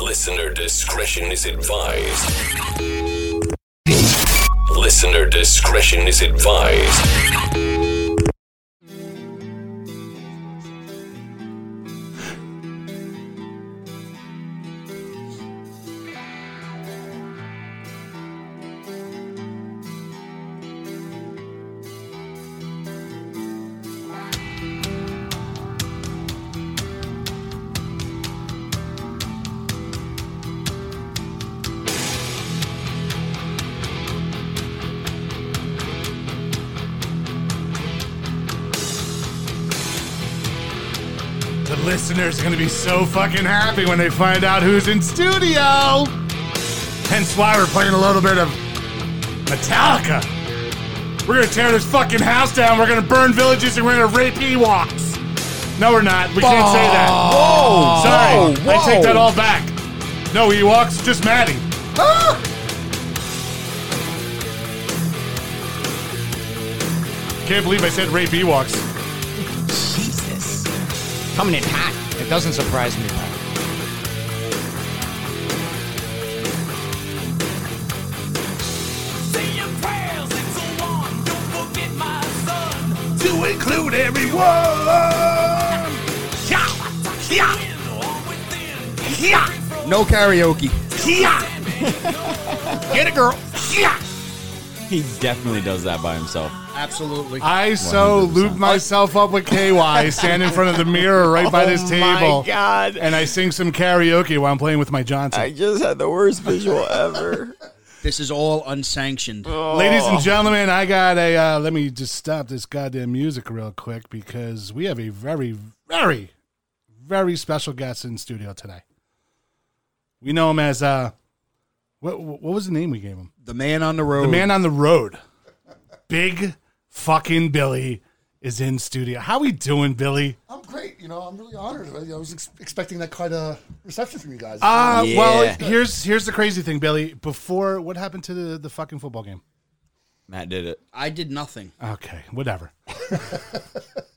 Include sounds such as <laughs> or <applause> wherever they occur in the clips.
Listener discretion is advised. Listener discretion is advised. The listeners are going to be so fucking happy when they find out who's in studio. Hence why we're playing a little bit of Metallica. We're going to tear this fucking house down. We're going to burn villages and we're going to rape Ewoks. No, we're not. We can't say that. Whoa. Sorry. Whoa, I take that whoa. all back. No Ewoks, just Maddie. Can't believe I said rape Ewoks. Jesus. Coming in hot. It doesn't surprise me. Say your prayers and so on. Don't forget my son. To include everyone. Yeah. Yeah. Within. Yeah. No karaoke. Get it, girl. He definitely does that by himself. Absolutely. I so 100%. lube myself up with KY, stand in front of the mirror right by this Oh table, God. and I sing some karaoke while I'm playing with my Johnson. just had the <laughs> worst visual ever. Oh. This is all unsanctioned. Ladies and gentlemen, I got a. Uh, let me just stop this goddamn music real quick because we have a very, very, very special guest in studio today. We know him as uh, what? What was the name we gave him? The man on the road. The man on the road, Big Fucking Billy, is in studio. How we doing, Billy? I'm great. You know, I'm really honored. I, I was ex- expecting that kind of reception from you guys. Uh, Well, Yeah. here's here's the crazy thing, Billy. Before what happened to the, the fucking football game? Matt did it. I did nothing. Okay, whatever.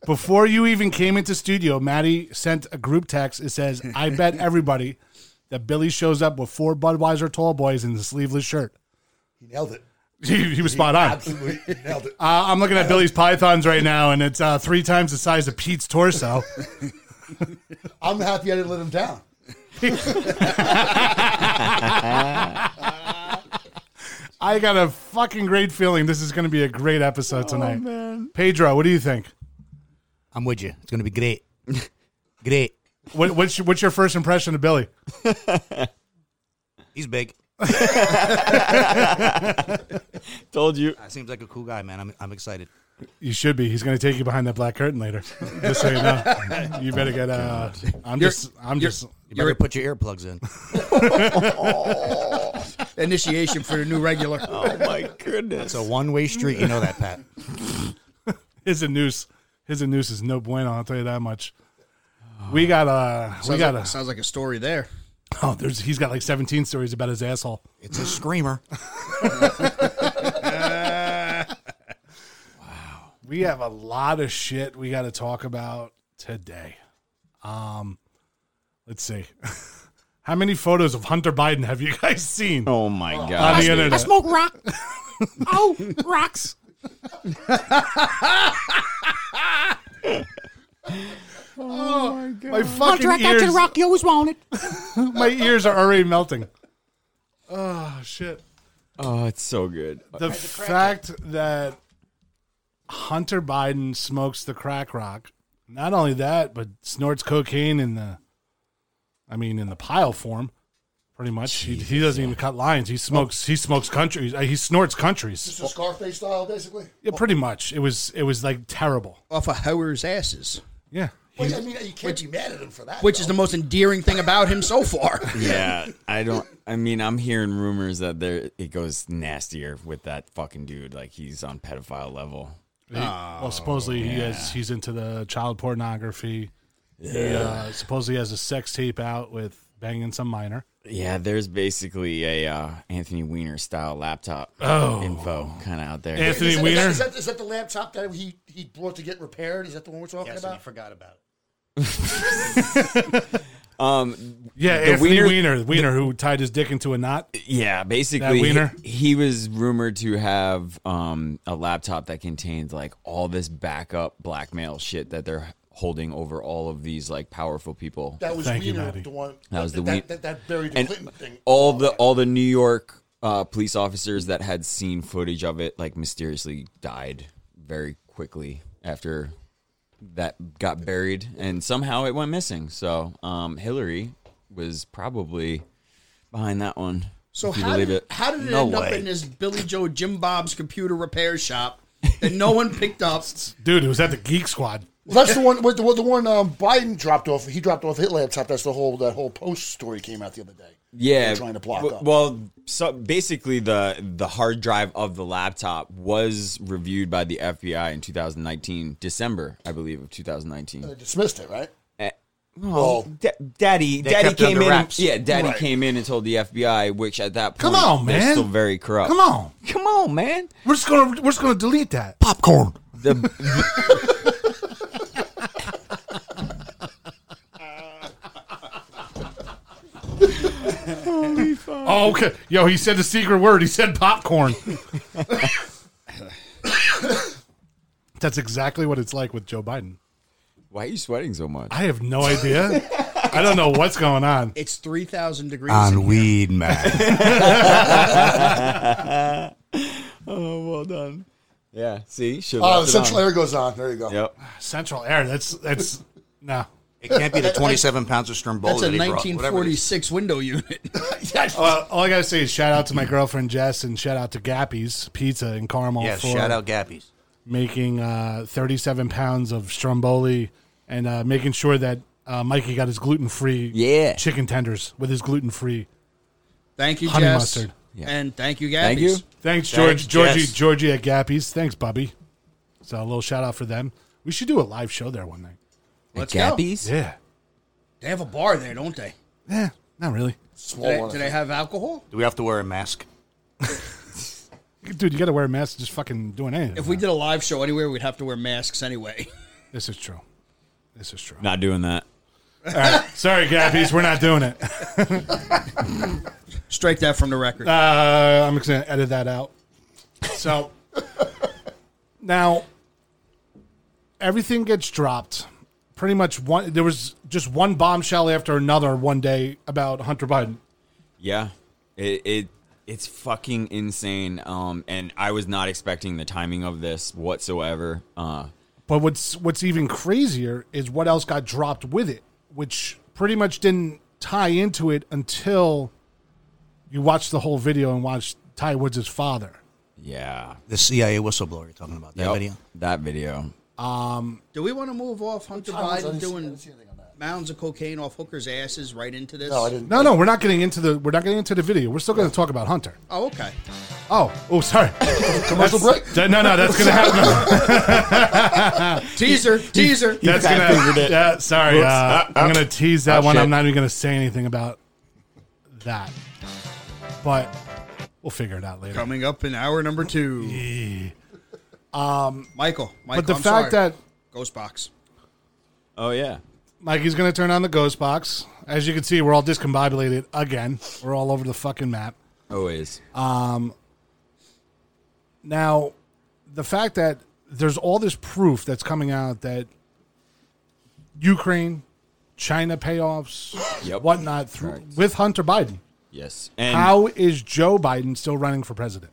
Before you even came into studio, Maddie sent a group text. It says, "I bet everybody that Billy shows up with four Budweiser tall boys in the sleeveless shirt." he nailed it. He, he was spot on. Absolutely he nailed it. Uh, I'm looking at Billy's pythons right now, and it's uh, three times the size of Pete's torso. I'm happy I didn't let him down. I got a fucking great feeling this is going to be a great episode tonight. Pedro, what do you think? I'm with you. It's gonna be great. <laughs> great. What, what's your- what's your first impression of Billy? <laughs> He's big. <laughs> Told you. Uh, Seems like a cool guy, man. I'm, I'm excited. <laughs> You should be. He's going to take you behind that black curtain later. just so you know, you better get. Uh, I'm You're- just. <laughs> I'm you're- just. You better put your earplugs in. Oh. Initiation for the new regular. Oh my goodness. It's a one way street. You know that, <laughs> Pat. His a noose. His a noose is no bueno. I'll tell you that much. We got uh We Sounds got like- a. sounds like a story there. Oh, there's. He's got like 17 stories about his asshole. It's a <laughs> screamer. We have a lot of shit we got to talk about today. Um, let's see. <laughs> How many photos of Hunter Biden have you guys seen oh my on god. the internet? <laughs> rock. oh, rocks. Oh, Oh, My fucking ears. you always wanted. <laughs> My ears are already melting. Oh shit. Oh, it's so good. the fact that Hunter Biden smokes the crack rock. Not only that, but snorts cocaine in the, I mean, in the pile form, pretty much. He, he doesn't even cut lines. He smokes. He smokes countries. uh, He snorts countries. It's a Scarface style, basically. Yeah, pretty much. It was. It was like terrible. Off of Howard's asses, Yeah. Which, I mean, you can't be mad at him for that. which though. is the most endearing thing about him so far. <laughs> yeah, I don't. I mean, I'm hearing rumors that there it goes nastier with that fucking dude. Like he's on pedophile level. He- well, supposedly he has. He's into the child pornography. He uh, supposedly has a sex tape out with banging some minor. Yeah, there's basically a uh, Anthony Weiner style laptop info kind of out there. If- Anthony is that, Weiner? Is that, is that the laptop that he, he brought to get repaired? Is that the one we're talking about? forgot about it. Um, Yeah, The Anthony wiener- Wiener, Wiener, who tied his dick into a knot. yeah, That basically, wiener? he, he was rumored to have um, a laptop that contained like all this backup blackmail shit that they're holding over all of these like powerful people. That was Thank you, Wiener, Maddie. the one That was the that, Wien- that, that buried the and Clinton thing. all the all the New York uh, police officers that had seen footage of it like mysteriously died very quickly after that got buried, and somehow it went missing. So um, Hillary was probably behind that one. So if you how believe did, it. how did it No end up way. in this Billy Joe Jim Bob's computer repair shop that no one picked up? Dude, it was at the Geek Squad. Well, that's the one. with The, with the one um, Biden dropped off. He dropped off his laptop. That's the whole. That whole post story came out the other day. yeah They're trying to block w- up. well so basically the the hard drive of the laptop was reviewed by the fbi in 2019 december i believe of 2019 They dismissed it, right? Well, da- daddy, They Eh, daddy kept it came under in. wraps. Yeah, daddy Right. came in and told the FBI, which at that point, Come on, man. they're still very corrupt. Come on, come on, man. we're just gonna we're just gonna delete that. Popcorn. The, Oh, okay. Yo, he said the secret word. He said <laughs> popcorn. That's exactly what it's like with Joe Biden. why are you sweating so much? I have no idea. I don't know what's going on. It's three thousand degrees. On weed, <laughs> <laughs> man. Oh, well done. Yeah. See, should Oh, the central air goes on. There you go. <laughs> Yep. Central Air. That's that's no. It can't be the 27 pounds of Stromboli That's a that he brought, whatever it is. 1946 window unit. <laughs> Uh, all I gotta say is shout out to my girlfriend Jess and shout out to Gappy's Pizza in Carmel Yes, for shout out Gappies. making uh, 37 pounds of Stromboli and uh, making sure that uh, Mikey got his gluten free Yeah. chicken tenders with his gluten free. Thank you, Honey Jess. mustard. And thank you, Gabby. Thank you. Thanks, Thanks, George, Georgie, Jess. Georgie at Gappy's. Thanks, Bubby. So a little shout out for them. We should do a live show there one night. Let's go. Gappies? Yeah, They have a bar there, don't they? yeah, not really, Do they, do they have alcohol? Do we have to wear a mask? dude. You got to wear a mask just fucking doing anything. If we did a live show anywhere, we'd have to wear masks anyway. this is true. This is true. Not doing that. Sorry, Gappy's, we're not doing it. Strike that from the record. Uh, I'm just gonna edit that out. So now everything gets dropped. Pretty much one. There was just one bombshell after another one day about Hunter Biden. Yeah. It, it it's fucking insane. Um, and I was not expecting the timing of this whatsoever. Uh, But what's what's even crazier is what else got dropped with it, which pretty much didn't tie into it until you watched the whole video and watched Ty Woods' father. yeah. The CIA whistleblower you're talking about. That Yep. video? That video. Um, do we want to move off Hunter I Biden didn't see- I doing didn't see anything on that. mounds of cocaine off hookers' asses right into this? No, I didn't. No, no, we're not getting into the we're not getting into the video. We're still going to talk about Hunter. Oh, <laughs> okay. <laughs> Oh, oh, <laughs> sorry. Commercial break. That- no, no, that's gonna happen. <laughs> <laughs> Teaser, teaser. That's gonna. Yeah, sorry, uh, I'm gonna tease that Oh, one. I'm shit. not even gonna say anything about that, but we'll figure it out later. Coming up in hour number two. um, Michael, Michael, But the I'm fact sorry. that Ghost Box. Oh yeah. Mikey's going to turn on the ghost box. As you can see, we're all discombobulated again. We're all over the fucking map. Always. Um, Now, the fact that there's all this proof that's coming out that Ukraine, China payoffs, Yep. whatnot, through, Correct. with Hunter Biden. yes. And How is Joe Biden still running for president?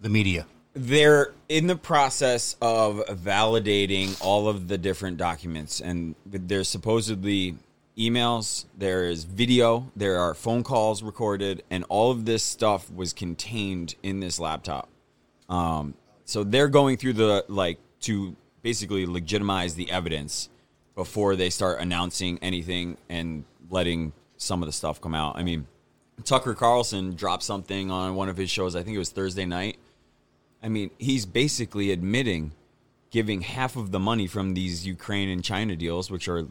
The media. they're in the process of validating all of the different documents and there's supposedly emails there is video there are phone calls recorded and all of this stuff was contained in this laptop um, so they're going through the like to basically legitimize the evidence before they start announcing anything and letting some of the stuff come out i mean tucker carlson dropped something on one of his shows i think it was thursday night I mean, he's basically admitting giving half of the money from these Ukraine and China deals, which are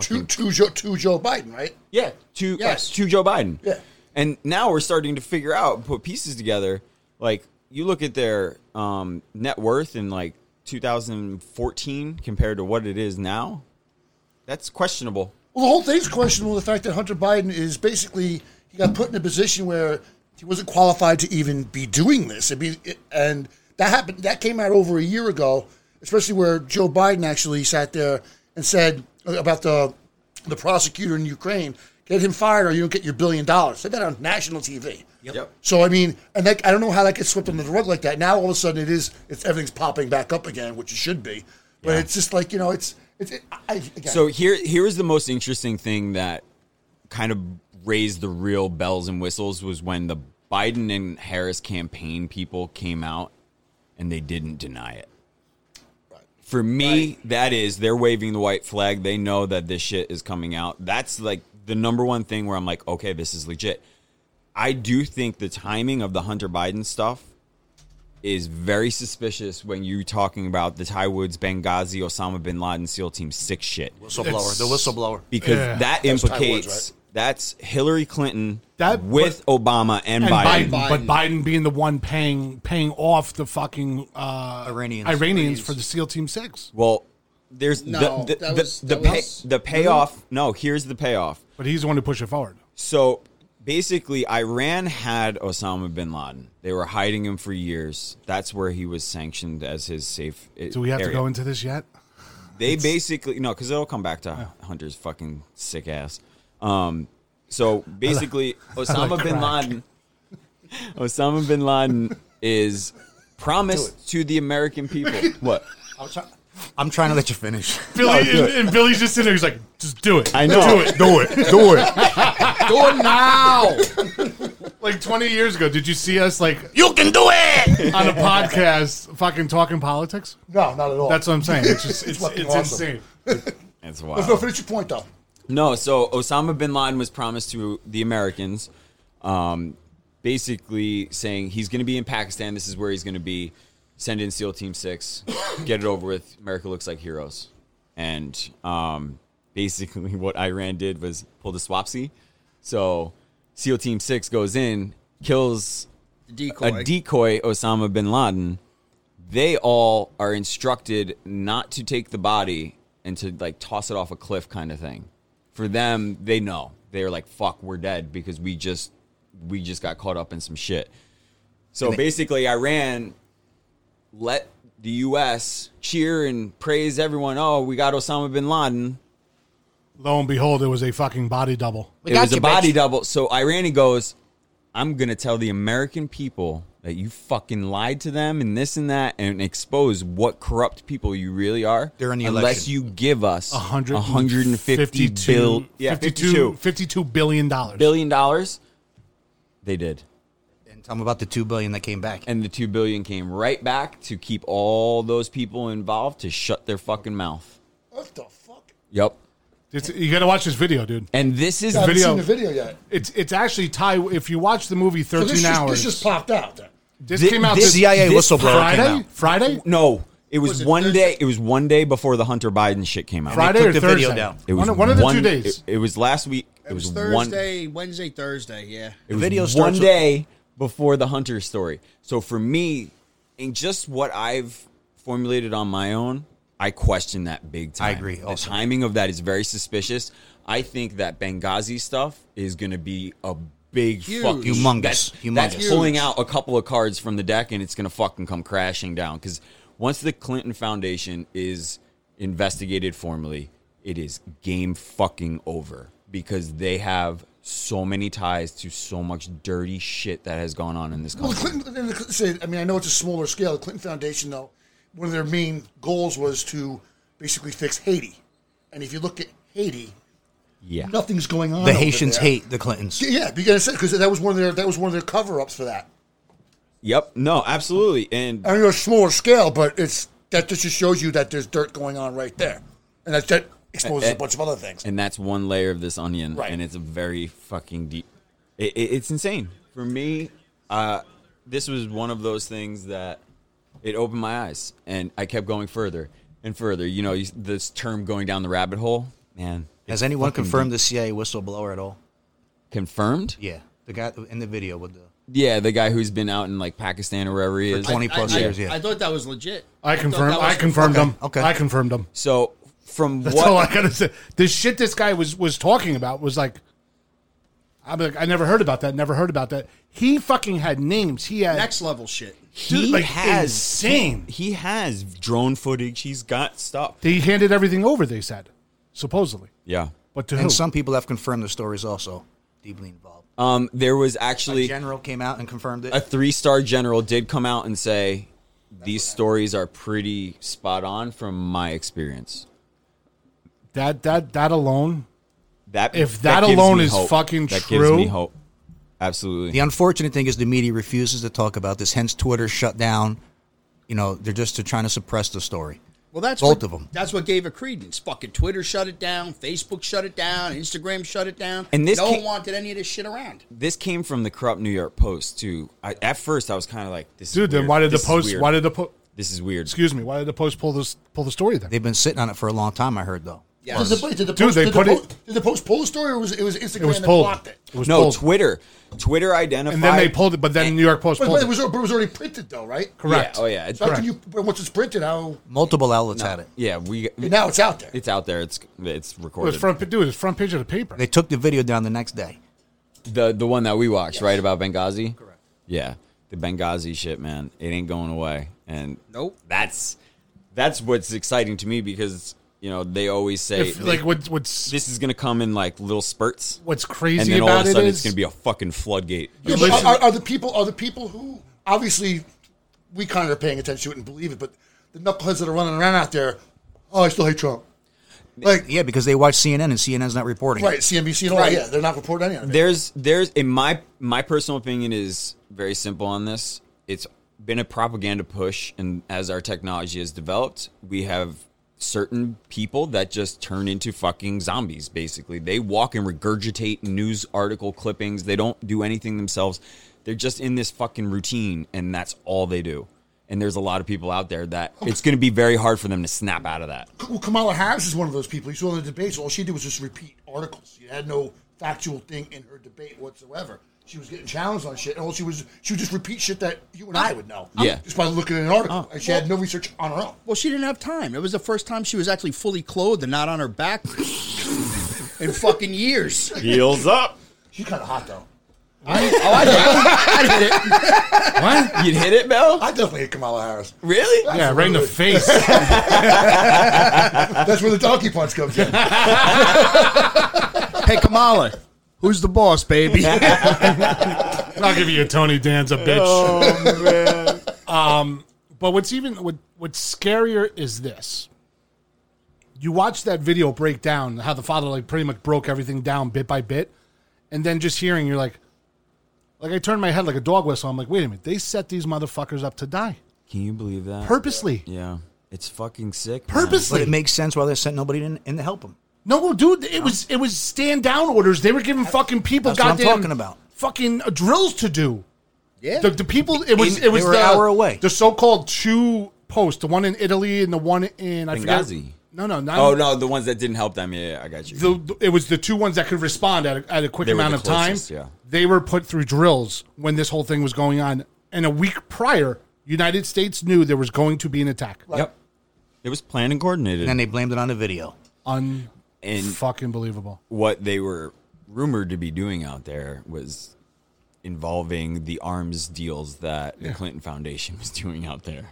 To, to Joe to Joe Biden, right? yeah to Yes. uh, to Joe Biden. Yeah. and now we're starting to figure out, put pieces together. Like you look at their um, net worth in like 2014 compared to what it is now, that's questionable. Well, the whole thing's questionable. The fact that Hunter Biden is basically he got put in a position where he wasn't qualified to even be doing this. It'd be, it- and that happened. That came out over a year ago, especially where Joe Biden actually sat there and said about the the prosecutor in Ukraine, get him fired or you don't get your billion dollars. Said that on national TV. Yep. So I mean, and that, I don't know how that gets swept under the rug like that. Now all of a sudden it is, it's everything's popping back up again, which it should be. But it's just like you know, it's it's. It, I, again, So here, here is the most interesting thing that kind of raised the real bells and whistles was when the Biden and Harris campaign people came out and they didn't deny it. For me, that is they're waving the white flag. They know that this shit is coming out. That's like the number one thing where I'm like, okay, this is legit. I do think the timing of the Hunter Biden stuff is very suspicious when you're talking about the Ty Woods, Benghazi, Osama bin Laden, SEAL Team Six shit It's- Whistleblower. The whistleblower. because Yeah. that Ty Woods, implicates that's Hillary Clinton That- with Obama and, And Biden, Biden. but Biden being the one paying paying off the fucking uh, Iranians. Iranians for the SEAL Team Six. Well, there's No, the that the, the, was- the, that pay, was- the payoff. No, here's the payoff. But he's the one who pushed it forward. So basically, Iran had Osama bin Laden. They were hiding him for years. That's where he was sanctioned as his safe. uh, Do we have to area. go into this yet? They basically no, because it'll come back to Hunter's fucking sick ass. Um, so basically, Osama bin Laden, Osama bin Laden is promised to the American <laughs> people. What I'm trying to let you finish. Billy and, and Billy's just sitting there. He's like, just do it. I know. Do it. do it. Do it. Do it now. Like 20 years ago, did you see us like you can do it on a podcast, fucking talking politics? no, not at all. That's what I'm saying. <laughs> It's just it's, fucking it's awesome. insane. That's no, wild. finish your point though. No, so Osama bin Laden was promised to the Americans, um, basically saying he's going to be in Pakistan. This is where he's going to be. Send in SEAL Team Six, get it over with. America looks like heroes. And um, basically, <laughs> what Iran did was pull the swapsy. So SEAL Team Six goes in, kills Decoy. a decoy Osama bin Laden. They all are instructed not to take the body and to like toss it off a cliff kind of thing. For them, they know. They're like, fuck, we're dead because we just we just got caught up in some shit. So basically Iran let the US cheer and praise everyone. Oh, we got Osama bin Laden. Lo and behold, it was a fucking body double. it got was you, a body bitch. double. So Irani goes, I'm going to tell the American people that you fucking lied to them and this and that and expose what corrupt people you really are. During the unless election. you give us 100 150 bill- yeah, 52, 52 billion dollars. billion dollars. They did. And tell them about the two billion that came back. And the 2 billion came right back to keep all those people involved to shut their fucking mouth. What the fuck? Yep. It's, you got to watch this video, dude. And this is I haven't Video. seen the video yet. It's it's actually Ty. If you watch the movie So 13 this, just, Hours, this just popped out. Then. this thi- came out this this, CIA This whistleblower came Friday. out. Friday, no, it was, Was it one Thursday? day it was one day before the Hunter Biden shit came out. Friday took or the Thursday. video down. It was one, of- one of the two days. It, it was last week. It, It was one. Thursday, Wednesday, Thursday. Yeah. It was video one starts with- day before the Hunter story. So for me, in just what I've formulated on my own, I question that big time. agree The also. timing of that is very suspicious. I think that Benghazi stuff is going to be a big Huge. fucking Humongous. That's, Humongous. that's pulling out a couple of cards from the deck, and it's going to fucking come crashing down. Because once the Clinton Foundation is investigated formally, it is game fucking over because they have so many ties to so much dirty shit that has gone on in this Well, the country. Clinton. and the Clinton said- I mean, I know it's a smaller scale. The Clinton Foundation, though, one of their main goals was to basically fix Haiti. And if you look at Haiti, yeah. nothing's going on. The over Haitians there. hate the Clintons. Yeah, because because that was one of their that was one of their cover ups for that. Yep. No, absolutely. And I know it's smaller scale, but it's that just shows you that there's dirt going on right there, and that that exposes a bunch of other things. and that's one layer of this onion Right. and it's a very fucking deep it, it, it's insane for me uh, this was one of those things that it opened my eyes and i kept going further and further you know you, this term going down the rabbit hole man Has anyone confirmed the CIA whistleblower at all? confirmed Yeah, the guy in the video with the yeah the guy who's been out in like pakistan or wherever he For is 20 plus I, years, yeah. I thought that was legit. I thought confirmed. that I was- confirmed them. okay. I confirmed them. so from That's all I what gotta say. The shit this guy was was talking about was like, I'm like, I never heard about that. Never heard about that. He fucking had names. He had Next level shit. dude, he like, has insane. He has drone footage. He's got stuff. He handed everything over. They said, supposedly. Yeah. But to who? And some people have confirmed the story is also deeply involved. Um, there was The actually general came out and confirmed it. a three star general did come out and say these stories are pretty spot on from my experience. that that that alone. That If that gives alone me is hope. fucking that gives true- me hope. Absolutely. The unfortunate thing is the media refuses to talk about this. Hence, Twitter shut down. You know, they're just trying to suppress the story. Well, that's Both what, of 'em. That's what gave it credence. Fucking Twitter shut it down. Facebook shut it down. Instagram shut it down. And this no ca- one wanted any of this shit around. This came from the corrupt New York Post too. I, at first, I was kind of like, "This is Dude, then weird. why did This the is post? weird. Why did the post? this is weird?" Excuse me. Why did the post pull this pull the story then? They've been sitting on it for a long time. I heard though. Yeah. Did the, did the Dude, post, they did put the it- post, Did the post pull the story, or was it was Instagram It was that pulled. blocked it? It was no, pulled. Twitter. Twitter identified, and then they pulled it. But then New York Post But, pulled but it. it was but it was already printed though, right? correct. Yeah, oh yeah, it's So how Correct. can you? But once it's printed, how? Multiple outlets had it. yeah. We Now it's out there. it's out there. It's it's It recorded. was front. Dude, it was front page of the paper. They took the video down the next day. the the one that we watched, right about Benghazi. Correct. Yeah, the Benghazi shit, man. It ain't going away, and Nope. that's that's what's exciting to me because you know they always say If, like what's what's this is gonna come in like little spurts, what's and crazy then all of about a it sudden is it's gonna be a fucking floodgate. Yeah, but listen- are, are the people are the people who obviously we kind of are paying attention to it and believe it, but the knuckleheads that are running around out there, oh, I still hate Trump. Like Yeah, because they watch CNN and CNN's not reporting. it. right, CNBC and all that. Yeah, they're not reporting any of it. There's there's in my my personal opinion is very simple on this. It's been a propaganda push and as our technology has developed, we have certain people that just turn into fucking zombies basically. They walk and regurgitate news article clippings. They don't do anything themselves. They're just in this fucking routine and that's all they do. And there's a lot of people out there that Oh it's going to be very hard for them to snap out of that. Well, Kamala Harris is one of those people. You saw in the debates, all she did was just repeat articles. She had no factual thing in her debate whatsoever. She was getting challenged on shit, and all she was she would just repeat shit that you and I would know. Yeah. just by looking at an article, Oh. and she had no research on her own. Well, she didn't have time. It was the first time she was actually fully clothed and not on her back <laughs> in fucking years. Heels up. She's kind of hot though. <laughs> Oh, <laughs> I did. I did it. You'd hit it, Bill? I definitely hate Kamala Harris. Really? yeah, right in the face. <laughs> That's where the donkey punch comes in. Hey, Kamala, who's the boss, <laughs> baby? I'll give you a Tony Danza, bitch. <laughs> Um, but what's even what what's scarier is this. You watch that video break down how the father like pretty much broke everything down bit by bit, and then just hearing you're like, like I turned my head like a dog whistle. I'm like, wait a minute, they set these motherfuckers up to die Can you believe that? purposely, Yeah, it's fucking sick. man. But purposely. it makes sense why they sent nobody in, in to help them. No, dude, it was it was stand down orders. They were giving fucking people that's what I'm goddamn talking about. fucking uh, drills to do. Yeah. the, the people. It was In- it was they were the an hour away. The so-called two posts, the one in Italy and the one in I forget. Benghazi. No, no, not, Oh no, the ones that didn't help them. Yeah, yeah, I got you. The, the- it was the two ones that could respond at a, at a quick They were amount the of closest, time. yeah. They were put through drills when this whole thing was going on, and a week prior, United States knew there was going to be an attack. yep. It was planned and coordinated. And then they blamed it on the video. Un And- fucking believable. what they were rumored to be doing out there was involving the arms deals that the Clinton Foundation <laughs> was doing out there.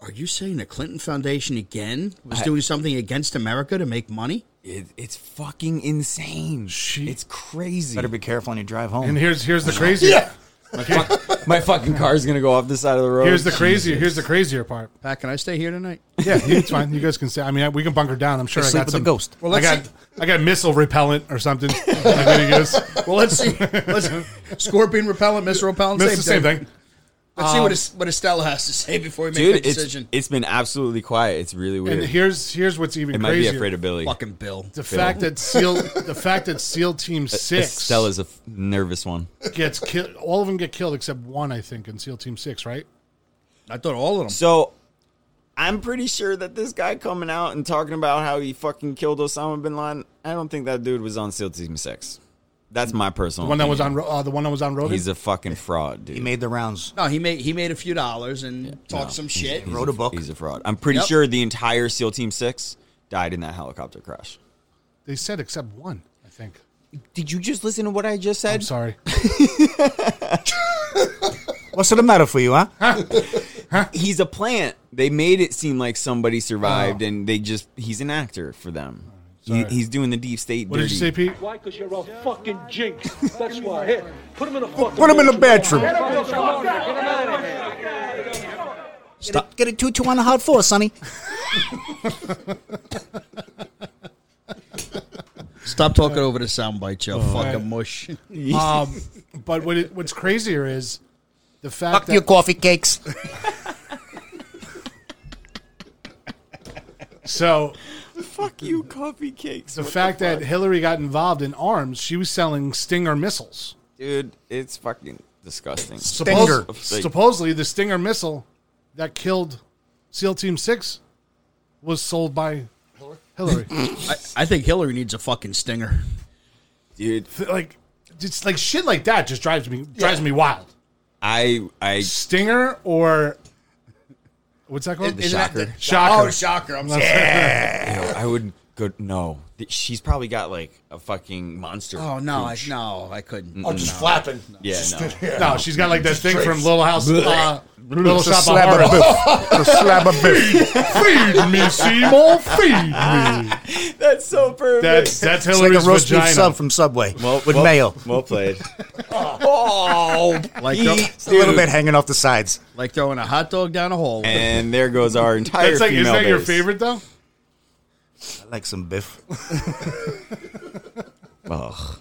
Are you saying the Clinton Foundation again was doing something against America to make money? It, it's fucking insane. She- it's crazy. Better be careful on your drive home. And here's <laughs> here's the crazy. yeah. My, fuck- <laughs> my fucking car's gonna go off the side of the road. Here's the crazier. Here's the crazier part. Pat, can I stay here tonight? Yeah, it's fine. You guys can say. I mean, I- we can bunker down. I'm sure I sleep got with some the ghost. Well, I let's got see. I got missile repellent <laughs> or something. Like, there he goes. Well, let's see. <laughs> Let's, scorpion repellent, missile repellent, Missile, same thing. Let's see what, Es- what Estella has to say before we make dude. a It's, decision. it's been absolutely quiet. It's really weird. And here's here's what's even it might crazier. be afraid of Billy. Fucking Bill. the fact that seal the fact that SEAL Team Six Uh, Stella's a f- nervous one. gets killed. All of them get killed except one, I think, in SEAL Team Six, right? I thought all of them. So I'm pretty sure that this guy coming out and talking about how he fucking killed Osama bin Laden, I don't think that dude was on SEAL Team Six. That's my Oh, personal. One that was on opinion. Ro- uh, the one that was on Rogan. He's a fucking fraud, dude. he made the rounds. No, he made he made a few dollars and talked some shit. He's wrote a book. He's a fraud. I'm pretty Yep. sure the entire SEAL Team Six died in that helicopter crash. They said except one, I think. Did you just listen to what I just I'm said? <laughs> sorry. What's the matter for you, huh? He's a plant. They made it seem like somebody Oh. survived, and they just—he's an actor for them. He, he's doing the deep state What did dirty. you say, Pete? Why? Because you're a fucking jinx. That's why. Here, put him in a fucking. Put him in the bathroom. Get him out of here. Stop. Get a two two on a hard <laughs> four, Sonny. Stop talking over the soundbite, you fucking <laughs> mush. Um, but what it, what's crazier is the fact Fuck that your coffee cakes. <laughs> so Fuck you, coffee cakes. the fact that Hillary got involved in arms, she was selling Stinger missiles. dude, it's fucking disgusting. Suppos- Stinger. supposedly, the Stinger missile that killed SEAL Team Six was sold by <coughs> Hillary. I, I think Hillary needs a fucking stinger. Dude, <laughs> like, just like shit like that just drives me drives me wild. I I Stinger or what's that called? The shocker. Shocker. Oh, shocker. I'm sorry. Ew, I would go no. Th- She's probably got like a fucking monster. Oh no, I, no, I couldn't. Oh, just flapping. Yeah, <laughs> no. No, she's got like that thing from Little House, uh, Little Shop of slab of Horrors. <laughs> beef. A slab of beef. Feed me, Seymour. Feed me. <laughs> That's so perfect. That's that's It's like Hillary's a roast beef vagina. sub from Subway with mayo. Well played. oh, Like, Pete, throw- It's a little dude. <laughs> bit hanging off the sides. like throwing a hot dog down a hole. And there goes our entire. That's like, is female that your base. favorite though? I like some <laughs> biff. Ugh.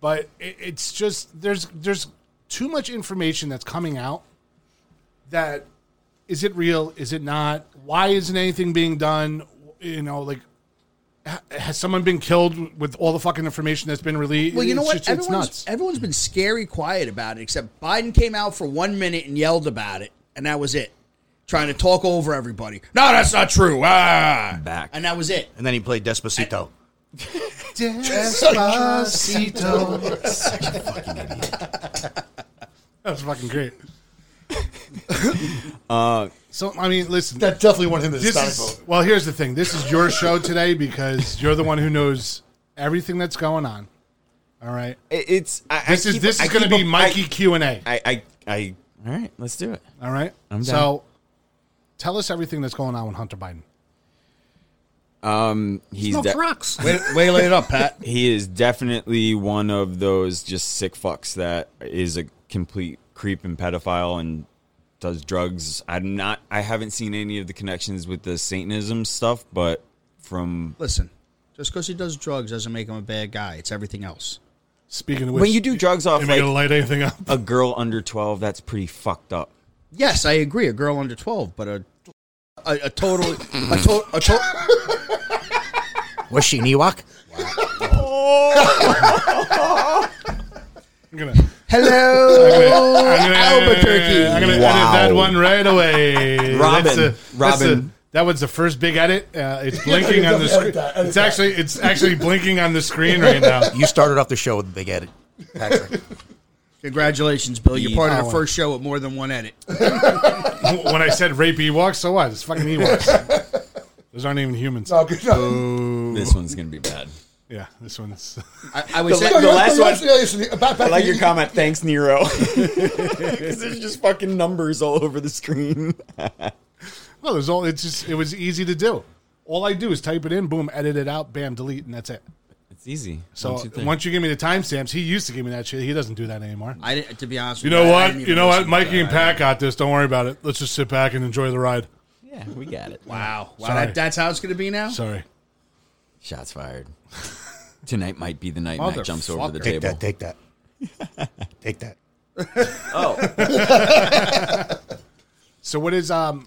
But it, it's just there's there's too much information that's coming out. That is it real? Is it not? Why isn't anything being done? You know, like ha- has someone been killed with all the fucking information that's been released? Well, you know It's what? just- it's everyone's nuts. everyone's been scary quiet about it, except Biden came out for one minute and yelled about it, and that was it. Trying to talk over everybody. No, that's not true. Ah, Back. and that was it. And then he played Despacito. <laughs> Despacito. <laughs> that was fucking great. Uh, so I mean, listen. That definitely won him the this Hispanic is, vote. well, here's the thing. This is your show today because you're the one who knows everything that's going on. All right. It- It's I, This I is keep- this I is going to keep be a- Mikey Q and A. I, I I I. All right, let's do it. All right. I'm so, tell us everything that's going on with Hunter Biden. He's de- rocks. Um, <laughs> Way, way to lay it up, Pat. <laughs> he is definitely one of those just sick fucks that is a complete creep and pedophile and does drugs. I'm not. I haven't seen any of the connections with the Satanism stuff, but from Listen, just because he does drugs doesn't make him a bad guy. It's everything else. Speaking of which, when you do drugs off am I like going to light anything up? a girl under twelve, that's pretty fucked up. Yes, I agree. A girl under twelve, but a a, a totally a, to, a to, <laughs> Was she an Ewok? I'm going to. hello Albuquerque. I'm gonna Wow. edit that one right away. Robin. That's a- that's a- Robin. that was the first big edit. Uh, <laughs> it's blinking on the definitely edit that, screen. edit It's that. actually it's actually blinking on <laughs> the screen right now. You started off the show with a big edit. Patrick. Congratulations, Bill. You're part of Oh, the first show with more than one <laughs> edit. when I said rape Ewoks, so what? It's fucking Ewoks. Those aren't even humans. No, good. No. This one's gonna be bad. Yeah, this one's. <laughs> I, I would say The last one- Yeah, listen, back, back, I like your comment. Thanks, <laughs> Nero. Because there's just fucking numbers all over the screen. Well, there's all. It's just it was easy to do. All I do is type it in, boom, edit it out, bam, delete, and that's it. It's easy. So One, two, three. once you give me the timestamps, he used to give me that shit. He doesn't do that anymore. I didn't, to be honest. You with know I what? didn't even You know what? listen to Mikey and that. Pat got this. Don't worry about it. Let's just sit back and enjoy the ride. yeah, <laughs> we got it. Wow, wow, Sorry. that, that's how it's going to be now. Sorry. Shots fired. Tonight might be the night Matt jumps over the Motherfucker. table. Take that, take that. Take that. <laughs> <laughs> Oh, <laughs> So what is um?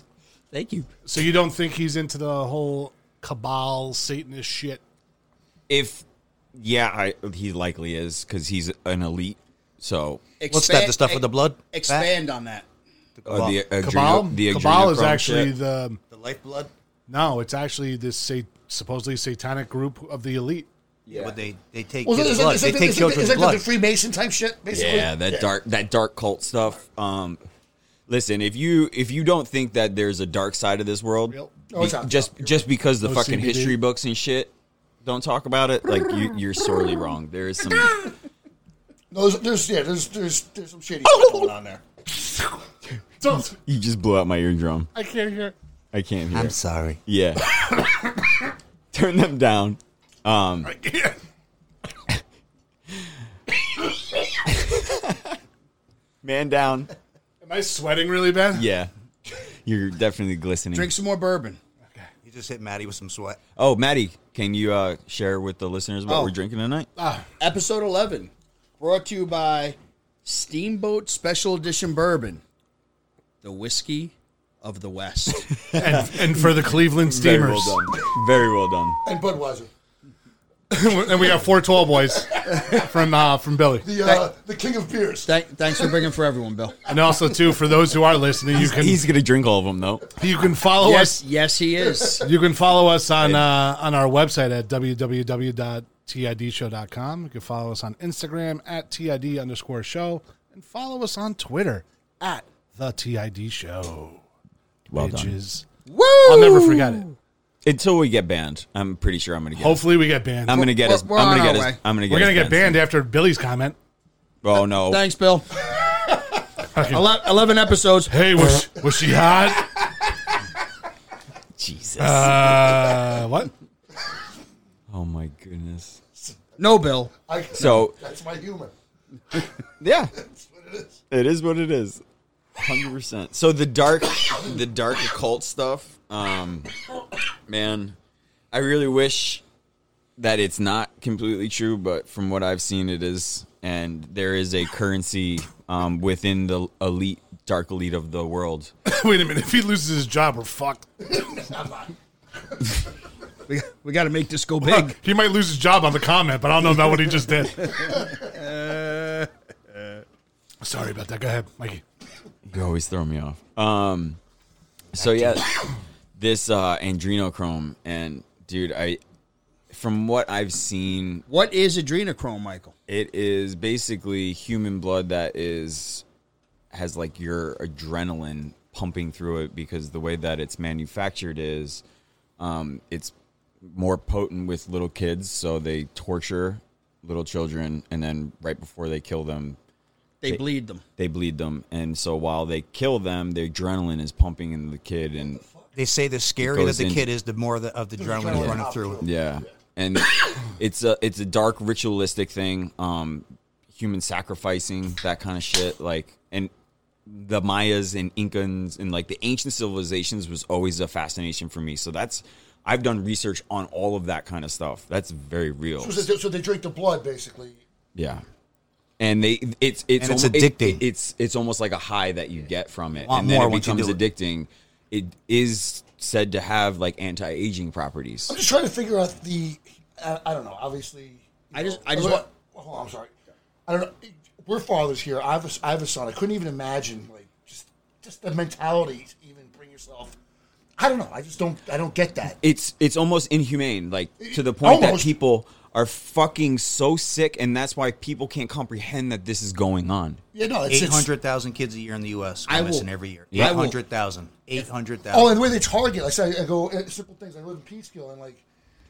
thank you. So you don't think he's into the whole cabal Satanist shit? If yeah, I, he likely is because he's an elite. So What's that? The stuff with the blood? e- Expand on that. uh, the adrenal- Cabal. the cabal is adrenochrome actually shit. the The lifeblood? no. It's actually this sa- supposedly satanic group of the elite. Yeah. But they, they take Well, kids' is it- blood. is They it- is it- take is it- is children's it blood. the Freemason type shit? Basically, yeah that dark that dark cult stuff. Um, listen, if you if you don't think that there's a dark side of this world, Oh, it's out. just just because the Oh, No fucking CBD. history books and shit don't talk about it, like you, you're sorely wrong. There is <laughs> some. No, there's, there's yeah, there's there's there's some shady stuff going on there. Don't. You just blew out my eardrum. I can't hear. I can't hear. I'm sorry. <coughs> Yeah. Turn them down. Um, man down. Am I sweating really bad? Yeah. You're definitely glistening. Drink some more bourbon. You just hit Maddie with some sweat. Oh, Maddie, can you uh, share with the listeners what Oh. we're drinking tonight? Ah. Episode 11, brought to you by Steamboat Special Edition Bourbon, the whiskey of the <laughs> West. And, and for the Cleveland Very well Steamers. done. Very well done. And Budweiser, <laughs> and we got four tall <laughs> boys from uh, from Billy. the uh, the king of beers. Thank, thanks for bringing for everyone, Bill. And also too, for those who are listening, you can He's gonna drink all of them though. you can follow Yes, us yes, he <laughs> is. You can follow us on uh, on our website at www.tidshow.com. You can follow us on Instagram at TID underscore show. And follow us on Twitter at The TID Show. Well which done. is, I'll never forget it. Until we get banned, I'm pretty sure I'm gonna get. Hopefully we get banned. I'm gonna get We're- us. I'm we're on gonna our get us. way. I'm gonna get. We're going to us get banned after Billy's comment. Oh no! Thanks, <laughs> Bill. Okay. Ele- 11 episodes. Hey, was, was she hot? Jesus. Uh, what? oh my goodness. No, Bill. I, So that's my <laughs> humor. yeah, it is what it is. Hundred percent. So the dark, the dark occult stuff. Um, man, I really wish that it's not completely true, but from what I've seen, it is. And there is a currency um, within the elite, dark elite of the world. <laughs> Wait a minute. If he loses his job, we're fucked. <laughs> We, we got to make this go big. He might lose his job on the comment, but I don't know about what he just <laughs> did. <laughs> Sorry about that. Go ahead, Mikey. You always throw me off. Um, so yeah, this uh, adrenochrome and dude, I from what I've seen, What is adrenochrome, Michael? it is basically human blood that is has like your adrenaline pumping through it because the way that it's manufactured is, um, it's more potent with little kids, so they torture little children, and then right before they kill them, They bleed them. they bleed them, and so while they kill them, the adrenaline is pumping into the kid, and They say the It scarier that goes the in- kid is, the more the, of the adrenaline adrenaline running up through. him. yeah, and it's a it's a dark ritualistic thing, um, human sacrificing that kind of shit, like and the Mayas and Incans and like the ancient civilizations was always a fascination for me. So that's I've done research on all of that kind of stuff. That's very real. So, they- so they drink the blood, basically. Yeah. And they, it's it's And it's almo- it- addicting. it- it's it's almost like a high that you get from it, Want and then more it once you becomes do it. addicting. It is said to have like anti-aging properties. I'm just trying to figure out the. I, I don't know. Obviously, you I just- know, I just look- want- Hold on, I'm sorry. I don't know. We're fathers here. I have a, I have a son. I couldn't even imagine like just just the mentality. to Even bring yourself. I don't know. I just don't. I don't get that. It's it's almost inhumane, like to the point Almost. that people are fucking so sick, and that's why people can't comprehend that this is going on. Yeah, no. It's, Eight it's hundred thousand kids a year in the U.S. go I will- missing every year. Yeah. I Eight will- hundred thousand. Eight hundred Oh, and the thousand. way they target, like I said, I go uh, simple things. I live in Peekskill, and like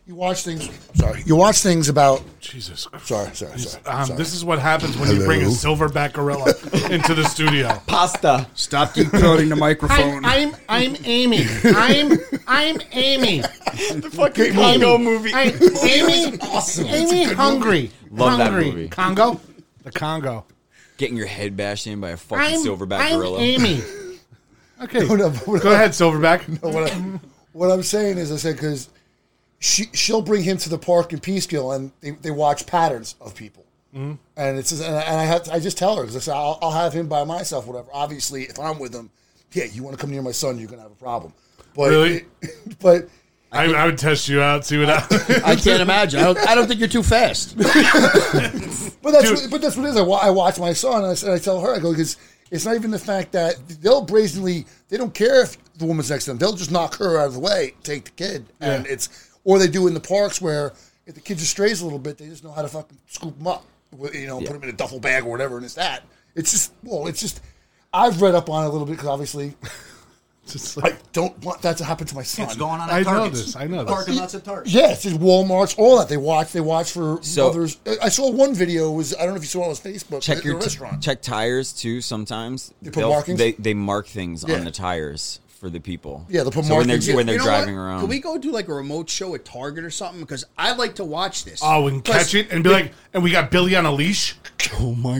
you watch things. Sorry, you watch things about. Jesus. Sorry, sorry, sorry. Um, This is what happens when you bring a silverback gorilla <laughs> into the studio. Pasta. Stop deep throating the microphone. I'm I'm Amy. I'm I'm Amy. the fucking Congo movie. I, <laughs> Amy. Amy hungry. Love that movie. Congo. The Congo. Getting your head bashed in by a fucking silverback gorilla. <laughs> Okay. no, but what Go I- <laughs> ahead, silverback. what, I, what I'm saying is, I said because she she'll bring him to the park in Peekskill, and they, they watch patterns of people, mm-hmm. and it's and I, and I have to, I just tell her because I said I'll, I'll have him by myself, whatever. Obviously, if I'm with him, yeah, you want to come near my son, you're gonna have a problem. But Really? but I, I would test you out. See what happens. I can't imagine. I don't, I <laughs> don't think you're too fast. But that's Dude. what, but that's what it is. I, wa- I watch my son and I, s- and I tell her, I go because it's not even the fact that they'll brazenly they don't care if the woman's next to them. They'll just knock her out of the way, take the kid, and Yeah. it's or they do in the parks where if the kid just strays a little bit, they just know how to fucking scoop them up, wi- you know, put them in a duffel bag or <laughs> whatever, and it's that. It's just well, it's just I've read up on it a little bit because obviously I don't want that to happen to my son. It's going on at I know Targets. this, I know this. Parking lots at Target. Yes, it's Walmart's, all that. They watch. They watch for So- others. I- I saw one video. Was I don't know if you saw it on his Facebook. check at your the t- restaurant. check tires too. Sometimes they put markings? they they mark things Yeah. on the tires for the people. Yeah, they'll put so when markings, they're yeah. when they're You know driving what? around. Can we go do like a remote show at Target or something? Because I'd like to watch this. Oh, and catch it and be like, and we got Billy on <laughs> a leash. Oh my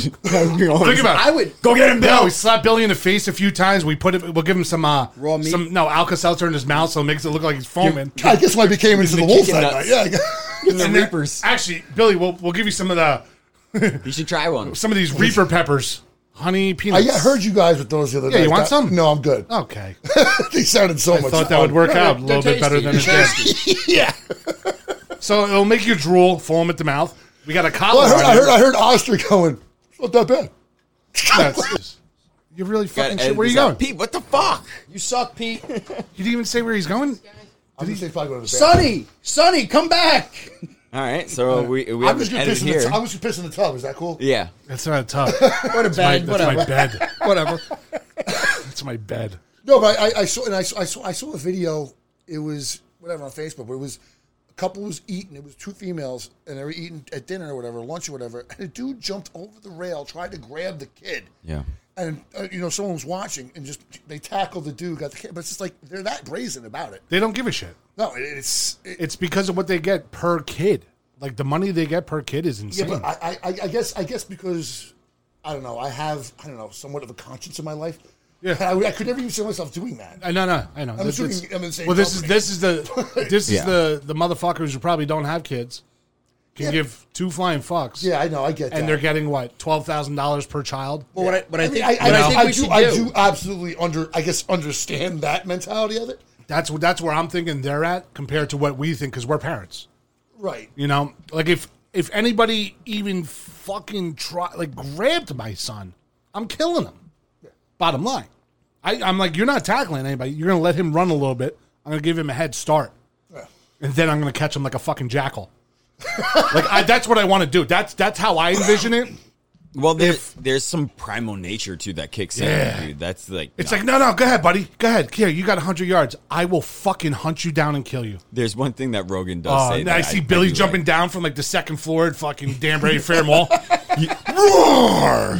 <laughs> Think about it. I would go get him, Bill. we slapped Billy in the face a few times. We put him. We'll give him some uh, Raw meat? Some, no, Alka Seltzer in his mouth, so it makes it look like he's foaming. I guess why he came into the, wolf that night. nuts. Yeah. I guess- <laughs> the then- Reapers. Actually, Billy, we'll we'll give you some of the You should try one. <laughs> some of these Reaper peppers, honey I peanuts. yeah, heard you guys with those the other Yeah, night. you want That- some? No, I'm good. Okay, <laughs> they sounded so I much. thought that fun. would work No, out a they're little bit better than it tasty. <laughs> did. yeah. So it'll make you drool, foam at the mouth. We got a collar. Well, I heard. I on heard. I heard Oster going. It's not that bad. you really fucking Gotta shit. edit Where are you this out. going? Pete? What the fuck? You suck, <laughs> Pete. You didn't even say where he's going. I think they probably go to the bathroom. Sonny, Sonny, come back. All right, so we we I'm have just an gonna edit piss in the. here. T- I'm just gonna piss in the tub. Is that cool? yeah, That's not <laughs> a tub. What a my, bad, that's my whatever. bed. Whatever. That's my bed. No, but I, I saw and I saw, I saw I saw a video. It was whatever on Facebook, but it was a couple was eating. It was two females, and they were eating at dinner or whatever, lunch or whatever. And a dude jumped over the rail, tried to grab the kid. Yeah. And uh, you know someone was watching, and just they tackled the dude, got the kid. But it's just like they're that brazen about it. They don't give a shit. No, it, it's it, It's because of what they get per kid. Like the money they get per kid is yeah. insane. But I, I I guess I guess because I don't know. I have I don't know somewhat of a conscience in my life. Yeah. I, I could never even see myself doing that. I, no, no, I know. I'm This- assuming this- I'm in the same well, this is company. this <laughs> is the this Yeah. is the the motherfuckers who probably don't have kids can Yeah. give two flying fucks. Yeah, I know. I get that. and they're getting what twelve thousand dollars per child. But what I, but I, I, mean, think, I, I, what I, I, think we do, should I do. do absolutely under, I guess, understand that mentality of it. That's what that's where I'm thinking they're at compared to what we think because we're parents. Right. You know, like if if anybody even fucking try like grabbed my son, I'm killing him. Bottom line, I, I'm like, you're not tackling anybody. You're gonna let him run a little bit. I'm gonna give him a head start, and then I'm gonna catch him like a fucking jackal. like I, that's what I want to do. That's that's how I envision it. Well, there's there's some primal nature to that kicks Yeah. in, dude. That's like It's like, no, no, go ahead, buddy. Go ahead. Here, you got 100 yards. I will fucking hunt you down and kill you. there's one thing that Rogan does Oh, say. and that I see do Billy like. jumping down from like the second floor at fucking <laughs> Danbury Fair Mall. You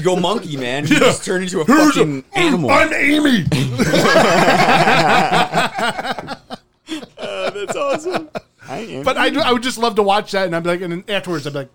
go monkey, man. You just turn into a Who's a- fucking animal. I'm Amy. <laughs> <laughs> Uh, That's awesome. I am. But I, I would just love to watch that, and I'm like, and then afterwards, I'm like,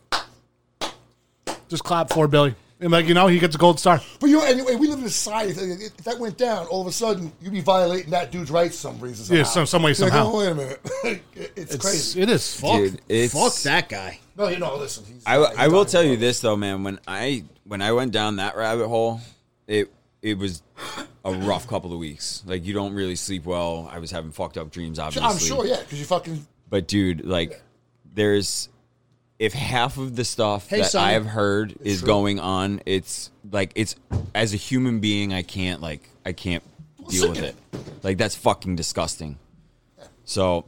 just clap for Billy. And like, you know, he gets a gold star. But you know, anyway, we live in a society. If if that went down, all of a sudden, you'd be violating that dude's rights for some reason. Somehow. Yeah, some- some way, You're like, somehow. oh, wait a minute. <laughs> It- it's, It's, crazy. it is. Fuck. Dude, it's, Fuck that guy. No, you know, listen. He's, I, I he's will dying. tell you this though, man. When I when I went down that rabbit hole, it it was a rough couple of weeks. Like you don't really sleep well. I was having fucked up dreams, obviously. I'm sure, yeah, because you fucking. But dude, like there's if half of the stuff Hey, that son. I've heard is going on, it's like it's as a human being, I can't like I can't deal with it. Like that's fucking disgusting. So,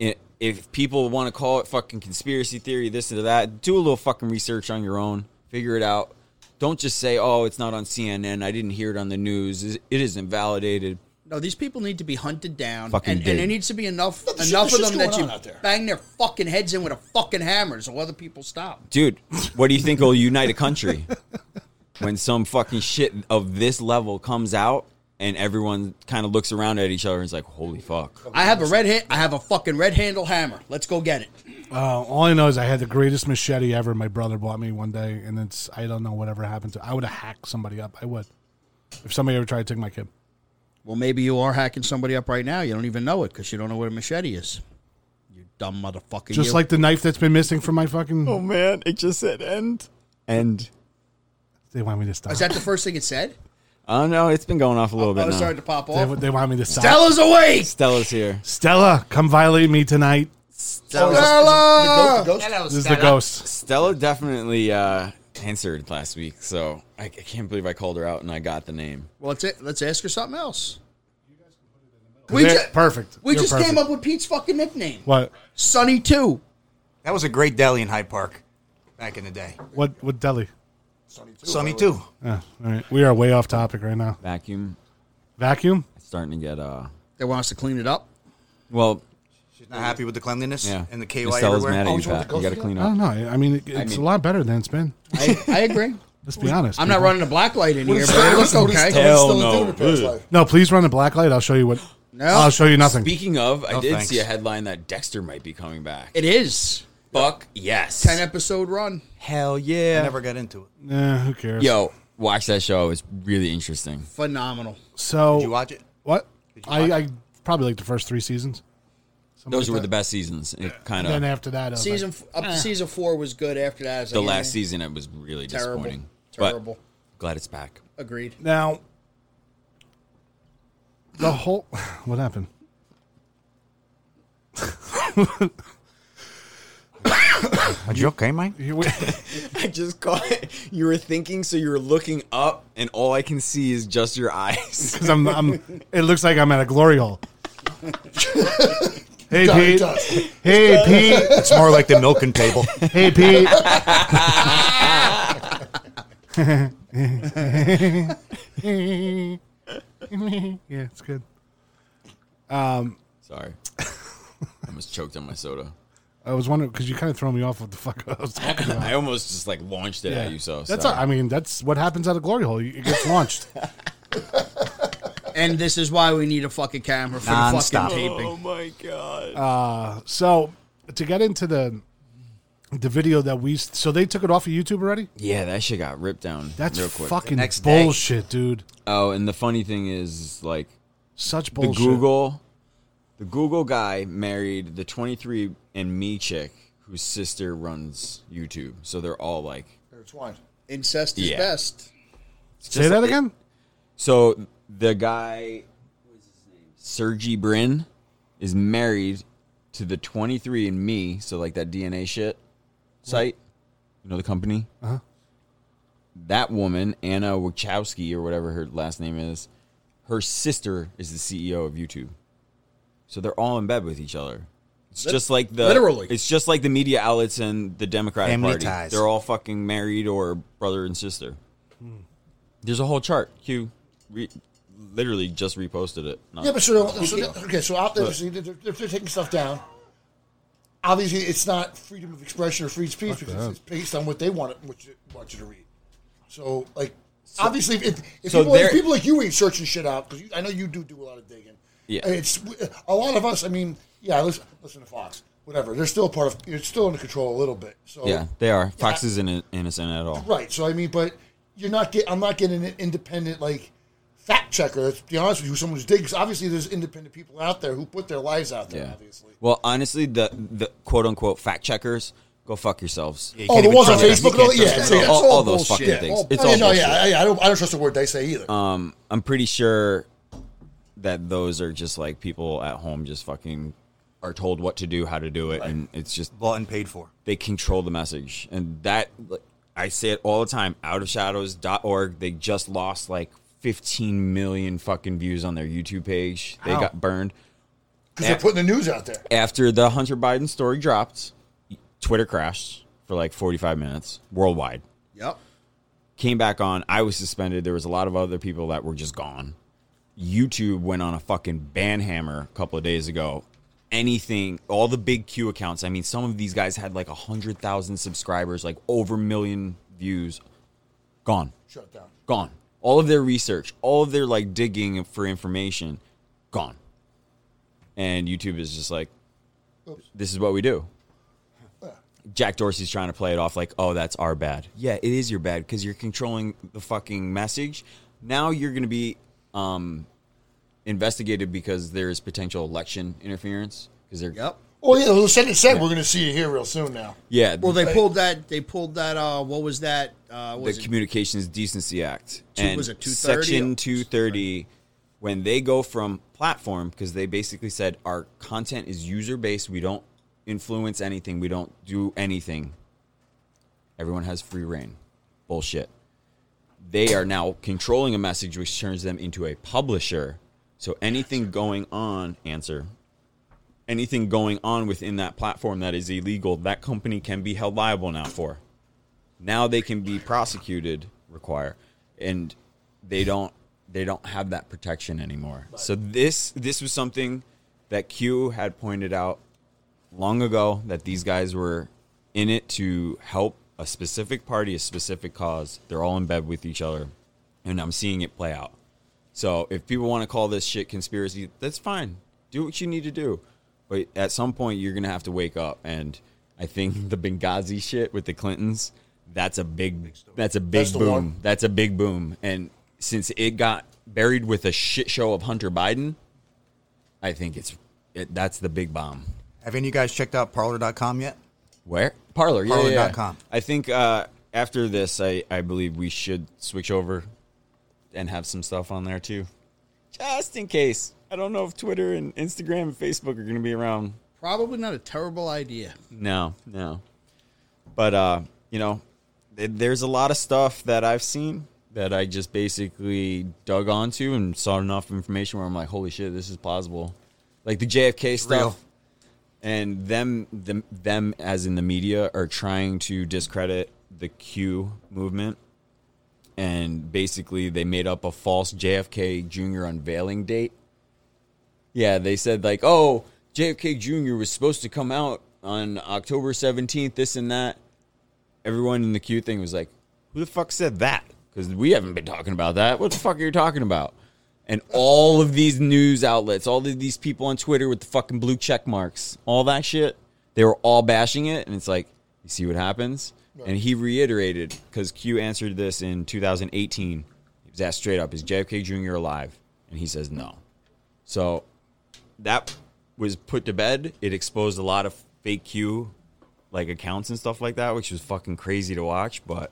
i- if people want to call it fucking conspiracy theory, this and that, do a little fucking research on your own, figure it out. Don't just say, "Oh, it's not on CNN. I didn't hear it on the news. It it isn't validated." No, these people need to be hunted down, Fucking and, and dig. there needs to be enough No, there's enough of shit- there's them that shit going you on out there. bang their fucking heads in with a fucking hammer, so other people stop. dude, what do you think will unite a country when some fucking shit of this level comes out and everyone kind of looks around at each other and is like, "Holy fuck!" I have a red hit. I have a fucking red handle hammer. Let's go get it. Uh, all I know is I had the greatest machete ever. My brother bought me one day, and it's I don't know whatever happened to. I would have hacked somebody up. I would. If somebody ever tried to take my kid, Well, maybe you are hacking somebody up right now. You don't even know it because you don't know what a machete is. You dumb motherfucker. just you. like the knife that's been missing from my fucking. Oh, man, it just said end. End. They want me to stop. is that the first thing it said? Oh no, it's been going off a little I bit was now. starting to pop they, off. they want me to stop. Stella's awake. Stella's here. Stella, come violate me tonight. Oh, is this- is Stella! it the ghost- the ghost? This is the ghost. Stella definitely uh, answered last week, so I, I can't believe I called her out and I got the name. Well, let's let's ask her something else. They're ju- perfect. We You're just came perfect. up with Pete's fucking nickname, What? Sunny Two. That was a great deli in Hyde Park back in the day. What? What deli? Sunny too. Yeah, all right. We are way off topic right now. Vacuum. Vacuum? It's starting to get uh They want us to clean it up. well She's not happy with the cleanliness yeah. and the KY Estella's everywhere. mad at Oh, you, it's what Pat. the You got to ghost clean I don't up. know. I I mean, it, it's mean- a lot better than it's been. I, I agree. Let's be honest. I'm not people. running a black light in here, What but is- it looks what is- what is okay. Hell Stella doing no. in Paris Ugh. light? <laughs> No, please run the black light. I'll show you what. No. I'll show you nothing. Oh, Speaking of, I No, did thanks. see a headline that Dexter might be coming back. It is Fuck yes. ten episode run. Hell I yeah. never got into it. Eh, who cares? Yo, watch that show. It's really interesting. Phenomenal. So Did you watch it? What? you I, watch I probably like the first three seasons. Something Those like were that. the best seasons. It kind And then of after that, I was Season f- up to season four was good. After that, I was the like, eh, last season. It was really terrible, disappointing. But terrible. glad it's back. Agreed. like, now the whole <laughs> what happened? Are you okay, Mike? <laughs> You- we- I just caught it. You were thinking, so you were <laughs> looking up, and all I can see is just your <laughs> eyes. 'cause I'm, I'm, it looks like I'm at a glory hole. hey Pete. does. Hey Pete. It's more like the <laughs> milking table. Hey Pete. <laughs> yeah, it's good. Um, <laughs> Sorry. I almost choked on my soda. I was wondering because you kind of throw me off what the fuck I was talking about. I almost just like launched it at you. So that's sorry. I mean that's what happens at a glory hole. It gets launched. <laughs> And this is why we need a fucking camera for Nonstop. the fucking taping. Oh, my god. Uh, so to get into the the video that we so they took it off of YouTube already. yeah, that shit got ripped down. That's real quick. fucking next day. bullshit, dude. Oh, and the funny thing is, like, Such the bullshit. Google, the Google guy married the 23 and Me chick whose sister runs YouTube. So they're all like, Incest is Yeah. best. Say that again. so the guy, Sergey Brin, is married to the 23 and Me. So like that DNA shit site, you know the company. Uh huh. That woman, Anna Wachowski or whatever her last name is, her sister is the CEO of YouTube. So they're all in bed with each other. It's just like the literally. It's just like the media outlets and the Democratic Family Party. ties. They're all fucking married or brother and sister. There's a whole chart. Q re- literally just reposted it. Not- Yeah, but so, so okay, so out there, so they're, they're, they're taking stuff down. Obviously, it's not freedom of expression or free speech because it's based on what they want it, what you, want you to read. So, like, obviously, if, if, So people, if they're- people like you ain't searching shit out because I know you do do a lot of digging. Yeah. and it's a lot of us. I mean, yeah, listen, listen to Fox, whatever. They're still a part of. It's still under control a little bit. So yeah, they are. Fox isn't innocent at all. Right. So I mean, but you're not get. I'm not getting an independent like fact checker. Let's be honest with you. Someone who digs. Obviously, there's independent people out there who put their lives out there. Yeah. Obviously. Well, honestly, the the quote unquote fact checkers go fuck yourselves. You Oh, can't the even ones on trust them. Facebook. You and all- can't trust Yeah, them. so all- it's all all those fucking bullshit. things. All- It's I all mean, no, bullshit. yeah, I, I don't. I don't trust the word they say either. Um, I'm pretty sure that those are just like people at home just fucking are told what to do, how to do it, and it's just Bought and paid for. they control the message and that like, i say it all the time out of shadows.org they just lost like 15 million fucking views on their youtube page they got burned Because they're putting the news out there. after the hunter biden story dropped twitter crashed for like 45 minutes worldwide Yep. came back on i was suspended there was a lot of other people that were just gone youtube went on a fucking ban hammer a couple of days ago anything all the big q accounts i mean some of these guys had like 100000 subscribers like over a million views gone Shut down. gone all of their research all of their like digging for information gone and youtube is just like this is what we do Jack Dorsey's trying to play it off like, oh, that's our bad. Yeah, it is your bad because you're controlling the fucking message. Now you're going to be um, investigated because there is potential election interference because they're Yep. Well, yeah, the Senate said we're going to see it here real soon. Now, yeah Well, they pulled that. They pulled that. Uh, what was that? Uh, what the was it? Communications Decency Act Two- and was it 230? Section 230 when they go from platform because they basically said our content is user based, we don't influence anything, we don't do anything. Everyone has free reign. Bullshit. They are now controlling a message which turns them into a publisher. So anything going on, answer. Anything going on within that platform that is illegal, that company can be held liable now for now they can be prosecuted require and they don't they don't have that protection anymore. So this this was something that Q had pointed out long ago that these guys were in it to help a specific party, a specific cause. They're all in bed with each other, and I'm seeing it play out. So if people want to call this shit conspiracy, that's fine. Do what you need to do. But at some point, you're going to have to wake up. And I think <laughs> the Benghazi shit with the Clintons, that's a big, that's a big That's the boom. one. That's a big boom. And since it got buried with a shit show of Hunter Biden, I think it's, it, that's the big bomb. Have any of you guys checked out Parlor.com yet? Where? Parlor, yeah, yeah, yeah. Parler.com. I think uh, after this, I, I believe we should switch over and have some stuff on there too. Just in case. I don't know if Twitter and Instagram and Facebook are going to be around. Probably not a terrible <laughs> idea. No, no. But, uh, you know, th- there's a lot of stuff that I've seen that I just basically dug onto and saw enough information where I'm like, holy shit, this is plausible. Like the JFK stuff Real. and them, them them as in the media are trying to discredit the Q movement and basically they made up a false JFK Jr. unveiling date. Yeah, they said like, "Oh, JFK Jr. was supposed to come out on October 17th, this and that." Everyone in the Q thing was like, "Who the fuck said that?" Cuz we haven't been talking about that. What the fuck are you talking about? and all of these news outlets, all of these people on Twitter with the fucking blue check marks, all that shit, they were all bashing it. And it's like, you see what happens? And he reiterated because Q answered this in 2018. He was asked straight up, is JFK Jr. alive? And he says no. So that was put to bed. It exposed a lot of fake Q like accounts and stuff like that, which was fucking crazy to watch. But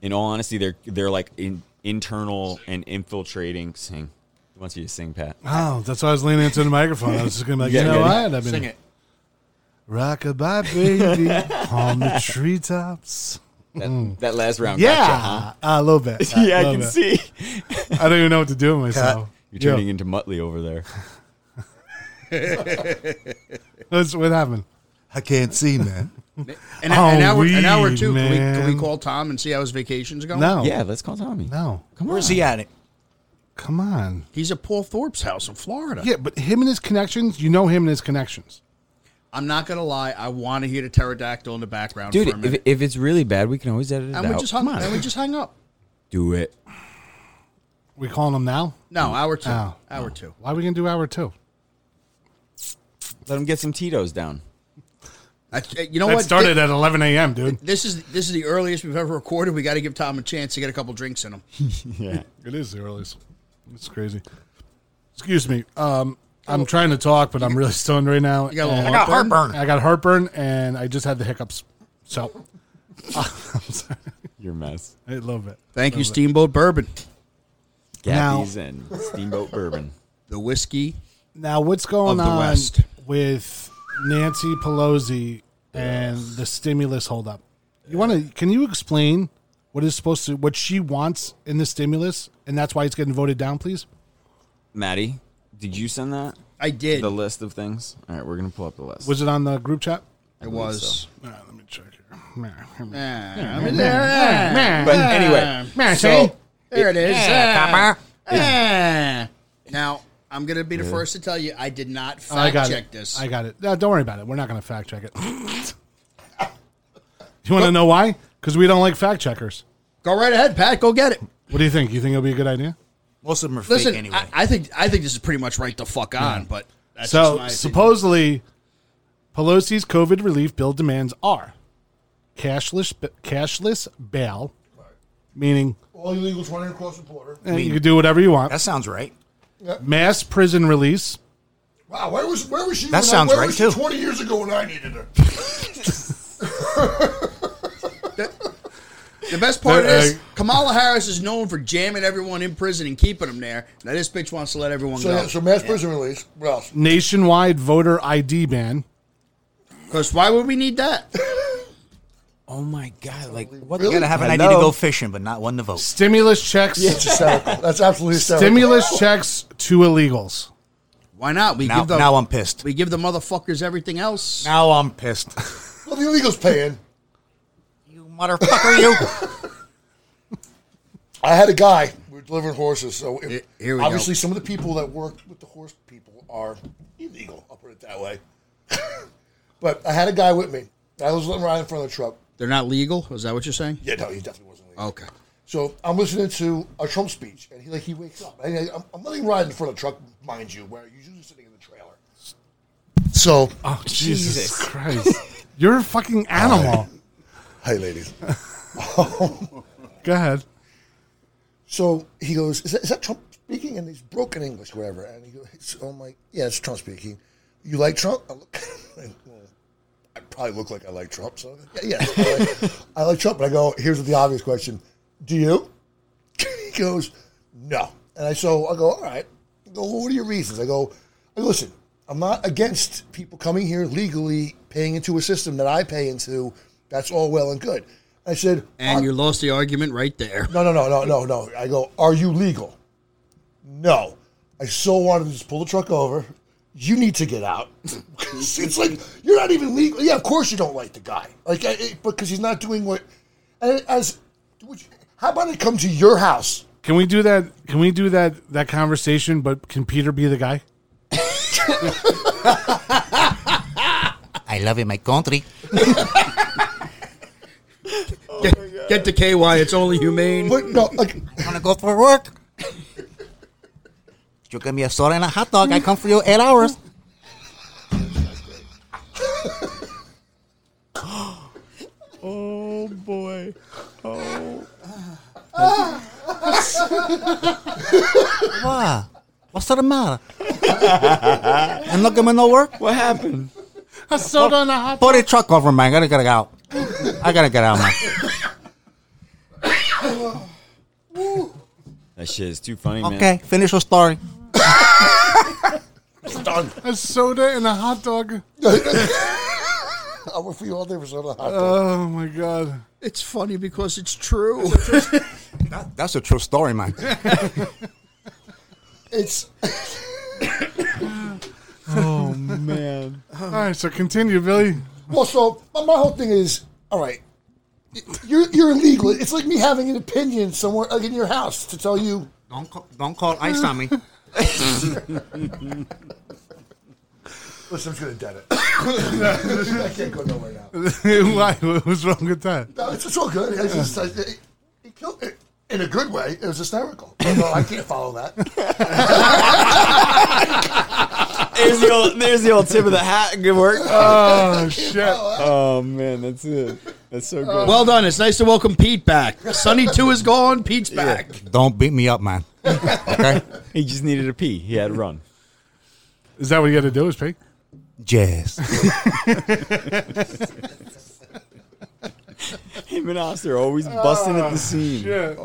in all honesty, they're they're like in, internal and infiltrating. Sing. He wants you to sing, Pat. Oh, that's why I was leaning into the microphone. I was just gonna be like, Yeah, you know yeah. what? I've been Sing it. Rockabye baby on the treetops. That, that last round. Yeah, Gotcha, huh? a little <laughs> bit. Yeah, I Little can bit. see. I don't even know what to do with myself. You're turning Yo, into Muttley over there. <laughs> what's, what happened? I can't see, man. <laughs> An, an, Oh, hour, an hour or weed, two. Can we, can man. we call Tom and see how his vacation's going? <laughs> No, Yeah, let's call Tommy. no. Come Where's on. he at it? Come on. He's at Paul Thorpe's house in Florida. Yeah, but him and his connections. You know him and his connections. I'm not going to lie. I want to hear the pterodactyl in the background for a Dude, if, minute. if it's really bad, we can always edit it and, out. we just hung, Come on. and we just hung up. do it. We calling him now? No, hour two. Oh. hour two. Why are we gonna do hour two? Let him get some Tito's down. I, you know That what? started at 11 a.m., dude. This is this is the earliest we've ever recorded. We got to give Tom a chance to get a couple drinks <laughs> in him. It is the earliest. It's crazy. Excuse me. Um, I'm trying to talk, but I'm really <laughs> stoned right now. You got a little and- I got heartburn? I got heartburn, and I just had the hiccups. So <laughs> I'm sorry. Your mess. I love it. Thank you, Steamboat Bourbon, Now- Gabby's and Steamboat Bourbon. <laughs> the whiskey. Now, what's going Of the on West. with Nancy Pelosi and the stimulus holdup? You want to? Can you explain what is supposed to, what she wants in the stimulus, and that's why it's getting voted down, please? Maddie, did you send that? I did. The list of things. All right, we're gonna pull up the list. Was it on the group chat? it was. All right, let me check here. Ah, I mean, there, ah, But anyway, ah, so there it is. Yeah, Ah, copper. ah. Now I'm gonna be the first to tell you I did not Oh, I fact got check it. this. I got it. No, don't worry about it. We're not going to fact check it. you want to know why? Because we don't like fact checkers. Go right ahead, Pat. Go get it. What do you think? You think it'll be a good idea? Most of them are Listen, fake anyway. I, I think I think this is pretty much right the fuck on. But that's just so my supposedly, Pelosi's COVID relief bill demands are cashless cashless bail, meaning All illegals running across the border. eh, you can do whatever you want. that sounds right. Mass prison release. Wow, where was where was she? That when I- sounds where right, was she too. Twenty years ago, when I needed her. The best part They're, is uh, Kamala Harris is known for jamming everyone in prison and keeping them there. Now this bitch wants to let everyone So, go. so mass prison release. What else? Nationwide voter ID ban. Because why would we need <laughs> that? oh my god, like what? You gotta have an idea to <laughs> go fishing, but not one to vote. Stimulus checks. That's hysterical. That's absolutely hysterical. Stimulus checks to illegals. Why not? We Now, give the now I'm pissed. we give the motherfuckers everything else. Now I'm <laughs> pissed. Well, the illegals paying. you motherfucker, you. I had a guy. We were delivering horses. So if, here we go. obviously, some of the people that work <laughs> with the horse people are illegal. I'll put it that way. <laughs> but I had a guy with me. I was letting him ride in front of the truck. They're not legal. Is that what you're saying? Yeah, no, he definitely wasn't. legal. Okay. So I'm listening to a Trump speech, and he like he wakes up. And I, I'm, I'm letting him ride in front of the truck, mind you, where you're usually sitting in the trailer. So Oh, Jesus, Christ. You're a fucking animal. Hey, <laughs> ladies. Go ahead. Um, So he goes, is that, is that Trump speaking? And he's broken English, whatever. And he goes, so I'm like, yeah, it's Trump speaking. You like Trump? I, look, like, well, I probably look like I like Trump. So yeah, yeah I, like, I like Trump. And I go, here's the obvious question. Do you? <laughs> he goes, no. And I so I go, all right. I go, well, what are your reasons? I go, I go, listen, I'm not against people coming here legally, paying into a system that I pay into. That's all well and good. I said, And "Are- you lost the argument right <laughs> there. no, no, no, no, no, no. I go, are you legal? No. I so wanted to just pull the truck over. You need to get out. <laughs> it's like you're not even legal. Yeah, of course you don't like the guy. Like, I, it, because he's not doing what. And as, would you- how about I come to your house? Can we do that? Can we do that? That conversation, but can Peter be the guy? <laughs> I love in my country. Oh, Get, get the KY. It's only humane. But no, like, I want to go for work. you give me a soda and a hot dog. I come for you eight hours. Oh. oh boy. Oh. wow. What's the matter? I'm not giving no work. What happened? A soda and a hot. Put the truck over, man. I gotta get out. I gotta <laughs> get out, man. <laughs> That shit is too funny, man. Okay, finish your story. A soda and a <laughs> hot dog. I'll work for you all day for soda hot dog. Oh my god. It's funny because it's true. <laughs> That, Ah, that's a true story, man. It's All right, so continue, Billy. <laughs> well, so my, my whole thing is all right. You're you're illegal. It's like me having an opinion somewhere like in your house to tell <laughs> you <laughs> Don't call, don't call ice on me. Listen, I'm just <laughs> gonna dead it. I can't go nowhere now. Why? What was wrong with that? No, it's, it's all good. It's just, I, it, it killed it in a good way. It was hysterical. No, I can't follow that. There's the old, there's the old tip of the hat. Good work. Oh shit. Oh man, that's it. That's so good. <coughs> well done. It's nice to welcome Pete back. Sunny 2 is gone. Pete's back. Don't <laughs> beat me up, man. Okay? he just needed a pee. He had to run. Is that what you got to do? Is pay? Jazz. Him and Oster are always busting at the seam. Shit.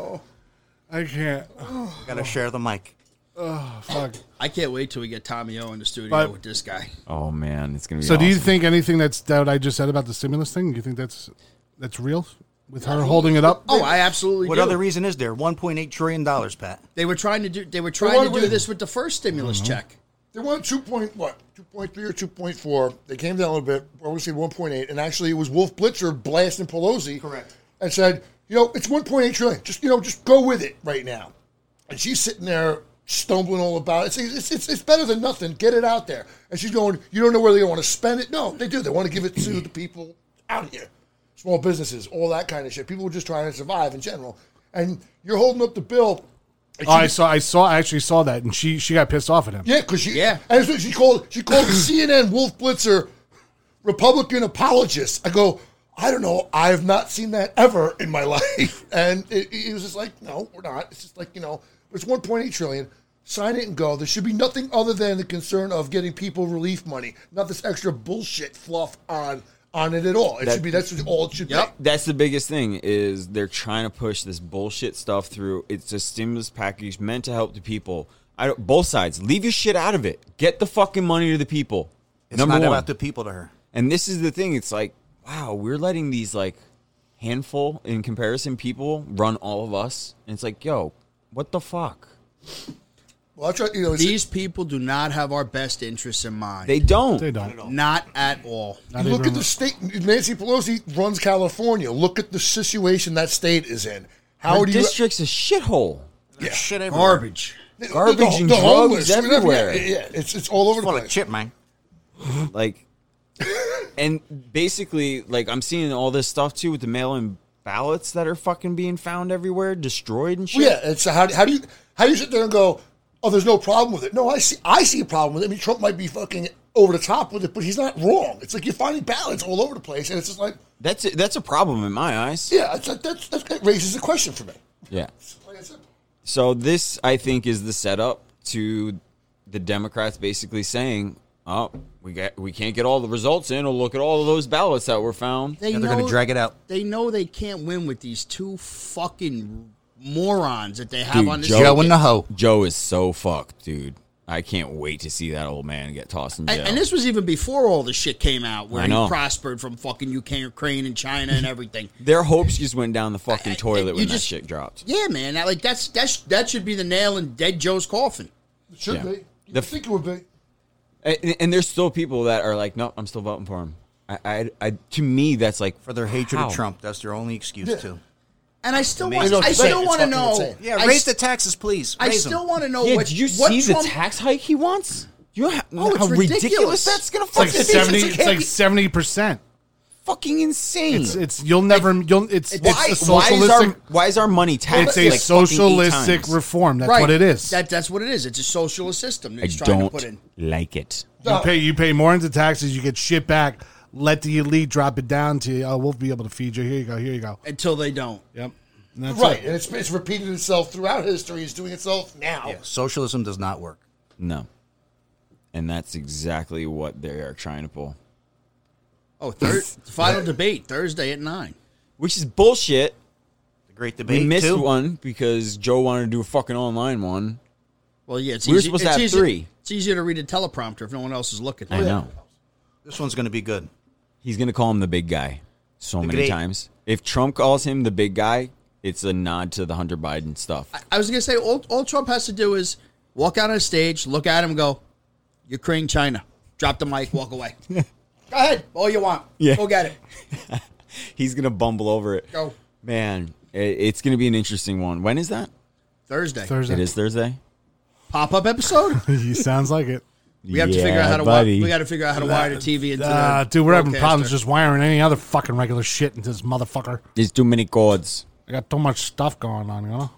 I can't. <laughs> Gotta share the mic. Oh, Fuck. I can't wait till we get Tommy O in the studio But- with this guy. Oh man, it's gonna be. So, do you awesome. think anything that's that I just said about the stimulus thing? Do you think that's that's real with her holding it up? Oh, I absolutely What do. other reason is there? $1.8 trillion, Pat. they were trying to do they were trying wanted to do to- this with the first stimulus Mm-hmm. check. They wanted two point what, two point three or two point four. They came down a little bit. We're going to say one point eight, and actually it was Wolf Blitzer blasting Pelosi. Correct. And said, you know, it's one point eight trillion. Just you know, just go with it right now. And she's sitting there stumbling all about it. It's, it's, it's, it's better than nothing. Get it out there. And she's going, you don't know where they want to spend it. No, they do. They want to give it to the people out here, small businesses, all that kind of shit. People are just trying to survive in general. And you're holding up the bill. And Oh, I she- saw. I saw. I actually saw that, and she she got pissed off at him. yeah, because she Yeah. And so she called she called CNN Wolf Blitzer Republican apologist. I go, I don't know. I have not seen that ever in my <laughs> life. And it, it was just like, no, we're not. It's just like you know, it's 1.8 trillion. Sign it and go. There should be nothing other than the concern of getting people relief money, not this extra bullshit fluff on on it at all. It That- should be that's all it should Yep. That's the biggest thing is they're trying to push this bullshit stuff through. It's a stimulus package meant to help the people. I don't, both sides, leave your shit out of it. Get the fucking money to the people. It's Number not one. about the people to her. and this is the thing. It's like, wow, we're letting these like handful in comparison people run all of us. And it's like, yo, what the fuck? be. Well, I try, you know, it's- These people do not have our best interests in mind. They don't. They don't. not at all. Not look at even- the state. Nancy Pelosi runs California. Look at the situation that state is in. How Our do you district's a shithole. Yeah. Shit everywhere. Garbage. Garbage The- the- and the drugs homeless. We never- everywhere. Yeah, yeah, it's it's all over the Full of place. chip, man. <laughs> like and basically like i'm seeing all this stuff too with the mail-in ballots that are fucking being found everywhere destroyed and shit Well, yeah, it's how, how do you how do you sit there and go, oh, there's no problem with it? No, I see I see a problem with it. I mean, Trump might be fucking over the top with it, but he's not wrong. It's like you're finding balance all over the place, and it's just like, that's that's a problem in my eyes yeah, it's like, that's, that's, that raises a question for me. yeah Like I said, so this i think is the setup to the democrats basically saying oh we got we can't get all the results in or look at all of those ballots that were found They Yeah, they're gonna know- drag it out. They know they can't win with these two fucking morons that they have Dude, on this. Joe- ticket. Joe and the hoe. joe is so fucked dude i can't wait to see that old man get tossed in jail And, and this was even before all the shit came out, where I he know. prospered from fucking Ukraine, Ukraine and China <laughs> and everything. their hopes just went down the fucking I- I- toilet you when just- that shit dropped yeah, man, that, like that's that's that should be the nail in dead Joe's coffin. it should Yeah. be. You The would f- think it would be. And, and there's still people that are like, no, I'm still voting for him. I, I, I to me, that's like For their hatred How? of Trump. That's their only excuse, too. And I still Amazing. want, I It's still fucking want to know. insane. Yeah, I raise s- the taxes, please. I Raise 'em. still want to know Yeah, what did you what see Trump- the tax hike he wants? You know how, Oh, it's how ridiculous. ridiculous. that's gonna It's like fucking be? seventy. It's It's like like seventy percent. fucking insane. It's it's you'll never you'll it's why, it's a why is our socialistic. why is our money It's taxed? a like fucking eight socialistic times? reform. That's right, what it is. That that's what it is. It's a socialist system that I he's trying don't to put in. like it. You pay you pay more into taxes. You get shit back. Let the elite drop it down to you. Oh, we'll be able to feed you. Here you go. Here you go. Until they don't. Yep. And that's Right, it. and it's, it's repeated itself throughout history. It's doing itself now. Socialism does not work. No, and that's exactly what they are trying to pull, Oh, <laughs> third final debate Thursday at nine. which is bullshit. The great debate, We missed too. one because Joe wanted to do a fucking online one. Well, yeah, it's We were easy- supposed to it's have easy- three. It's easier to read a teleprompter if no one else is looking. I know. This one's going to be good. He's gonna call him the big guy so many great- times. If Trump calls him the big guy, it's a nod to the Hunter Biden stuff. I was gonna say all, all Trump has to do is walk out on stage, look at him, and go, Ukraine, China. Drop the mic, walk away. go ahead, all you want. Yeah. Go get it. <laughs> He's gonna bumble over it. Go Man, i- it's gonna be an interesting one. When is that? Thursday. Thursday. It is Thursday. Pop up episode. <laughs> He sounds like it. We have to figure out how to wire. We got to figure out how to wire the TV into. Uh, the dude, we're having broadcaster. problems just wiring any other fucking regular shit into this motherfucker. There's too many cords. I got too much stuff going on, you know?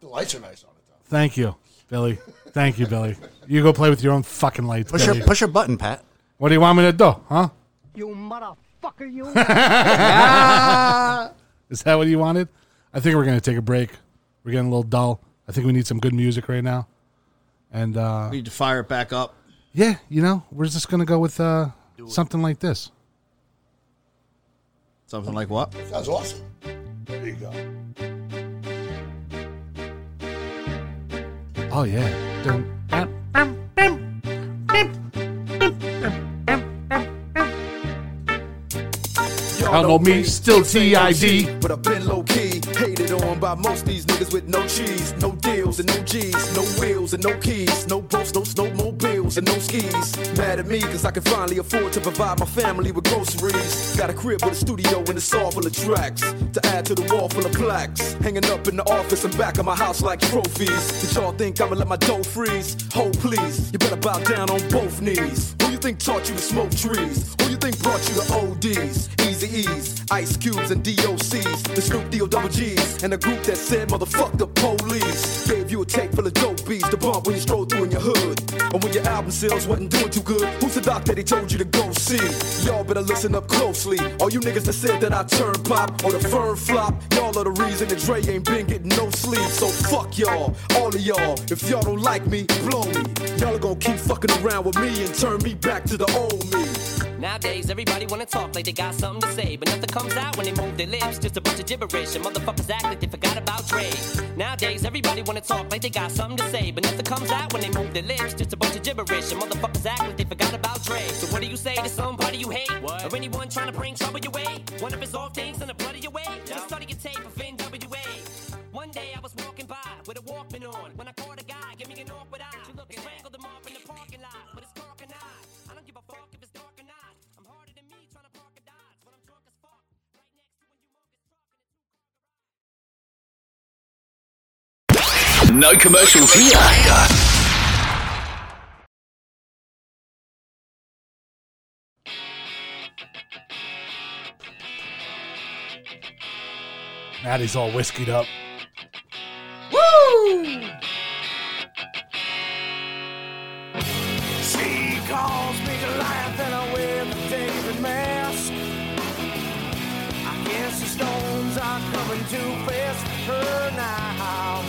The lights are nice on it, though. Thank you, Billy. Thank you, Billy. You go play with your own fucking lights, Push Billy. your, push your button, Pat. What do you want me to do, huh? You <laughs> <laughs> motherfucker, you. Ah. Is that what you wanted? I think we're going to take a break. We're getting a little dull. I think we need some good music right now. And uh, We need to fire it back up. yeah, you know, we're just going to go with uh, something like this. Something like what? Sounds awesome. There you go. Oh, yeah. Dun- Y'all know me, still TID. But I've been low key, hated on by most these niggas with no cheese, no deals and no G's, no wheels and no keys, no boats, no snowmobiles and no skis. Mad at me, cause I can finally afford to provide my family with groceries. Got a crib with a studio and it's all full of tracks to add to the wall full of plaques. Hanging up in the office and back of my house like trophies. Did y'all think I'ma let my dough freeze? Oh, please, you better bow down on both knees. Who you think taught you to smoke trees? Who you think brought you to ODs, Easy E's, Ice Cubes, and DOCs, the Snoop D O double G's, and the group that said, motherfuck the police. Gave you a tape full of dope beats to bump when you stroll through in your hood. And when your album sales wasn't doing too good, who's the doc that he told you to go see? Y'all better listen up closely. All you niggas that said that I turn pop or the firm flop, y'all are the reason that Dre ain't been getting no sleep. So fuck y'all, all of y'all. If y'all don't like me, blow me. Y'all are gonna keep fucking around with me and turn me back to the old me. Nowadays, everybody wanna talk like they got something to say, but nothing comes out when they move their lips. Just a bunch of gibberish, and motherfuckers act like they forgot about Dre. Nowadays, everybody wanna talk like they got something to say, but nothing comes out when they move their lips. Just a bunch of gibberish, and motherfuckers act like they forgot about Dre. So what do you say to somebody you hate, or anyone trying to bring trouble your way? One of his off things in the blood of your way. Just started your tape of NWA. One day I was walking by with a Walkman on when I caught a guy giving an awkward eye. He strangled him off in the parking lot, but it's dark and not. I don't give a fuck if it's dark or not. I'm harder than me trying to park a Dodge when I'm drunk as fuck. Right next to when you walk his truck and it's- No commercials here. Maddie's all whiskeyed up. Woo! She calls me Goliath and I wear the David mask. I guess the stones are coming too fast for her now.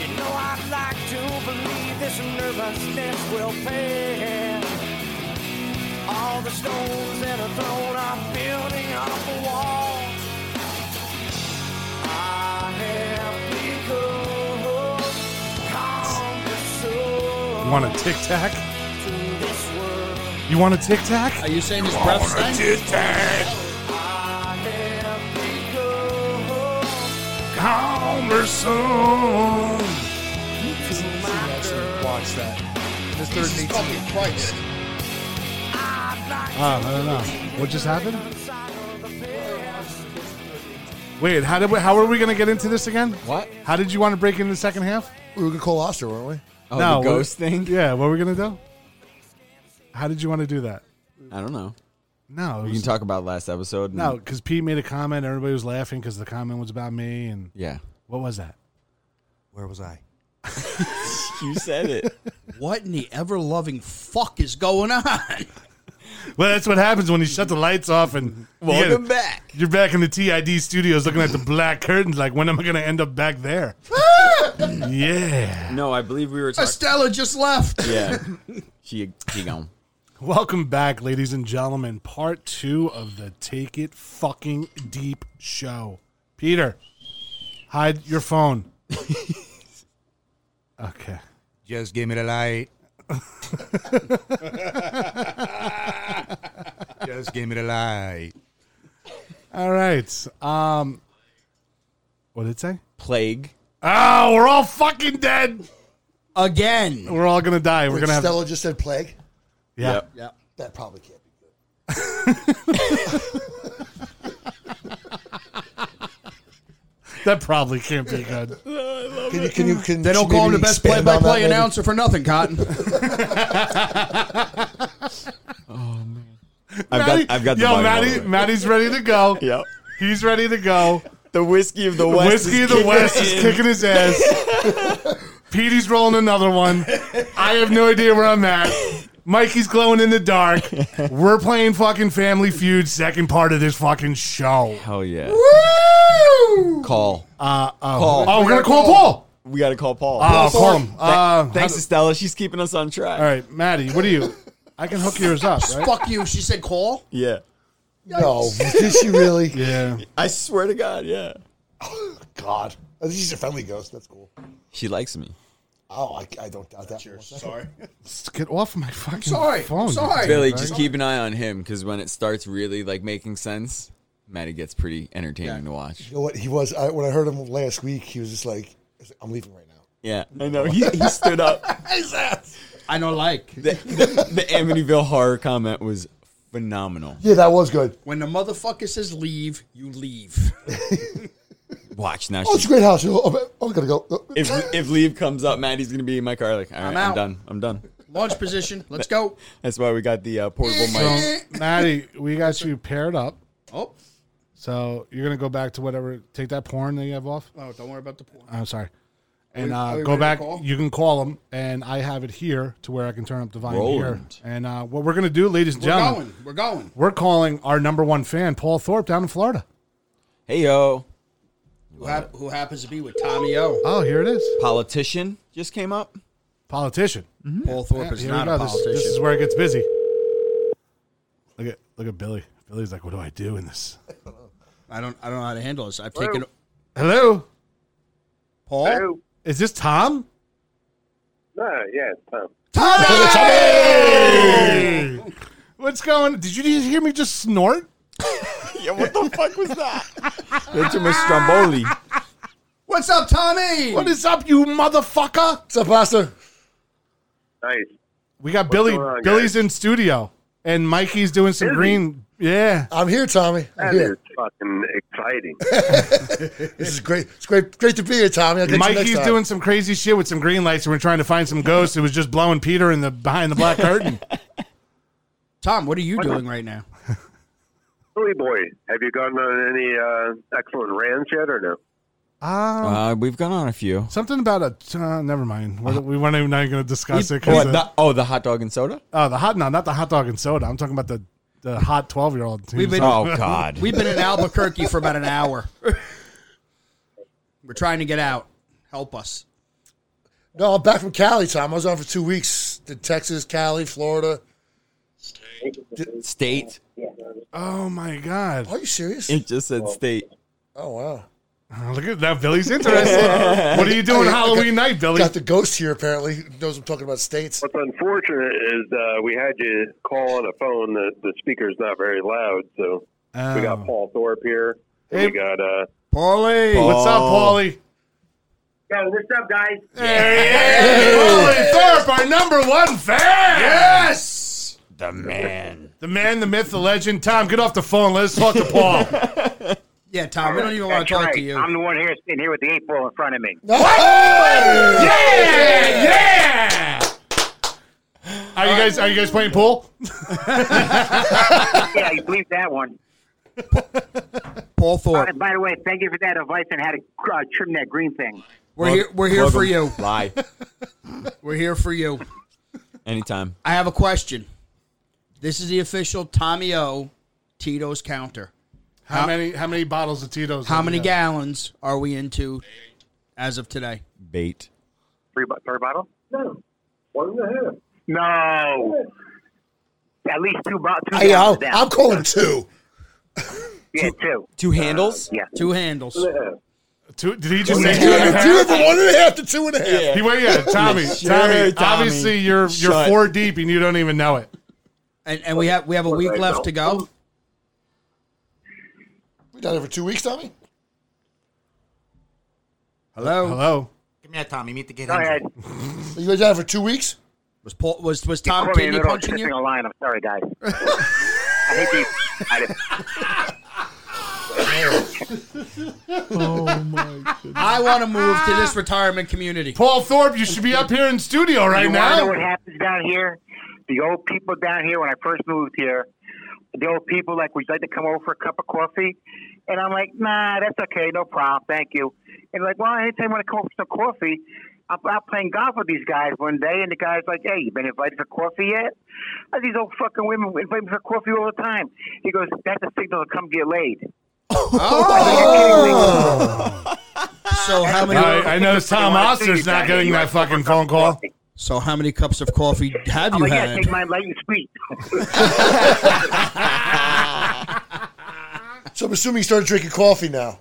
You know I'd like to believe this nervousness will pass. All the stones that are thrown are building up a wall. I have become connoisseur You want a tic tac? to this world. You want a tic tac? Are you saying his You breath want a stank? tic-tac? Conversation. Watch that. Mr. Jesus fucking Christ. Ah, I don't know. What just happened? Wait, how did we, how are we going to get into this again? What? How did you want to break into the second half? We were going to call Oster, weren't we? Oh, the ghost thing? Yeah, what were we going to do? How did you want to do that? I don't know. No, it we was- can talk about last episode. and- No, because Pete made a comment. Everybody was laughing because the comment was about me. And Yeah. what was that? Where was I? you said <laughs> it. What in the ever loving fuck is going on? <laughs> Well, that's what happens when you shut the lights off and Welcome Yeah, back. You're back in the TID studios, looking at the black curtains. Like, when am I going to end up back <laughs> there? yeah. No, I believe we were talking. Estella just left. <laughs> Yeah. She, she gone. Welcome back, ladies and gentlemen. Part two of the Take It Fucking Deep show. Peter, hide your phone. okay. Just give me <laughs> the light. Just give me the light. All right. Um, what did it say? Plague. Oh, we're all fucking dead again. We're all gonna die. We're Wait, gonna have. Stella just said plague. Yeah. yeah. That probably can't be good. That probably can't be good. Can you, can you, can They don't she call him the maybe best play expand by on that, play maybe? announcer for nothing, <laughs> <laughs> Cotton. I've got, I've got the Yo, bottom of Maddie, it. Maddie's ready to go. <laughs> Yep. He's ready to go. The whiskey of the The West. whiskey is of the kicking West is in. kicking his ass. <laughs> Petey's rolling another one. I have no idea where I'm at. Mikey's glowing in <laughs> the dark. We're playing fucking Family Feud, second part of this fucking show. Hell yeah. Woo! Call. Uh, oh. Paul. oh, we're gonna call Paul. We got to call <laughs> Paul. Oh, call him. Uh, Thanks, Estella. She's keeping us on track. All right, Maddie, what do you? I can hook yours up, right? Fuck you. She said <laughs> call. <laughs> Yeah. No, did she really? Yeah. I swear to God, yeah. <laughs> God. Oh, She's a friendly ghost. That's cool. She likes me. Oh, I, I don't doubt that. <laughs> Sorry. Get off my fucking sorry, phone. sorry. Billy, just keep an eye on him because when it starts really like making sense, Maddie gets pretty entertaining to watch. You know what? He was, I, when I heard him last week, he was just like, I'm leaving right now. Yeah, I know. He, he stood <laughs> up. I don't like. The, the, the Amityville horror comment was phenomenal. <laughs> Yeah, that was good. When the motherfucker says leave, you <laughs> leave. Watch now. Oh, it's a she- great house. Oh, I'm, I'm going to go. if if leave comes up, Maddie's gonna be in my car. Like, all right, I'm I'm, out. done. I'm done. Launch position. Let's go. <laughs> That's why we got the uh, portable mic. So, Maddie, we got you paired up. Oh. So you're gonna go back to whatever. Take that porn that you have off. Oh, don't worry about the porn. I'm sorry. And we- are uh, we go ready to back. call? You can call them, and I have it here to where I can turn up the volume Roland. here. And uh, what we're gonna do, ladies and We're gentlemen, going. We're going. we're calling our number one fan, Paul Thorpe, down in Florida. Hey yo, Who, hap- who happens to be with Tommy O? Oh, here it is. politician just came up. Politician. Mm-hmm. Paul Thorpe is Here we not go. a This- This, politician. is where it gets busy. Look at look at Billy. Billy's like, what do I do in this? I don't. I don't know how to handle this. I've Hello? taken Hello. Paul. Is this Tom? No, yeah, it's um, Tom. Hey! What's going? Did you hear me just snort? Yeah, what the fuck was that? You're too much stromboli. What's up, Tommy? What is up, you motherfucker? What's up, Buster? Nice. We got Billy. going on, Billy's in studio, and Mikey's doing some Is he? green. Yeah. I'm here, Tommy. That I'm here. is fucking <laughs> exciting. <laughs> this is great. It's great, great to be here, Tommy. I'll get you next Mikey's time. doing some crazy shit with some green lights, and we're trying to find some ghost who was just blowing Peter in the behind the black <laughs> curtain. Tom, what are you doing right now? Billy Boy, have you gone on any uh, excellent rants yet or no? Um, Uh, we've gone on a few. something about a. Uh, never mind. We're, we weren't even going to discuss it. 'cause What, the- the- oh, the hot dog and soda. Oh, the hot no, not the hot dog and soda. I'm talking about the the hot twelve year old. We've been- Oh, <laughs> God. We've been in Albuquerque for about an hour. We're trying to get out. Help us. No, I'm back from Cali, Tom. I was on for two weeks. Did Texas, Cali, Florida. State. Oh my god! Are you serious? It just said state. Oh wow! Uh, look at that, <laughs> Billy's interested. <laughs> what are you doing I got- Halloween night, Billy? Got the ghost here. Apparently, Who knows I'm talking about states. What's unfortunate is uh, we had you call on a phone. The, the speaker's not very loud, so we got Paul Thorpe here. and Oh. Hey. We got uh, Paulie, what's up, Paul. Paulie? Yo, what's up, guys? Paulie Thorpe, our number one fan. Yes, the man, the man, the myth, the legend. Tom, get off the phone. Let's talk to <laughs> Paul. Yeah, Tom, we don't even want That's to talk right. to you. I'm the one here sitting here with the eight ball in front of me. Yeah, yeah. Are you guys Are you guys playing pool? yeah, you believe that one. Uh, Paul Thorpe. by the way, thank you for that advice on how to uh, trim that green thing. We're here. We're here Plug for 'em. you. Lie <laughs> We're here for you. anytime. I have a question. This is the official Tommy O Tito's counter. How, many How many bottles of Tito's? How have many you had? gallons are we into as of today? Bait. Three, bo- three bottle? No. One and a half. No. At least two bottles. Two Hey, gallons I'll, of that. I'm calling two. Yeah, two. Two handles. yeah. Two handles. Two, did he just Two say and two a and a half. half? Two and a- one and a half to two and a half. He went, yeah, <laughs> Tommy, Sure, Tommy, Tommy. Obviously, you're you're Shut. four deep and you don't even know it. And, and we have we have a week left to go. We done it for two weeks, Tommy. Hello. Hello. Come here, Tommy. Meet the kid. Go ahead. You guys done it for two weeks? Was Paul, was was Caught Tom me in Kidney the middle of punching kissing you? a line. I'm sorry, guys. <laughs> I hate these. I just- <laughs> oh my goodness. I want to move to this retirement community. Paul Thorpe, you should be up here in studio right you wanna know what now. happens down here? The old people down here, when I first moved here, the old people like would like to come over for a cup of coffee, and I'm like, nah, that's okay, no problem, thank you. And like, well, anytime when I come over for some coffee, I'm out playing golf with these guys one day, and the guy's like, hey, you been invited for coffee yet? Oh, These old fucking women invite me for coffee all the time. He goes, that's a signal to come get laid. Oh. <laughs> So how many? I, I know Tom Oster's not getting that fucking phone call. So how many cups of coffee have I'm you like, yeah, had? take mine light and sweet. <laughs> So I'm assuming you started drinking coffee now.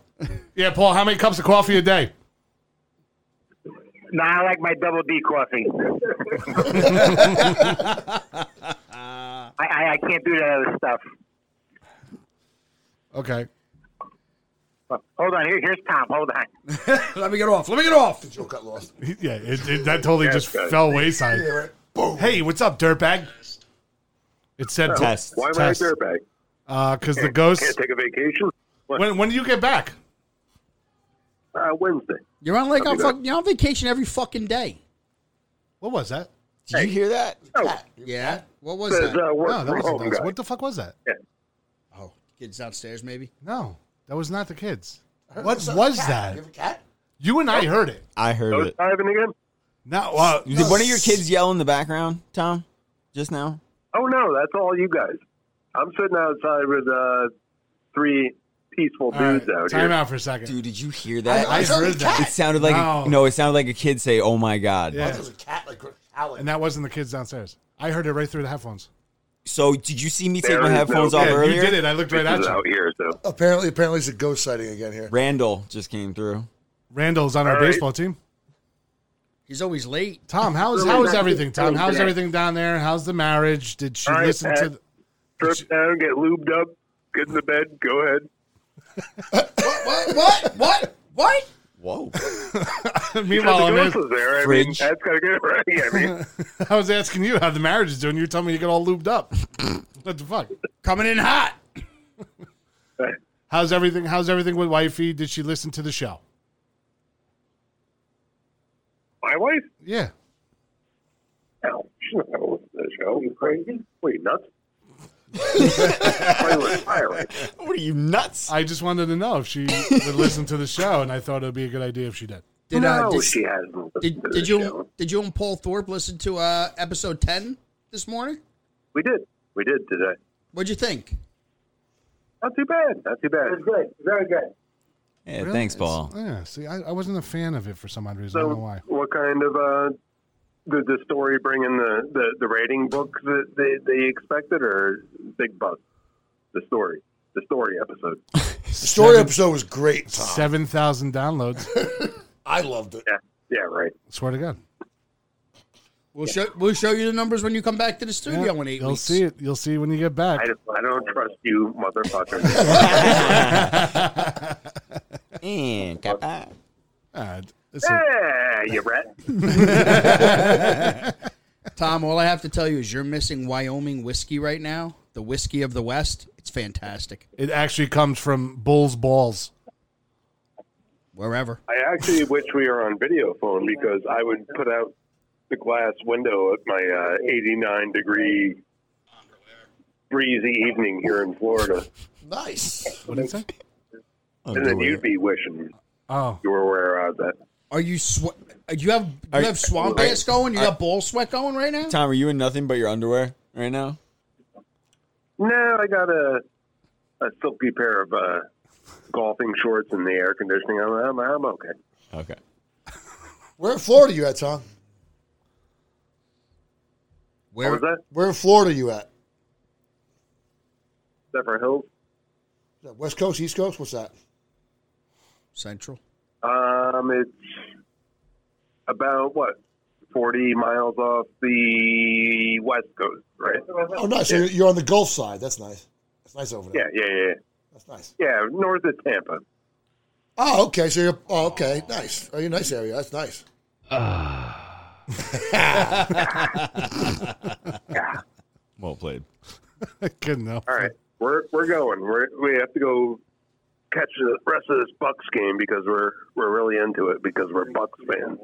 Yeah, Paul, how many cups of coffee a day? nah, I like my double <laughs> D coffee. I, I, I can't do that other stuff. Okay. Hold on, here, here's Tom. Hold on. <laughs> Let me get off. Let me get off. The joke got lost. Yeah, it, it, that totally Yeah, just good. fell wayside. Yeah, right. Hey, what's up, dirtbag? It said test. Why am test. I a dirtbag? Because the ghost. Can't take a vacation? What? When, when do you get back? Uh, Wednesday. You're on like I'll on be fuck, you're on vacation every fucking day. What was that? Did you hear that? Oh, Yeah. What was Says, that? uh, work No, that from wasn't home those. guy. What the fuck was that? Oh, kids downstairs maybe. No, that was not the kids. What was that? cat? You and I heard it. I heard Ghost it. diving again? No, uh, Did one of your kids yell in the background, Tom? Just now. Oh no, that's all you guys. I'm sitting outside with uh, three peaceful All right, dudes out time here. out for a second. Dude, did you hear that? I- I heard that. It sounded like No. a, no. It sounded like a kid say, "Oh my god." Yeah. was a cat like howling. And that wasn't the kids downstairs. I heard it right through the headphones. So did you see me take There my is no- headphones off yeah, earlier? you did it. I looked right at This is you. out here, so Apparently, apparently it's a ghost sighting again here. Randall just came through. Randall's on our All right. baseball team. He's always late. Tom, how's Really how is not everything? good Tom, phones how's today. everything down there? How's the marriage? Did she All right, listen to? Pat. The, trip down, get lubed up, get in the bed, go ahead. What? What? What? What? <laughs> Whoa. Because meanwhile, the I'm ghost in- was there. I mean, Fridge. that's gotta get it right. I mean, I was asking you how the marriage is doing. You were telling me you get all lubed up. <laughs> what the fuck? <laughs> Coming in hot. How's everything? How's everything with wifey? Did she listen to the show? My wife? Yeah. No, she's not going to listen to the show. You crazy? What are you <laughs> nuts? Why would I hire her? What are you nuts? I just wanted to know if she would listen to the show, and I thought it would be a good idea if she did. Did, uh, No, did- she hasn't listened Did, to did the you show. did you and Paul Thorpe listen to uh, episode ten this morning? We did. We did today. What'd you think? Not too bad. Not too bad. It was good. Very good. Yeah, Really? thanks, It's- Paul. Yeah, see, I, I wasn't a fan of it for some odd reason. I So, don't know why. what kind of uh, did the story bring in the, the, the rating book that they, they expected, or big buzz? The story, the story episode. The story episode was great. Tom. Seven thousand downloads. I loved it. Yeah, yeah, right. Swear to God. We'll show we'll show you the numbers when you come back to the studio Yeah, in eight you'll weeks. see it. You'll see when you get back. I, just, I don't trust you, motherfucker. yeah, you rat. <laughs> Tom, all I have to tell you is you're missing Wyoming whiskey right now. The whiskey of the West. It's fantastic. It actually comes from Bull's balls. Wherever. I actually wish we were on video phone because I would put out the glass window at my uh, 89 degree breezy evening here in Florida. Nice. What did it say? <laughs> and then you'd be wishing Oh. you were uh, where I was at. Are you swe- uh, you have you Are- have swamp are- ass going? You are- got ball sweat going right now? <laughs> Tom, are you in nothing but your underwear right now? No, I got a a silky pair of uh, golfing shorts and the air conditioning. I'm, I'm, I'm okay. Okay. Where in Florida you at, Tom? Where was that? Where in Florida you at? Zephyr Hills. Is that West Coast, East Coast? What's that? Central. Um, it's about what forty miles off the west coast, right? Oh, nice. So you're- you're on the Gulf side. That's nice. That's nice over there. Yeah, yeah, yeah. That's nice. Yeah, north of Tampa. Oh, okay. So you're oh, okay. Nice. Oh, you're a nice area. That's <sighs> <laughs> nice. Well played. Good enough. All right, we're we're going. We're, we have to go catch the rest of this Bucks game because we're we're really into it because we're Bucks fans.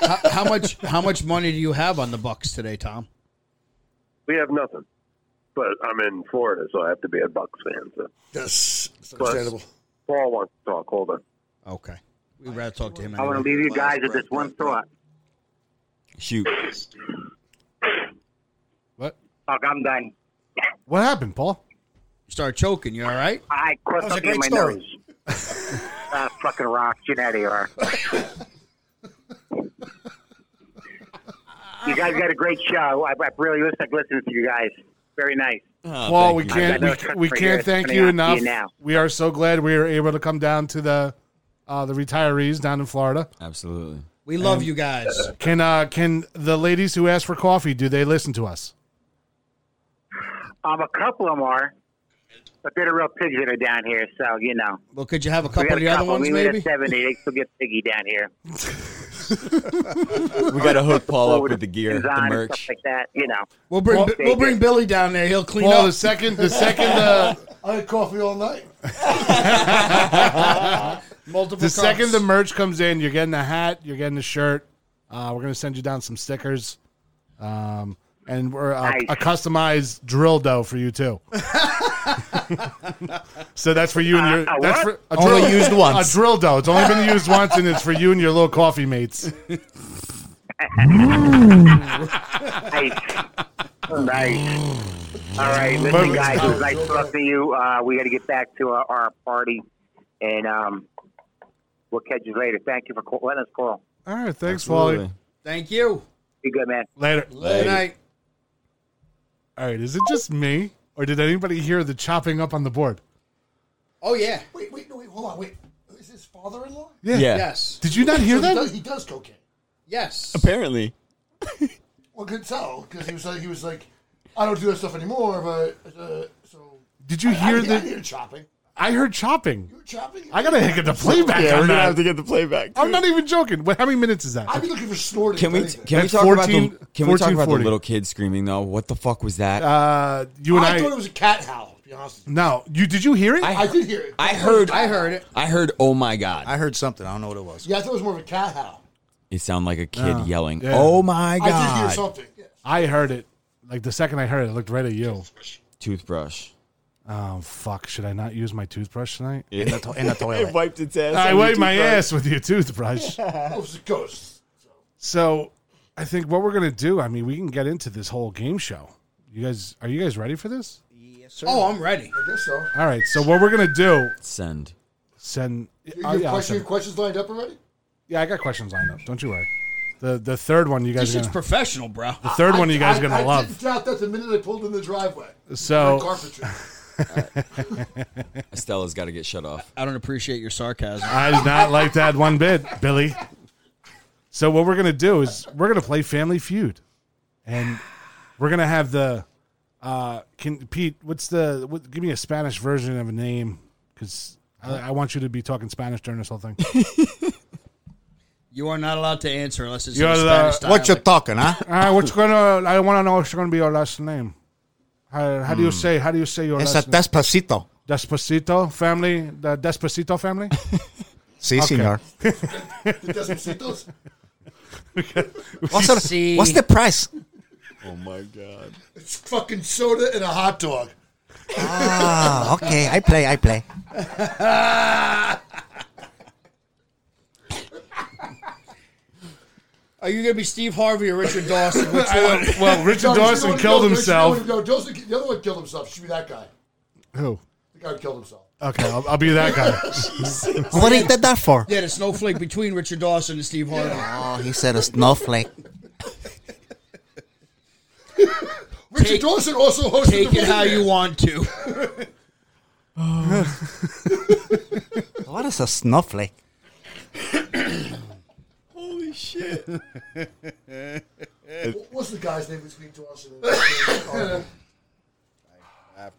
how, how much how much money do you have on the Bucks today, Tom? We have nothing, but I'm in Florida, so I have to be a Bucks fan. So. Yes, it's But understandable. Paul wants to talk. Hold on. Okay. We'd rather talk to him. I want to anyway. leave you guys with this one thought. Shoot. Fuck, I'm done. What happened, Paul? Start choking. You all right? I That caught was a something in my great story. nose. Ah, fucking rocks. You know how they are. you guys got a great show. I, I really wish I could listen to you guys. Very nice. Oh, Paul, we can't I've got no we, we customer can't here. thank It's you coming out enough. to now. We are so glad we were able to come down to the uh, the retirees down in Florida. Absolutely. We love you guys. Can uh, can the ladies who ask for coffee do they listen to us? Um, a couple of them are, but they're the real pigs that are down here. So you know, Well, could you have a we couple got of the other couple. ones, we maybe? We got seventy. They still get piggy down <laughs> here. We got to hook <laughs> Paul up with the gear, the Design and merch. stuff like that. You know, We'll bring Well- we'll bring Billy down there. He'll clean Paul, up. the second the second uh, I had coffee all <laughs> night. Multiple. the second the merch comes in, you're getting a hat, you're getting a shirt. Uh, we're gonna send you down some stickers, um, and we're uh, Nice. a customized drill dough for <laughs> you too. so that's for you and your Uh, a that's what? for Only used once. A drill dough. It's only been used once, and it's for you and your little <laughs> coffee mates. nice, nice. All right, listen, guys. It was nice talking to you. Uh, we got to get back to our, our party, and um, we'll catch you later. Thank you for call- letting us call. All right, thanks, Wally. Absolutely. Thank you. Be good, man. Later. Good night. All right, is it just me, or did anybody hear the chopping up on the board? Oh yeah. Wait, wait, no, wait. Hold on. Wait. Is his father-in-law? Yeah. Yes. Did you not hear So He that? does, he does cocaine. Yes. Apparently. Well, could tell because he was like, he was like, I don't do that stuff anymore. But uh, so Did you I- hear I, I, the? hear chopping. I heard chopping. You're chopping. I gotta get the playback. Yeah, on we're gonna that. have to get the playback. I'm not even joking. Wait, how many minutes is that? I'd be looking for snorting. Can we if anything. can we At talk about 14 the can we talk about the 1440. little kid screaming though? What the fuck was that? Uh, you and I, I, thought it was a cat howl. be honest. No, you did you hear it? I, did hear it. I heard. I heard it. I heard. Oh my god! I heard something. I don't know what it was. Yeah, I thought it was more of a cat howl. It sounded like a kid Yeah. yelling. Ah. Yeah. Oh my god! I did hear something. I heard it. Like the second I heard it, I looked right at you. Toothbrush. Oh fuck! Should I not use my toothbrush tonight? Yeah. In the, to- in <laughs> the toilet. It wiped its ass I on your wiped my toothbrush. ass with <laughs> your It toothbrush. was Oh, a ghost. So, I think what we're gonna do. I mean, we can get into this whole game show. You guys, are you guys ready for this? Oh, I'm ready. I guess so. All right. So what we're gonna do? Send. Send. You, oh, your yeah, I'll question, send your questions lined up already? Yeah, I got questions lined up. Don't you worry. The the third one you guys This are shit's gonna- professional, bro. The third one you guys are I, gonna I love. didn't doubt that the minute I pulled in the driveway. So- My carpentry. <laughs> <laughs> Estella's got to get shut off. I don't appreciate your sarcasm. I did not like that one bit, Billy. So what we're gonna do is we're gonna play Family Feud, and we're gonna have the uh, can Pete. What's the what, give me a Spanish version of a name because I, I want you to be talking Spanish during this whole thing. You are not allowed to answer unless it's You're in the- Spanish. What you talking, huh? uh, what's gonna? I want to know what's gonna be your last name. How, how do you Hmm. say? How do you say your It's a last name? despacito. Despacito family. The Despacito <laughs> family. Si, Okay. senor. The Despacitos. What's the- Si. <laughs> what's the price? Oh my god. It's fucking soda and a hot dog. Ah, okay. <laughs> I play. I play. <laughs> Are you going to be Steve Harvey or Richard <laughs> Dawson? Which I one? don't- well, <laughs> Richard Dawson killed himself. No, Dawson, the other one killed himself. Should be that guy. <laughs> Who? The guy who killed himself. Okay, I'll, I'll be that guy. What he did that for? Yeah, the snowflake between Richard Dawson and Steve Harvey. Oh, he said <laughs> a snowflake. Richard Dawson also hosted Take the it how Roadman. you want to. <laughs> What is a snowflake? Holy <laughs> shit. What was the guy's name between Dawson and oh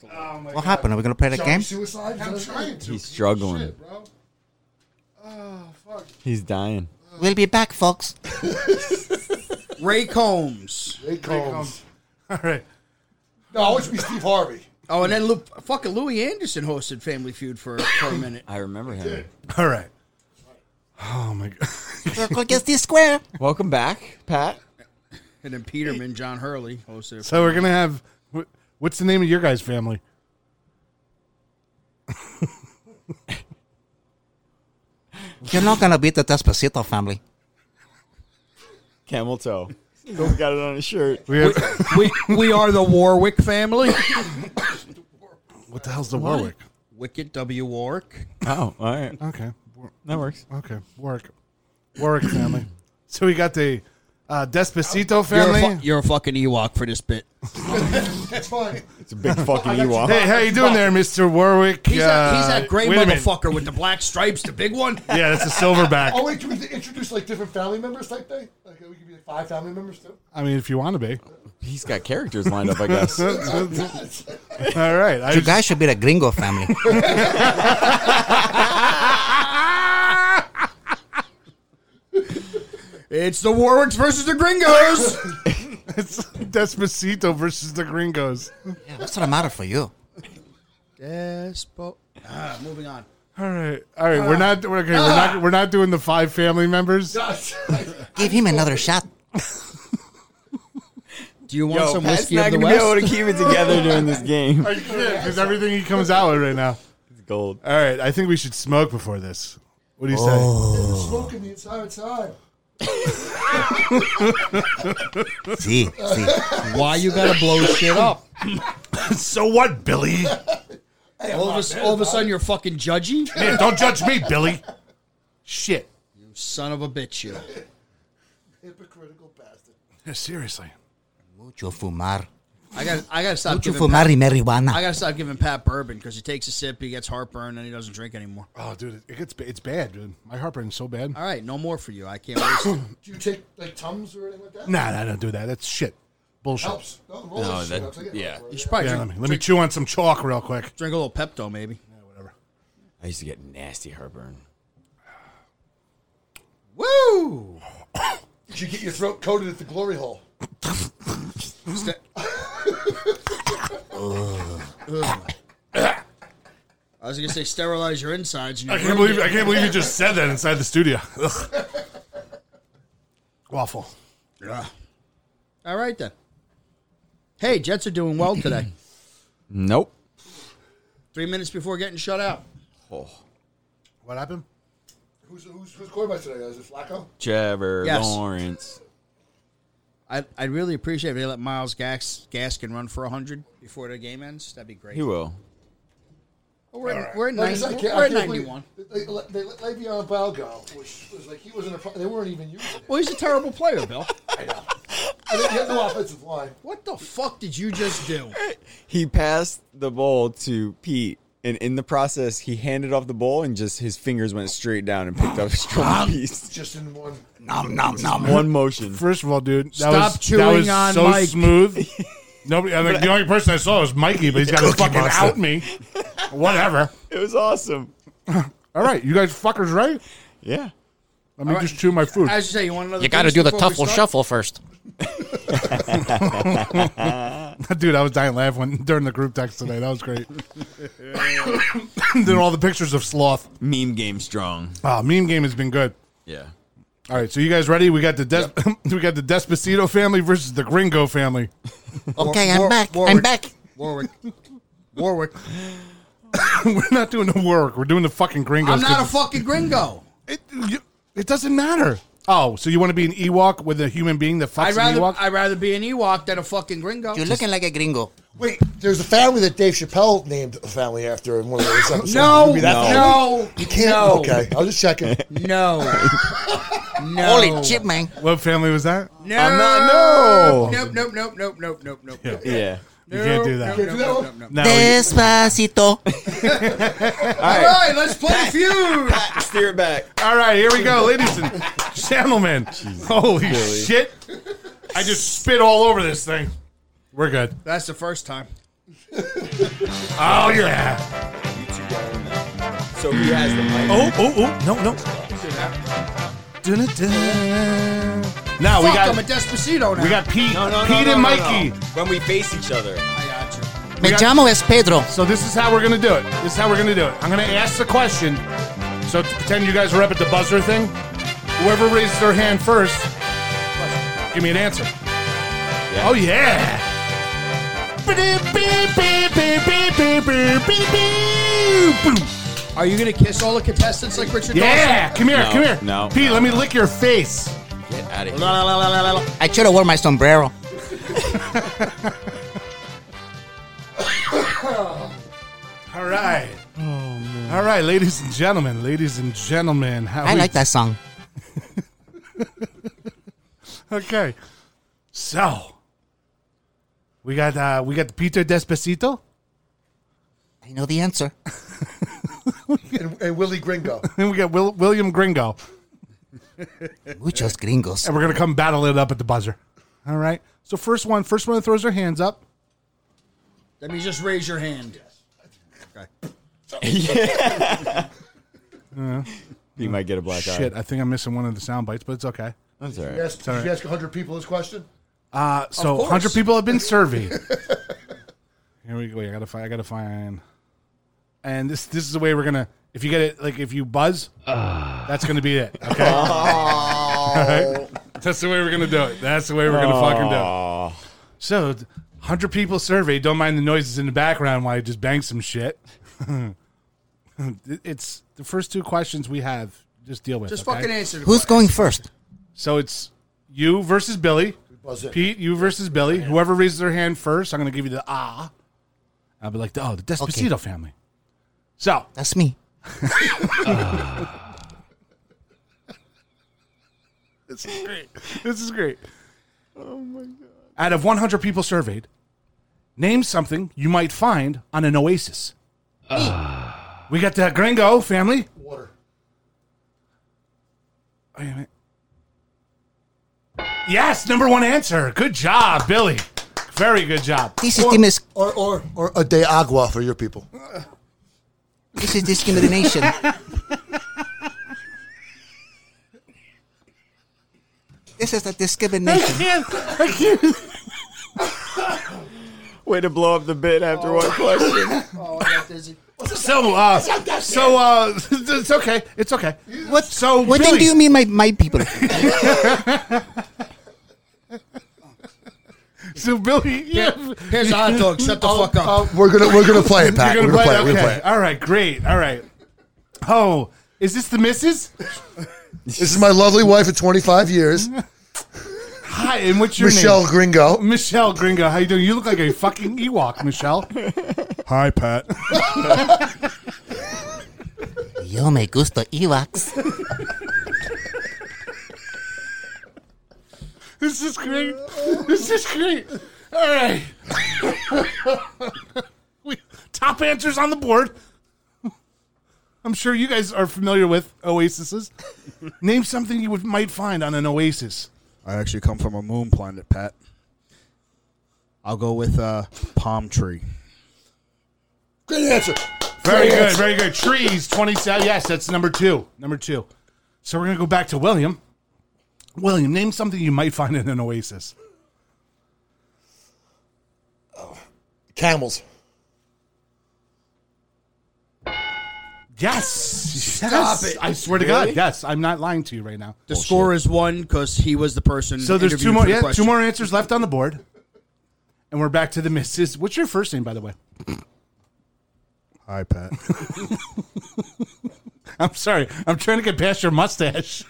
What happened? Are we gonna play the Johnny game? Suicide? I'm trying to. He's struggling. Shit, bro. Oh, fuck. He's dying. We'll be <laughs> back, folks. Ray Combs. Ray Combs. <laughs> All right. No, I wish we Steve Harvey. Oh, and then Lu- fucking Louis Anderson hosted Family Feud for, for a minute. I remember him. All right. Oh my god. Circle gets the square. Welcome back, Pat. And then Peterman, John Hurley hosted. it So for we're a gonna have. wh- What's the name of your guys' family? You're not gonna beat the Despacito family. Camel toe. Still got it on his shirt. We have, <laughs> minute. <laughs> we, we are the Warwick <laughs> family. what the hell's the What? Warwick? Wicket W. Warwick. Oh, all right. Okay, That works. okay, Warwick, Warwick <laughs> family. So we got the uh, Despacito You're family. a, fu- you're a fucking Ewok for this bit. That's fine. It's a big <laughs> fucking Ewok. <laughs> hey, how you doing there, Mister Warwick? He's, that, he's Uh, that gray wait a minute. motherfucker with the black stripes, the big one. Yeah, that's a silverback. Oh, wait, can we introduce like different family members type thing? Like we could be like five family members too. I mean, if you want to be. He's got characters lined up, I guess. All right. I <laughs> You guys should be the Gringo family. <laughs> <laughs> It's the Warwicks versus the Gringos. <laughs> it's Despacito versus the Gringos. Yeah, what's the matter for you? <laughs> Despo. Ah, moving on. All right, all right. Uh, we're not. We're, okay, we're not. We're not doing the five <laughs> family members. <laughs> Give him another shot. Do you want Yo, some Pat's whiskey not of the gonna be able to West? keep it together during this game. Are you kidding? Because everything he comes out with right now. It's gold. All right, I think we should smoke before this. What do you Smoking the entire time. Oh. See, see. <laughs> Why you gotta blow shit up? say? <laughs> so what, <laughs> Billy? All of, a, all of a sudden, you're fucking judgy. Man, don't judge me, <laughs> Billy. Shit. You son of a bitch, you. Hypocritical bastard. Yeah, <laughs> seriously. Mucho fumar. I got. I gotta stop. Mucho Giving fumar Pat, y marijuana. I gotta stop giving Pat bourbon because he takes a sip, he gets heartburn, and he doesn't drink anymore. Oh, dude, it gets ba- it's bad, dude. My heartburn's so bad. All right, no more for you. I can't waste it. Do you take like tums or anything like that? <coughs> Nah, nah, don't do that. That's shit. Bullshit. Helps. No, roll no, shit. I'll take it. yeah. You should probably Yeah, let drink, me, let me chew on some chalk real quick. drink a little Pepto, maybe. I used to get nasty <coughs> heartburn. Woo! Did you get your throat coated at the glory hole? St- I was gonna say sterilize your insides. And I your can't believe I can't believe you just said that inside the studio. Ugh. Waffle. Yeah. All right then. Hey, Jets are doing well today. <clears throat> Nope. Three minutes before getting shut out. Oh. What happened? Who's who's who's quarterback today? Is it Flacco? Trevor Yes. Lawrence. I I'd really appreciate if they let Miles Gas Gaskin run for hundred before the game ends. That'd be great. He will. But Oh, we're, All at- right. we're at Like I 90 said, I can't- we're I at can't ninety believe- one. They, they let Le'Veon Bell go, which was like he wasn't. A, pro- they weren't even using. him. Well, he's a terrible player, Bill. I mean, he had no offensive line. What the fuck did you just do? He passed the ball to Pete, and in the process, he handed off the ball, and just his fingers went straight down and picked up his drum piece. Just in one. Nom nom nom. One motion. First of all, dude, that Stop was, chewing that was on so Mike. <laughs> smooth. Nobody. I mean, the only person I saw was Mikey, but he's got to Cookie fucking Monster. <laughs> out me. Whatever. It was awesome. <laughs> All right, you guys fuckers, right? Yeah. Let me just chew my food. As you say, you want another. You got to do finish the before we tuffle start? shuffle <laughs> first. <laughs> Dude, I was dying laughing when, during the group text today. That was great. then all the pictures of sloth. Meme game strong. Ah, meme game has been good. Yeah. All right, so you guys ready? We got the Des- <laughs> we got the Despacito family versus the Gringo family. War- War- Warwick. Warwick. Warwick. <laughs> We're not doing the work. We're doing the fucking <laughs> Gringos. I'm not a 'cause fucking gringo. it doesn't matter. Oh, so you want to be an Ewok with a human being that fucks I'd rather an Ewok? I'd rather be an Ewok than a fucking gringo. You're looking like a gringo. Wait, there's a family that Dave Chappelle named a family after in one of those episodes. No, Maybe that's the no, family? you can't. no. Okay, I was just <laughs> checking. No, no. Holy chip, man. What family was that? <laughs> No, I'm not- no. nope, nope, nope, nope, nope, nope, nope. nope. Yeah. <laughs> You can't do that. No, no, no, no, no. No, Despacito. All right, let's play feud. Steer it back. All right, here we go, ladies and gentlemen. Holy Billy. shit! I just spit all over this thing. We're good. That's the first time. Oh yeah. So he has the mic. Oh oh oh no no. Dun-dun-dun. Now we Fuck, got I'm a Despacito now. we got Pete, No, no, no, Pete no, and no, Mikey. no. When we face each other. Me llamo es Pedro. So this is how we're gonna do it. This is how we're gonna do it. I'm gonna ask the question. So to pretend you guys were up at the buzzer thing. Whoever raises their hand first, give me an answer. Oh yeah. Are you gonna kiss all the contestants like Richard? <laughs> Yeah, Dawson? come here, No, come here. no, Pete, let me lick your face. Get out of La, la, la, la, la, la. I should have worn <laughs> my sombrero. <laughs> <laughs> All right. Oh, All right, ladies and gentlemen, ladies and gentlemen. How I we- like that song. <laughs> Okay. So we got uh we got the Peter Despacito I know the answer. and, and Willie Gringo. <laughs> and we got Will, William Gringo. Muchos gringos. And we're gonna come battle it up at the buzzer. All right. So first one, first one that throws their hands up. Let me just raise your hand. Uh, He might get a black eye. shit, I think I'm missing one of the sound bites, but it's okay. That's Did you ask, It's all did right. you ask 100 people this question? Uh, so course. 100 people have been surveyed. <laughs> Here we go. I gotta find. I gotta find. And this this is the way we're gonna. If you get it, like if you buzz, that's gonna be it. Okay. All <laughs> right? That's the way we're gonna do it. That's the way we're gonna fucking do it. So, 100 people surveyed. Don't mind the noises in the background while I just bang some shit. <laughs> It- it's the first two questions we have. Just deal with. Just okay? fucking answer. the Who's going first? So it's you versus Billy. Buzz in. Pete, you versus Billy. Whoever raises their hand first, I'm going to give you the ah. I'll be like, oh, the Despacito family. So <laughs> that's me. This is great. This is great. Oh, Out of 100 people surveyed, name something you might find on an oasis. <sighs> We got the Gringo family. Water. Wait a minute. Yes, number one answer. Good job, Billy. Very good job. or, or, or a de agua for your people. This is discrimination. this is a discrimination. Way to blow up the bit after one question. <laughs> Oh, I got dizzy. What's this So, uh, <laughs> so, uh, <laughs> it's okay. It's okay. What? So, What Billy, then do you mean, my, my people? <laughs> So, Billy, yeah. Oh, Here's hot dog. Shut the fuck up. we're gonna we're gonna play it, Pat. You're We're gonna play it. We're gonna okay. play it. All right, great. All right. Oh, is this the missus? This is my lovely wife of 25 years, Hi, and what's your Michelle name? Gringo. Michelle Gringo, how you doing? You look like a fucking Ewok, <laughs> Michelle. Hi, Pat. Yo me gusta Ewoks. <laughs> This <laughs> is great. This is great. All right. <laughs> we, top answers on the board. I'm sure you guys are familiar with <laughs> oases. Name something you would, might find on an oasis. I actually come from a moon planet, Pat. I'll go with uh, palm tree. Great answer. Great Very good, answer. very good. Trees, 27. Yes, that's number two. Number two. So we're going to go back to William. William, name something you might find in an oasis. Camels. Yes. Stop it. I swear to Really? God. Yes, I'm not lying to you right now. The score is one because he was the person. So there's two interviewed more. for the yeah, question. two more answers left on the board, and we're back to the misses. What's your first name, by the way? <laughs> Hi, Pat. I'm sorry. I'm trying to get past your mustache.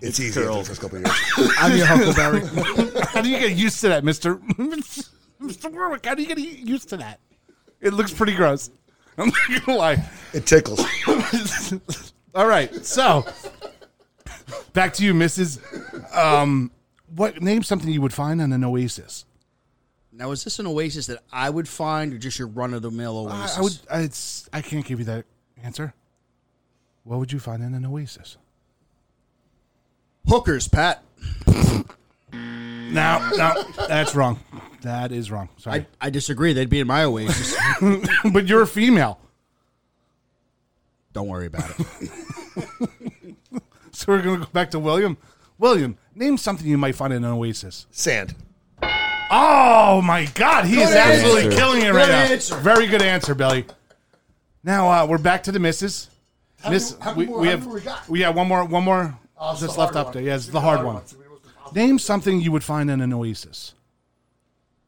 It's easy after the first couple of years. I'm your Huckleberry. <laughs> How do you get used to that, Mister <laughs> Mister Warwick? How do you get used to that? It looks pretty gross. <laughs> I'm not gonna lie. It tickles. <laughs> All right, so back to you, Mrs. Um, what name something you would find on an oasis? <laughs> Now, is this an oasis that I would find, or just your run of the mill I, oasis? I would. I, it's. I can't give you that answer. What would you find in an oasis? Hookers, Pat. No, no, that's wrong. That is wrong. Sorry, I, I disagree. They'd be in my oasis. <laughs> but you're a female. Don't worry about it. <laughs> So we're gonna go back to William. William, name something you might find in an oasis. Sand. Oh my God, he Good is absolutely answer. killing it Good right answer. now. Very good answer, Billy. Now uh, we're back to the misses. How Miss, many- how many we, more- we how have many more we got? we got one more one more Oh, it's that's the left hard one. up there. Yeah, it's the hard one. Name something you would find in an oasis.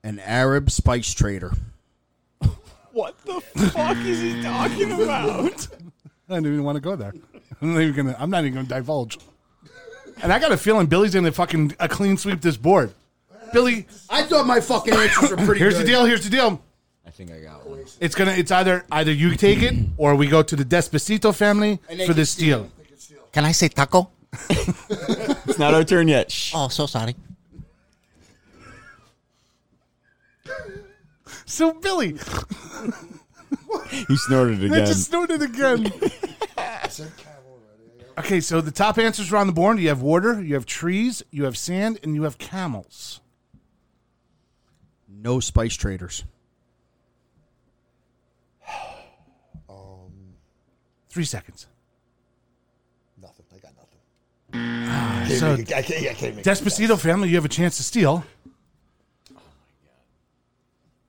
An Arab spice trader. What the fuck is he talking about? I don't even want to go there. <laughs> I'm not even gonna. I'm not even gonna divulge. And I got a feeling Billy's gonna fucking a clean sweep this board. Billy, I thought my fucking answers were pretty Here's good. the deal. Here's the deal. I think I got one. It's gonna. It's either either you take it or we go to the Despacito family And they for can this deal. Can I say taco? It's not our turn yet. Shh. Oh, so sorry. <laughs> So Billy, He snorted I again. just snorted again. okay, so the top answers are on the board. You have water, you have trees, you have sand, and you have camels. No spice traders. Um, Three seconds. Nothing. I got nothing. So- Can't make it- Ah, I can't, I can't make it. Despacito family, you have a chance to steal.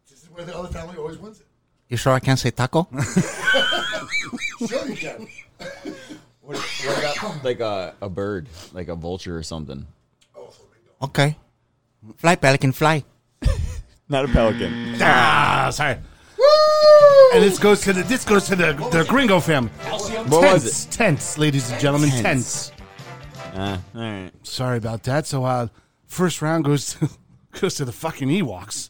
This is where the other family always wins. You sure I can't <laughs> say taco? Sure you can. What about, like a, a bird, like a vulture or something. okay. Fly, pelican, fly. <laughs> Not a pelican. Ah, sorry. <laughs> And this goes to the this goes to the, the Gringo family. What was Tense, tense, ladies and gentlemen, tense. Tense. Uh, all right. Sorry about that. So, uh, first round goes to, <laughs> goes to the fucking Ewoks.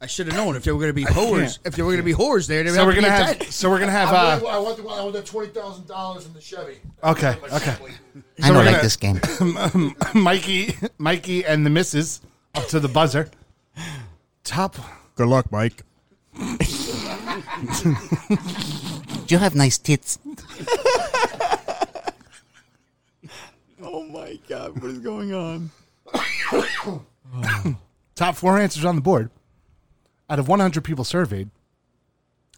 I should have known if they were going to be I whores. can't. If they were going to be whores, there. So we're gonna have- so we're gonna have, I uh, want, I want the one. I want that twenty thousand dollars in the Chevy. Okay, okay. I So don't we're like gonna- this game. <laughs> Mikey, Mikey, and the missus up to the buzzer. Top. Good luck, <laughs> Mike. You have nice tits. <laughs> Oh my god, what is going on? <clears throat> Top four answers on the board. Out of 100 people surveyed,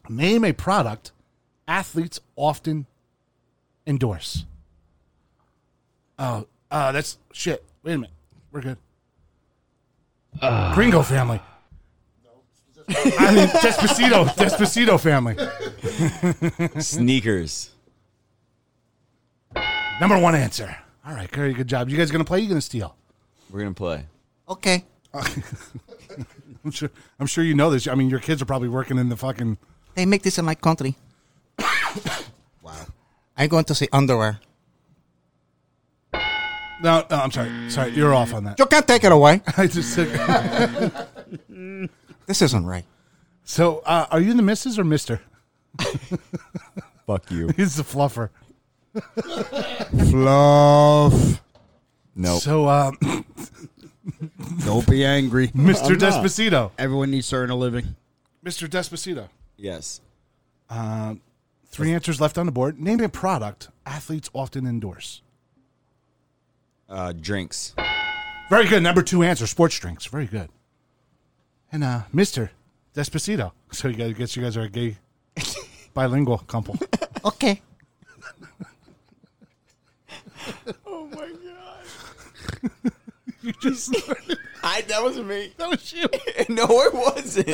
name a product athletes often endorse. Oh, uh, that's shit. Wait a minute. We're good. Gringo family. I mean, Despacito, Despacito family. <laughs> Sneakers. Number one answer. All right, Curry, good job. You guys gonna play? You gonna steal? We're gonna play. Okay. <laughs> I'm sure. I'm sure you know this. I mean, your kids are probably working in the fucking. They make this in my country. I'm going to say underwear. No, no, I'm sorry. Sorry, you're off on that. You can't take it away. <laughs> I just took. this isn't right. So, uh, are you in the missus or Mister? <laughs> Fuck you. <laughs> He's the fluffer. Fluff. Nope. So, <coughs> um, Don't be <laughs> angry. Mr. I'm not. Despacito. Everyone needs to earn a living. Mr. Despacito. Yes. Um, three answers left on the board. Name a product athletes often endorse. Uh, drinks. Very good. Number two answer: sports drinks. Very good. And uh, Mister Despacito. <laughs> So you guys, I guess you guys are <laughs> a gay bilingual couple. Okay. Oh my god. <laughs> you just. I that was me. That was you. <laughs> no, it wasn't.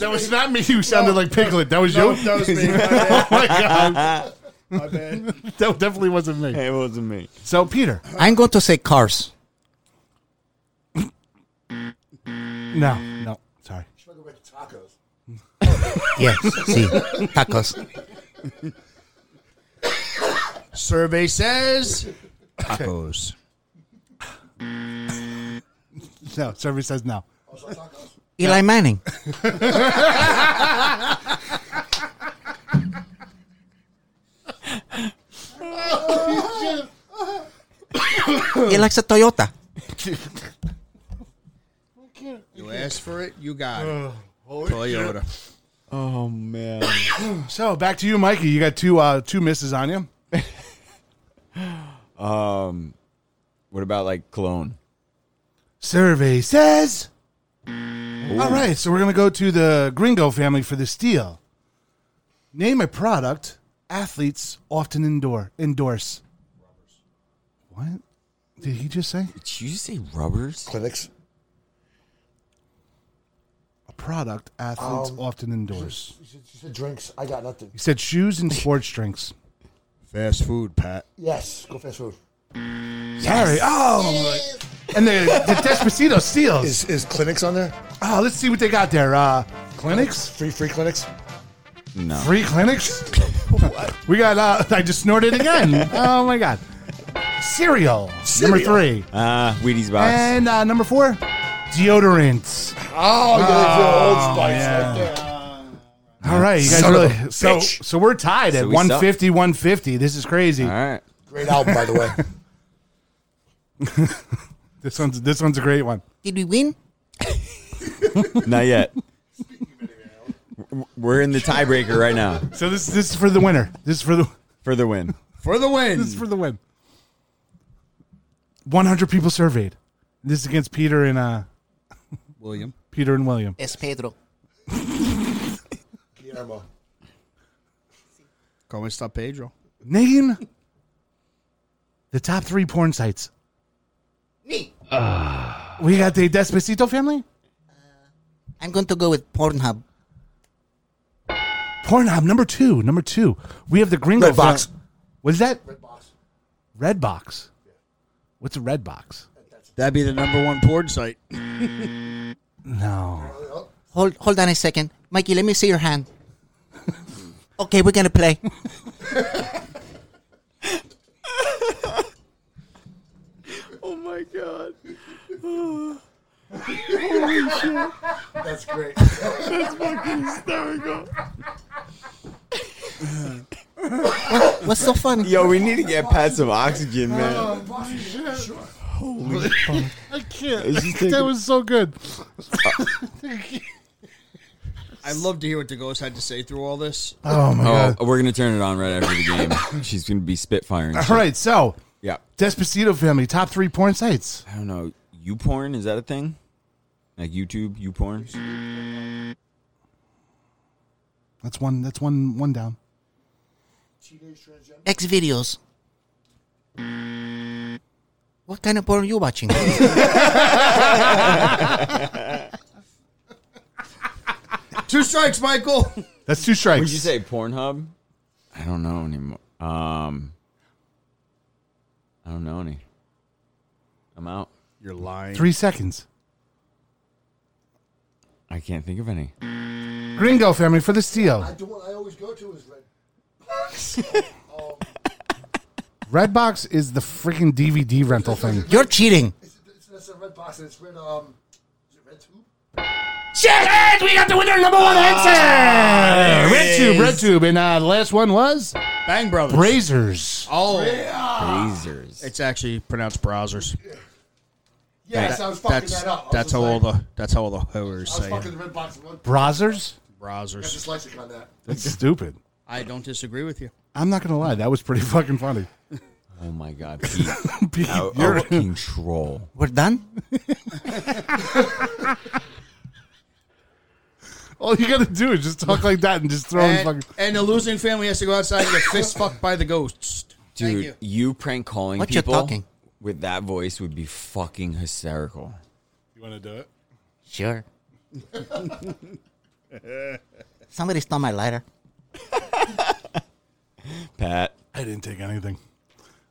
That was not me. You sounded like Piglet. That was No, you. that was <laughs> me. My bad. oh my god. <laughs> My bad. That definitely wasn't me. It wasn't me. So Peter. I'm going to say cars. No, no. Sorry. <laughs> Yes, <laughs> see, tacos. Survey says Tacos. <laughs> No. Survey says no. Eli <laughs> Manning. Oh, he likes <laughs> a Toyota. you asked for it, you got it. holy Toyota. Oh man. <coughs> so back to you, Mikey. You got two uh, two misses on you. <laughs> Um, what about like cologne? Survey says. All right, so we're gonna go to the Gringo family for the steal. Name a product athletes often endure endorse. What did he just say? Did you say rubbers? Clinics. A product athletes Um, often endorse. You said, you said drinks. I got nothing. He said shoes and sports drinks. Fast food, Pat. Yes, go fast food. Sorry. Oh, and the, the Despacito steals. Is is clinics on there? Oh, let's see what they got there. Uh, clinics? Free free clinics. No. Free clinics? we got, uh, <laughs> I just snorted again. oh my God. Cereal, number three. Ah, Wheaties box. <laughs> And uh, number four, deodorants. Oh, yeah, they do Old Spice yeah. right there. All right, you guys Son of a really. <laughs> So, bitch. so we're tied at So we suck. 150, 150. This is crazy. All right. Great album, by the way. <laughs> This one's this one's a great one. Did we win? Not yet. We're in the tiebreaker right now So this this is for the winner. This is for the for the win. For the win. this is for the win. 100 people surveyed. This is against Peter and uh William. <laughs> Peter and William. Es Pedro. Guillermo. Call me Stop Pedro. Name the top three porn sites. Me. <sighs> Uh, We got the Despacito family. I'm going to go with Pornhub. Pornhub number two. Number two. We have the Gringo Redbox. fam- What is that? Redbox. Redbox. What's a Redbox? That'd be the number one porn site. No. Hold, hold on a second. Mikey, let me see your hand. Okay, we're going to play. Oh my god. That's great. That's fucking hysterical. What's so funny? Yo, we need to get Pat some oxygen, Oh, man. Holy fuck. Oh. I can't. It's just that taking- was so good. <laughs> I'd love to hear what the ghost had to say through all this. <laughs> Oh my Oh, god. we're gonna turn it on right after the game. She's gonna be spitfiring. All right, so Yeah. Despacito family, top three porn sites. I don't know. You porn is that a thing? Like YouTube, you porn? That's one that's one one down. X videos. What kind of porn are you watching? <laughs> Two strikes, Michael. That's two strikes. Would you say Pornhub? I don't know anymore. Um, I don't know any. I'm out. You're lying. Three seconds. I can't think of any. Gringo family for the steal. The one I always go to is Red. <laughs> Oh, Redbox is the freaking DVD rental thing. You're cheating. It's, it's not Red Box. It's Red. Um, is it Red Tube? Shit! Ed, we got the winner, number one Ah. answer. Red Tube, Red Tube, and uh, the last one was Bang Brothers. Brazers. Oh, Brazers. It's actually pronounced browsers. Yes, I was fucking that's, that up. I was That's just how all like- the that's how all the hoers I was say. fucking it. the Red Box. One. I Browsers. got Browsers. dyslexic on that. That's stupid. I don't disagree with you. I'm not gonna lie, that was pretty <laughs> fucking funny. Oh my God, Pete! <laughs> Pete, out you're- of control. We're done. All you gotta do is just talk like that and just throw in And, fucking. and the losing family has to go outside and get fist fucked by the ghost. Dude, you. you. prank calling What you people talking? with that voice would be fucking hysterical. You want to do it? <laughs> Sure. Pat. Somebody stole my lighter. I didn't take anything.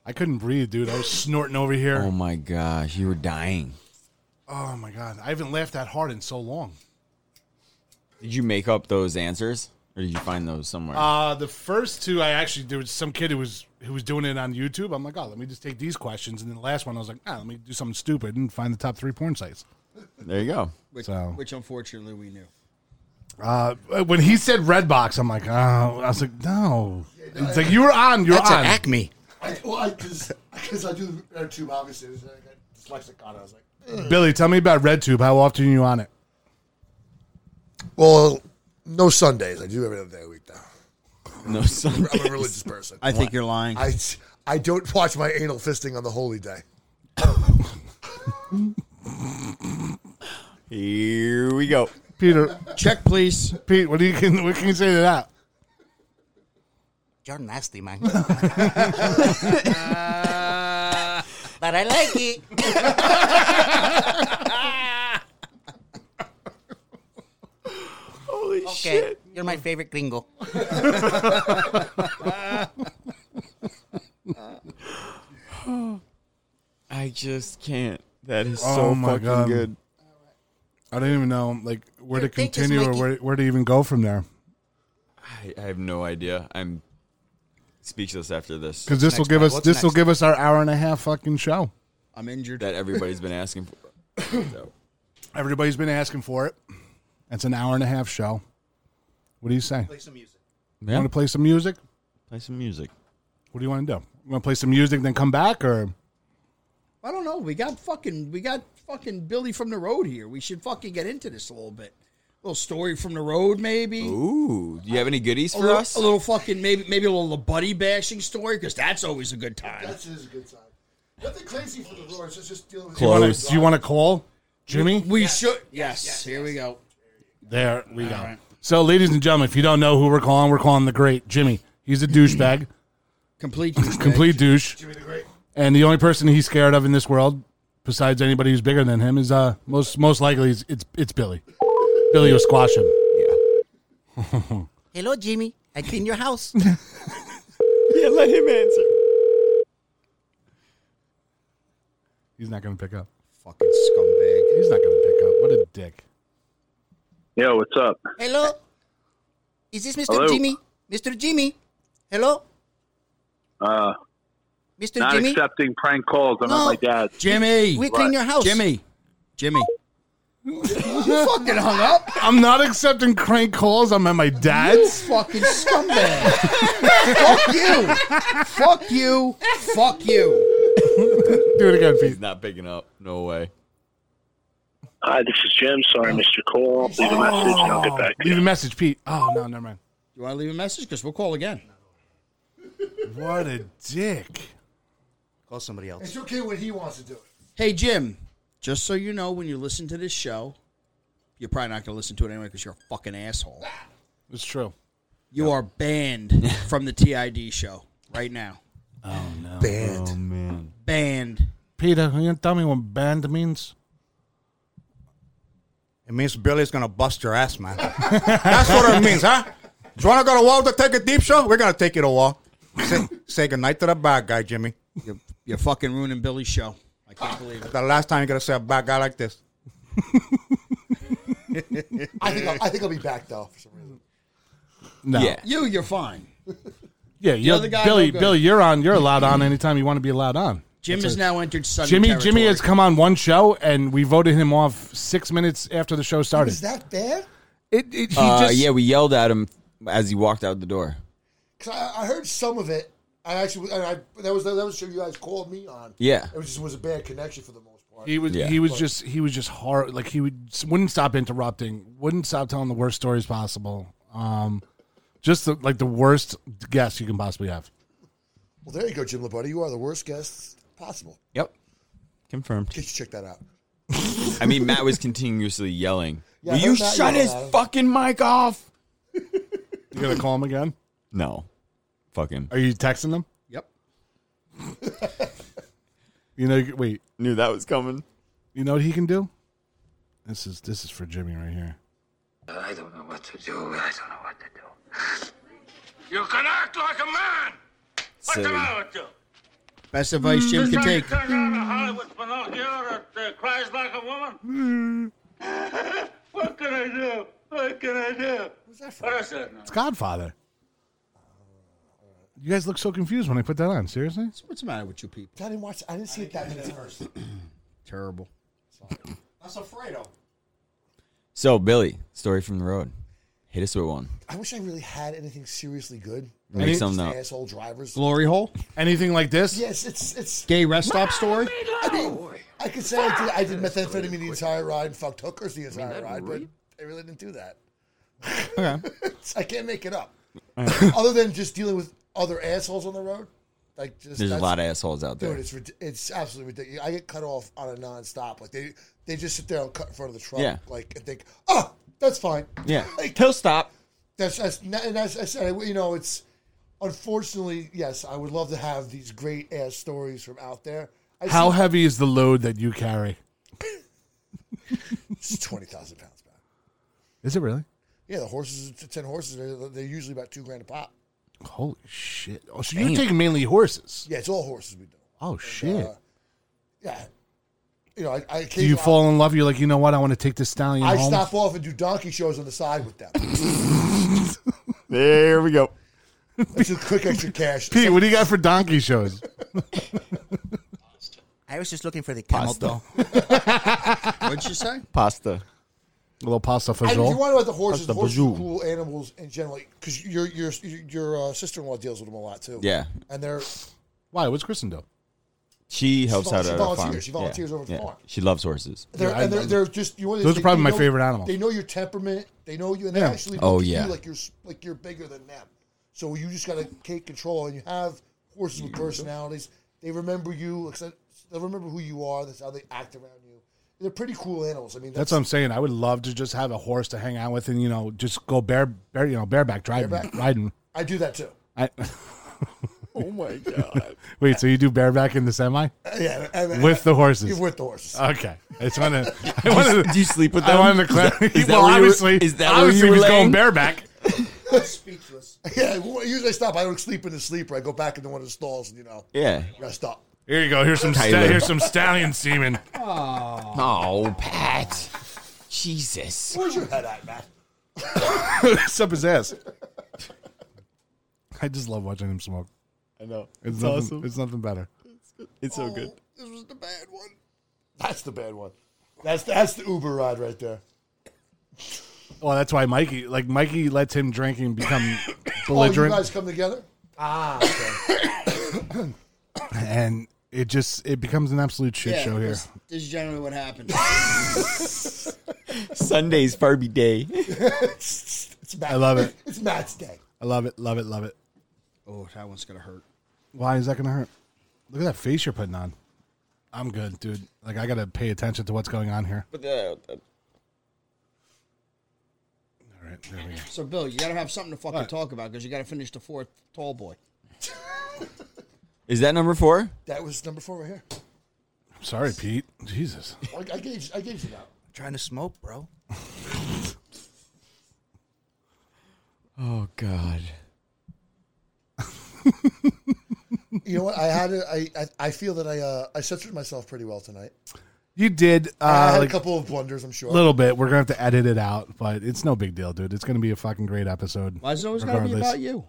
I couldn't breathe, dude. I was snorting over here. Oh my gosh, you were dying. Oh my god, I haven't laughed that hard in so long. Did you make up those answers, or did you find those somewhere? Uh, the first two, I actually there was some kid who was who was doing it on YouTube. I'm like, oh, let me just take these questions, and then the last one, I was like, ah, let me do something stupid and find the top three porn sites. there you go. Which, So- which unfortunately we <laughs> knew. Uh, when he said Redbox, I'm like, oh, I was like, no. It's like you were on, you're That's an on Acme. I, well, I because I do Red Tube obviously. so I got dyslexic on. it. I was like, ugh. Billy, tell me about RedTube. How often are you on it? Well, no Sundays. I do every other day a week now. No I'm Sundays. a religious person. I think you're lying. I, I don't watch my anal fisting on the holy day. Here we go. Peter, check please. Pete, what do you <laughs> can what can you say to that? You're nasty, man. <laughs> but I like it. Holy okay, shit. You're my favorite gringo. Oh, I just can't. That is Oh so my fucking God. good. I don't even know like where to think it's continue or Mikey. where, where to even go from there I, I have no idea. I'm speechless after this because this will give us this will give us our hour and a half fucking show. I'm injured. that everybody's been asking <laughs> for. So, Everybody's been asking for it. It's an hour and a half show. What do you say? Play some music. Yeah. Want to play some music? play some music. What do you want to do? You want to play some music, then come back, or I don't know. We got fucking we got fucking Billy from the road here. We should fucking get into this a little bit. A little story from the road, maybe. Ooh, do you have any goodies a for little, us? a little fucking maybe maybe a little buddy bashing story because that's always a good time. That is a good sign. Nothing crazy for the Lord. It's just dealing with do you wanna- do you want to call Jimmy? We should. Yes, Here we go. There we go. right. So, ladies and gentlemen, if you don't know who we're calling, we're calling the great Jimmy. He's a douchebag, Complete. complete douche. Jimmy the Great. And the only person he's scared of in this world, besides anybody who's bigger than him, is uh most most likely it's it's, it's Billy. Billy will squash him. Hello, Jimmy. I clean your house. <laughs> yeah, let him answer. <laughs> He's not going to pick up. Fucking scumbag. He's not going to pick up. What a dick. Yo, what's up? Hello. Is this Mr. Hello? Jimmy? Mr. Jimmy. Hello, Uh, Mr. not Jimmy. accepting prank calls. I'm No. not my dad. Jimmy. We clean your house. Jimmy. Jimmy. You fucking hung up. I'm not accepting crank calls. I'm at my dad's. Fucking <laughs> scumbag. Fuck you. Fuck you. Fuck you. Do it again, Pete. He's not picking up. No way. Oh. Hi, this is Jim. Sorry, Mr. Cole. Leave a message and I'll Oh. get back to you. Leave a message, Pete. Oh no, never mind. You want to leave a message? Because we'll call again. What a dick. Call somebody else. It's okay when he wants to do it. Hey, Jim, just so you know, when you listen to this show, you're probably not going to listen to it anyway because you're a fucking asshole. It's true. You are banned <laughs> from the TID show right now. Oh no. <laughs> Banned. man. Banned. Peter, can you tell me what banned means? It means Billy's gonna bust your ass, man. That's what it means, huh? Do you wanna go to wall to take a deep shot? We're gonna take you to wall. Say, say goodnight to the bad guy, Jimmy. You're, you're fucking ruining Billy's show. I can't believe it. The last time you're gonna say a bad guy like this. I think I'll, I think I'll be back though for some reason. No. Yeah. You, you're fine. Yeah, The you're, other guy, Billy, no good. Billy, you're on. You're allowed on anytime you want to be allowed on. Jim That's has it. now entered Sunday Jimmy, Jimmy territory. has come on one show, and we voted him off six minutes after the show started. Is that bad? It, it he Uh, just- yeah, we yelled at him as he walked out the door. Because I, I heard some of it. I actually, and I, that was that was the show you guys called me on. Yeah. it was just was a bad connection for the most part. He was Yeah. he was But- just he was just hard. Like he would wouldn't stop interrupting, wouldn't stop telling the worst stories possible. Um, just the, like the worst guess you can possibly have. Well, there you go, Jim Labuddy. You are the worst guest possible. Yep. Confirmed. You should check that out. I mean, Matt was continuously <laughs> yelling. Yeah, Will I you heard Matt shut yell his at him. fucking mic off? You gonna call him again? No. Fuck him. Are you texting them? Yep. <laughs> You know, wait. Knew that was coming. You know what he can do? This is this is for Jimmy right here. I don't know what to do. I don't know what to do. You can act like a man. What's the Silly. matter with you? Best advice Jim can take. Turn around a Hollywood Pinocchio that uh, cries like a woman. Hmm. <laughs> what can I do? What can I do? What's that for? What is it? It's Godfather. You guys look so confused when I put that on. Seriously? What's the matter with you people? I didn't watch. I didn't see it that many times. <laughs> Terrible. That's Alfredo. So, Billy, story from the road. Hit us with one. I wish I really had anything seriously good. Make Just something up. Asshole drivers. Glory hole? Anything like this? Yes, it's it's Gay rest stop story? I mean, I could say I did, I did methamphetamine the entire ride and fucked hookers the entire ride, but I really didn't do that. <laughs> I can't make it up. other than just dealing with other assholes on the road, like just There's a that's- lot of assholes out there. Dude, it's rid- it's absolutely ridiculous. I get cut off on a nonstop. Like they they just sit there and cut in front of the truck, Yeah. like and think, oh, that's fine. Yeah. <laughs> like, he'll stop. That's that's not- and that's, that's you know it's unfortunately yes. I would love to have these great ass stories from out there. I How see- heavy is the load that you carry? It's twenty thousand pounds. Is it really? Yeah, the horses, t- ten horses, they're, they're usually about two grand a pop. Holy shit! Oh, so Damn. you're taking mainly horses? Yeah, it's all horses we do. Oh shit! Yeah, you know, I, I do you fall in love? You're like, you know what? I want to take this stallion I home. stop off and do donkey shows on the side with <laughs> them. There we go. It's a quick extra cash. Pete, what do you got for donkey shows? I was just looking for the <laughs> <laughs> camel Pasta. What'd you say? Pasta. A little pasta I, if you fagioli. want about the horses, Pasta horses fagioli. are cool animals in general because your your your uh, sister in law deals with them a lot too. Yeah. and they're Why? What's Kristen do? She helps vol- out she at volunteers. our farm. She volunteers yeah. over at the yeah. farm. She loves horses. they're and they're, they're just you know, Those they- are probably they my know- favorite animals. They know your temperament. They know you, and they Yeah. actually Oh, look at yeah. you like you're s- like you're bigger than them. So you just gotta take control, and you have horses with personalities. They remember you. except- They remember who you are. That's how they act around you. They're pretty cool animals. I mean, That's what I'm saying. I would love to just have a horse to hang out with, and you know, just go bare, bare you know, bareback driving, Bareback? riding. I do that too. I, <laughs> Oh my god! Uh, wait, so you do bareback in the semi? yeah, and- and- with the horses. You're with the horses. Okay, I just <laughs> wanted. to- I you- wanted. to- do you sleep with I them? wanted to Is that- clarify. is that Well, where you were- obviously, is that where obviously, you were he's laying? <laughs> going bareback. Speechless. <laughs> Yeah, well, usually I stop. I don't sleep in the sleeper. I go back into one of the stalls and you know, Yeah. rest up. Here you go. Here's some. Sta- Tyler. here's some stallion semen. Oh, Pat. Jesus. Where's your head at, Matt? it's up his ass. I just love watching him smoke. I know. It's, It's nothing, awesome. It's nothing better. It's so good. Oh, This was the bad one. That's the bad one. That's that's the Uber ride right there. Well, that's why Mikey, like Mikey, lets him drink and become <coughs> Oh, belligerent, you guys come together? Ah, okay. <laughs> and it just it becomes an absolute <coughs> shit Yeah, show here. This, this is generally what <laughs> happens. Sunday's Barbie Day. it's Matt. I love it. It's Matt's day. I love it, love it, love it. oh, that one's gonna hurt. Why is that gonna hurt? Look at that face you're putting on. I'm good, dude. Like I gotta pay attention to what's going on here. But uh, All right, there we go. So, Bill, you gotta have something to fucking What? talk about because you gotta finish the fourth tall boy. Is that number four? That was number four right here. Sorry, Pete. Jesus. I, I gave I gave you that. trying to smoke, bro. Oh God. You know what? I had a, I, I I feel that I uh, I censored myself pretty well tonight. You did. Uh, I had like- a couple of blunders, I'm sure. A little bit. We're gonna have to edit it out, but it's no big deal, dude. It's gonna be a fucking great episode. Why is it always got to be regardless. about you?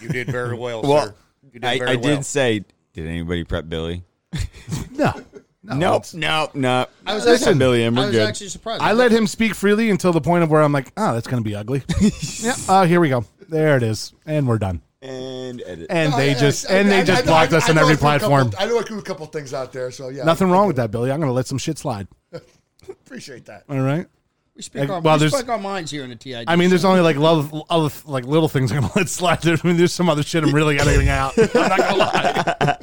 You did very <laughs> well, Well, sir. You did I, very I well. did say, did anybody prep Billy? <laughs> No. nope, nope, nope. I was Listen, actually- Billy, and I we're was good. actually surprised. I let him speak freely until the point of where I'm like, oh, that's gonna <laughs> be ugly. yeah. Oh, here we go. There it is, and we're done. And edit. And No, they I- I- just Oh, I- and I- they I- just I- blocked I- us I on know every I threw a couple- platform. I know I threw a couple things out there, so yeah. Nothing wrong with that, Billy. I'm gonna let some shit slide. <laughs> Appreciate that. All right. We speak, our, Well, we there's- speak our minds here in the TID. I mean, there's only like love, other like little things I'm gonna <laughs> let slide. There. I mean, there's some other shit I'm really <laughs> editing out. I'm not gonna lie.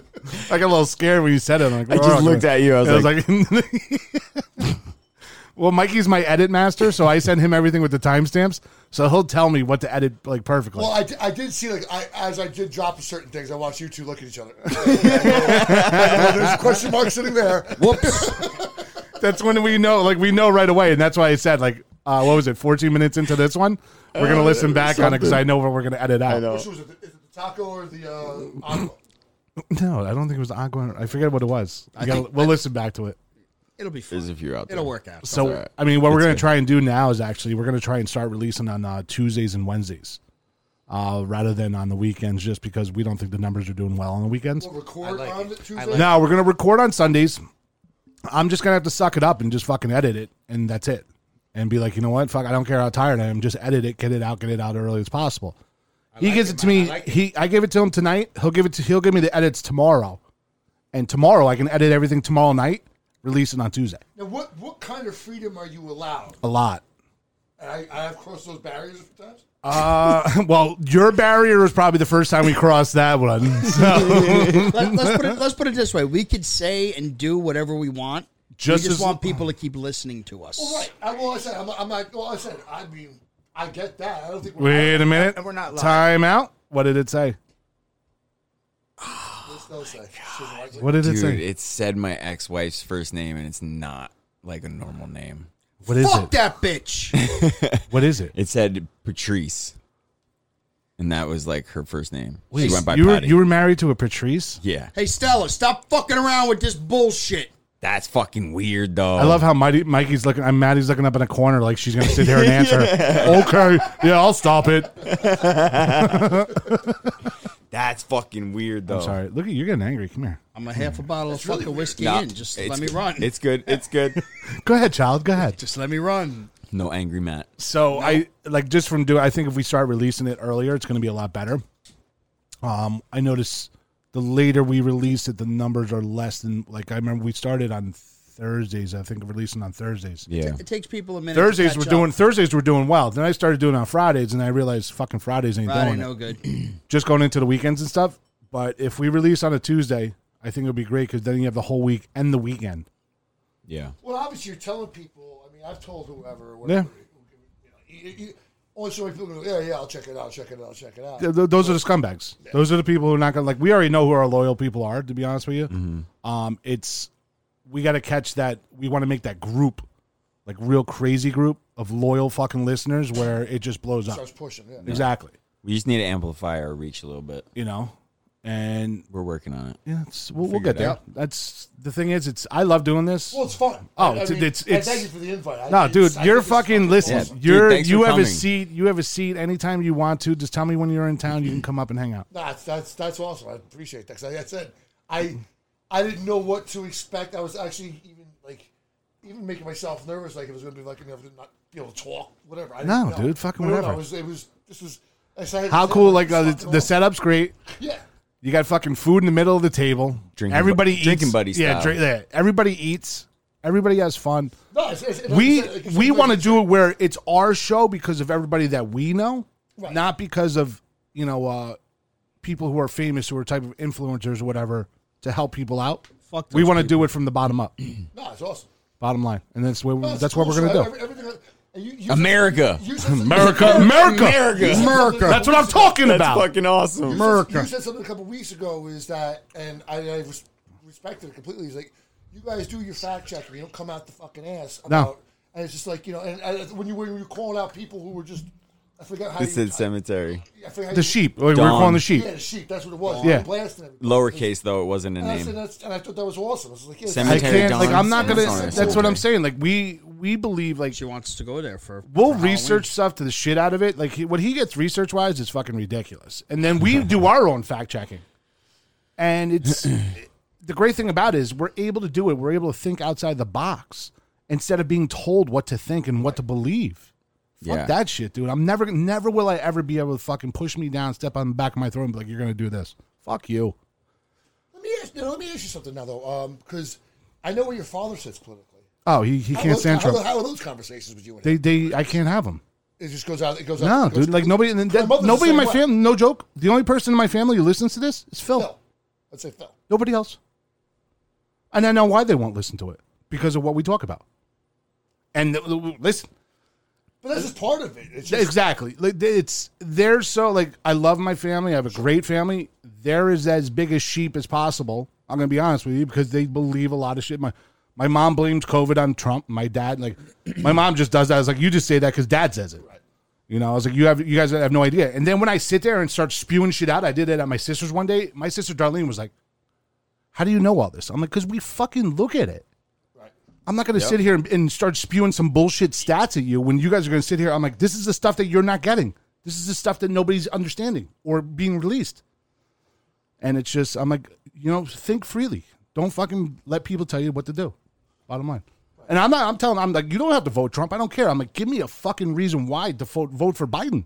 I got a little scared when you said it. I'm like, I we're just all looked gonna- at you. I was <laughs> well, Mikey's my edit master, so I send him everything with the timestamps, so he'll tell me what to edit like perfectly. Well, I, di- I did <laughs> see like I as I did drop certain things, I watched you two look at each other. <laughs> There's a question mark sitting there. Whoops. <laughs> that's when we know, like we know right away, and that's why I said, like, uh, what was it? 14 minutes into this one, we're gonna Uh, listen back on it because something. I know what we're gonna edit out. Which was it, the- is it the taco or the uh, agua? <laughs> No, I don't think it was Aqua. I forget what it was. I You gotta- think- we'll listen back to it. It'll be There's a few out there. It'll work out. So, I mean, what we're going to <laughs> try and do now is actually we're going to try and start releasing on uh, Tuesdays and Wednesdays uh, rather than on the weekends, just because we don't think the numbers are doing well on the weekends. We'll record on Tuesday. no, we're going to record on Sundays. I'm just going to have to suck it up and just fucking edit it, and that's it. And be like, you know what? Fuck, I don't care how tired I am. Just edit it, get it out, get it out early as possible. he gives it to me. he, I gave it to him tonight. He'll give it to. He'll give me the edits tomorrow, and tomorrow I can edit everything tomorrow night, release it on Tuesday. Now, what what kind of freedom are you allowed? A lot. And I, I have crossed those barriers sometimes. Uh, <laughs> well, your barrier was probably the first time we crossed that one. <laughs> So. Let, us put it. Let's put it this way: we could say and do whatever we want. Just we just as- want people to keep listening to us. Well, right. I, well, I said I'm, not- I'm not. Well, I said I mean I get that. I don't think. Wait a minute. And we're not live. <gasps> Time out. What did it say? Oh, What did it Dude, say? It said my ex-wife's first name, and it's not like a normal name. What is Fuck it? that <laughs> bitch. what is it? It said Patrice, and that was like her first name. Wait, she went by you were, Patty. you were married to a Patrice? yeah, Hey Stella, stop fucking around with this bullshit. that's fucking weird, though. I love how Mighty, Mikey's looking. I'm Maddie's looking up in a corner like she's gonna sit here and <laughs> answer. Yeah. Okay, yeah, I'll stop <laughs> it. That's fucking weird, though. I'm sorry. Look at you're getting angry. Come here. I'm a half a bottle of fucking whiskey Nah, in. Just it's- let me run. It's <laughs> good. It's good. Go ahead, child. Go ahead. Just let me run. no angry Matt. So I like just from doing. I think if we start releasing it earlier, it's going to be a lot better. Um, I notice the later we release it, the numbers are less than like I remember we started on Thursdays. I think releasing on Thursdays. Yeah. It takes people a minute. to Thursdays catch were up. doing Thursdays were doing well. Then I started doing it on Fridays, and I realized fucking Fridays ain't Friday, doing no it. good. <clears throat> Just going into the weekends and stuff. But if we release on a Tuesday, I think it would be great because then you have the whole week and the weekend. Yeah. Well, obviously you're telling people. I mean, I've told whoever. Or whatever, You, know, you, you, only so many people go. Yeah, yeah. I'll check it out. Check it out. Check it out. Th- th- those are the scumbags. Those are the people who are not gonna like. We already know who our loyal people are. To be honest with you, um, it's we got to catch that. We want to make that group like real crazy group of loyal fucking listeners where it just blows up. Starts pushing, yeah. Exactly. We just need to amplify our reach a little bit. You know, and we're working on it. Yeah, it's, we'll, we'll Figure get it there. out. That's the thing is, it's I love doing this. Well, it's fun. Oh, I- I it's mean, it's, and it's thank you for the invite. No, I- dude, it's- I think you're it's fucking fucking listen. awesome. Yeah, dude, you're thanks for you have a coming. seat. You have a seat anytime you want to. Just tell me when you're in town. You can come up and hang out. That's that's that's awesome. I appreciate that. 'Cause like I said, I I didn't know what to expect. I was actually even like even making myself nervous, like it was going to be like you know, not be able to talk, whatever. I didn't No, know. dude, fucking No, no, whatever. It was, it was this was. I said, How cool! Like uh, the, the setup's great. <laughs> Yeah. You got fucking food in the middle of the table. Drinking bu- everybody eats. drinking buddy Yeah, style. drink, yeah, everybody eats. Everybody has fun. No, it's- it's- it's- we it's- it's- we want to do it where it's our show because of everybody that we know, Right. not because of you know uh, people who are famous who are type of influencers or whatever to help people out. Fuck we those want to do people. it from the bottom up, No, it's awesome. bottom line, and that's where No, it's that's cool. what we're gonna So do. every- everything else- and you- you- America. you said something- <laughs> America, America, America. That's what I'm talking That's about. fucking awesome. You said something a couple weeks ago is that, and I, I res- respected it completely. Is like you guys do your fact checking. You don't come out the fucking ass. No. About, And it's just like you know, and, and when you when you were calling out people who were just, I forget how This you, is cemetery. I forget how The you- sheep. Like, we were calling the sheep. Yeah, the sheep. That's what it was. Yeah. Blasting everybody. Lowercase though, it wasn't a And I, said, name. that's, and I thought that was awesome. I was like, yeah, Cemetery I can't, like Dawn. I'm not gonna. Cemetery Dawn. That's what I'm saying. Like we we believe like she wants to go there for. We'll research stuff to the shit out of it. Like he, what he gets research wise is fucking ridiculous, and <laughs> then we do our own fact checking. And it's <clears throat> the great thing about it is we're able to do it. We're able to think outside the box instead of being told what to think and what to believe. Fuck Yeah. that shit, dude. I'm never, never will I ever be able to fucking push me down, step on the back of my throat, and be like, "You're gonna do this." Fuck you. Let me ask, you know, let me ask you something now though, because I know what your father sits politically. Oh, he, he How can't those- stand how, Trump. How are those conversations with you? And They, him? they, I can't have them. It just goes out. It goes out. No, it goes- dude. Like nobody, and My that, mother's the nobody in same my way. family. No joke. The only person in my family who listens to this is Phil. Let's say Phil. Nobody else. And I know why they won't listen to it because of what we talk about. And the, the- listen, But that's just part of it. It's just, exactly. Like, It's they're so like I love my family. I have a great family. They're as as big as sheep as possible. I'm gonna be honest with you because they believe a lot of shit. My my mom blames COVID on Trump. My dad like <clears throat> my mom just does that. I was like, you just say that because dad says it. You know, I was like, you have you guys have no idea. And then when I sit there and start spewing shit out, I did it at my sister's one day. My sister Darlene was like, "How do you know all this?" I'm like, "Cause we fucking look at it." I'm not going to Yep. sit here and, and start spewing some bullshit stats at you when you guys are going to sit here. I'm like, this is the stuff that you're not getting. This is the stuff that nobody's understanding or being released. And it's just, I'm like, you know, think freely. Don't fucking let people tell you what to do. Bottom line. And I'm not, I'm telling, I'm like, you don't have to vote Trump. I don't care. I'm like, give me a fucking reason why to vote, vote for Biden.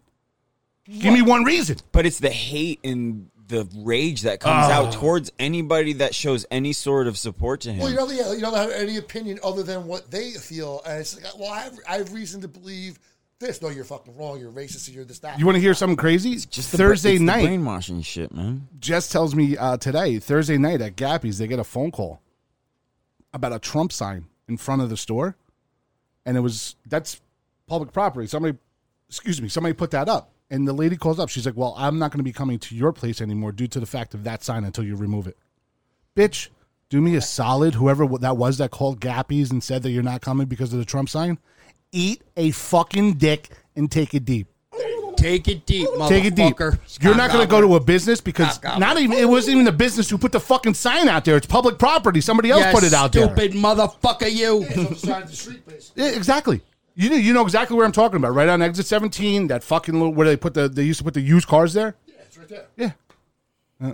Give me one reason. But it's the hate and the rage that comes Oh. out towards anybody that shows any sort of support to him. Well, you don't, yeah, you don't have any opinion other than what they feel, and it's like, well, I have, I have reason to believe this. No, you're fucking wrong. You're racist. You're this that. You want to hear something crazy? It's the- Thursday it's the night. brainwashing shit, man. Jess tells me uh, today, Thursday night at Gappy's, they get a phone call about a Trump sign in front of the store, and it was that's public property. Somebody, excuse me, somebody put that up, and the lady calls up. She's like, "Well, I'm not going to be coming to your place anymore due to the fact of that sign until you remove it." Bitch, do me a solid. Whoever that was that called Gappy's and said that you're not coming because of the Trump sign, eat a fucking dick and take it deep. Take it deep, motherfucker. Take it deep. You're not going to go to a business because Cock not even it wasn't even the business who put the fucking sign out there. It's public property. Somebody else You put it out stupid there. motherfucker, you. <laughs> Yeah, exactly. You know, you know exactly where I'm talking about. Right on exit 17, that fucking little where they put the they used to put the used cars there. Yeah, it's right there. Yeah. Uh,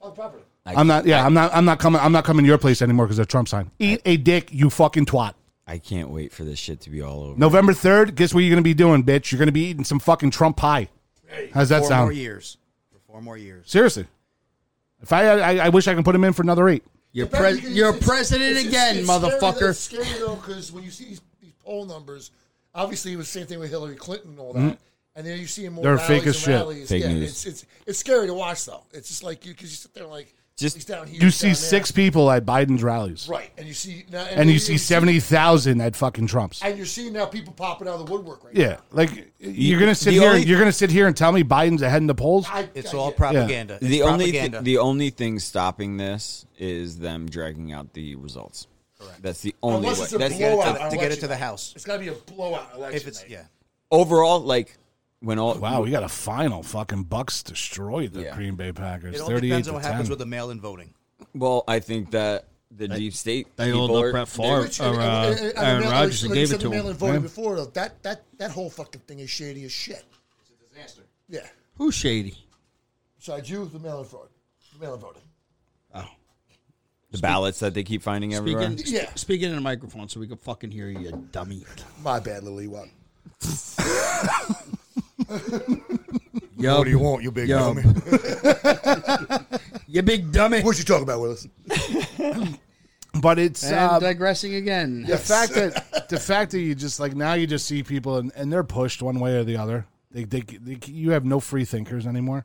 On property. I'm not. Yeah, I'm not. I'm not coming. I'm not coming to your place anymore because of the Trump sign. Eat a dick, you fucking twat. I can't wait for this shit to be all over. November 3rd. Guess what you're gonna be doing, bitch? You're gonna be eating some fucking Trump pie. How's that four sound? more years. For four more years. Seriously. If I, I, I wish I can put him in for another eight. You're pres- you're president again, motherfucker. Scary, it's scary though, because when you see these, these poll numbers, obviously it was the same thing with Hillary Clinton and all that. Mhm. And then you see more They're rallies fake as and shit. rallies. Fake yeah, news. It's, it's it's scary to watch though. It's just like you because you sit there like just he's down here. You he's see down six people at Biden's rallies, there. right, and you see now, and, you see seventy thousand at fucking Trump's. and you're seeing now people popping out of the woodwork. Right Yeah, like you're gonna sit the here. only- you're gonna sit here and tell me Biden's ahead in the polls. It's all propaganda. It's The only thi- propaganda. the only thing stopping this is them dragging out the results. Correct. That's the only Unless way. it's a That's blowout that's- election night. House. It's got to be a blowout election. If it's yeah, overall like when all Wow, we got a final fucking Bucks destroyed the Green Bay Packers. It all Thirty-eight depends to on what ten. happens with the mail-in voting. Well, I think that the deep state they people all know are- Brett Favre, they're- or, uh, And- and- and Aaron the mail- Rodgers, they like gave you it said, to the him. mail-in voting Yeah. before though. That that that whole fucking thing is shady as shit. It's a disaster. Yeah. Who's shady? Besides you, the mail-in fraud, the mail-in voting. the ballots that they keep finding everywhere. Speaking, yeah. Speaking in the microphone so we can fucking hear you, you dummy. My bad, Lily. What? Yo, What do you want, you big <laughs> dummy? you big dummy. What you talking about, Willis? But it's and uh, digressing again. the fact that the fact that you just like now you just see people and, and they're pushed one way or the other. They, they, they you have no free thinkers anymore.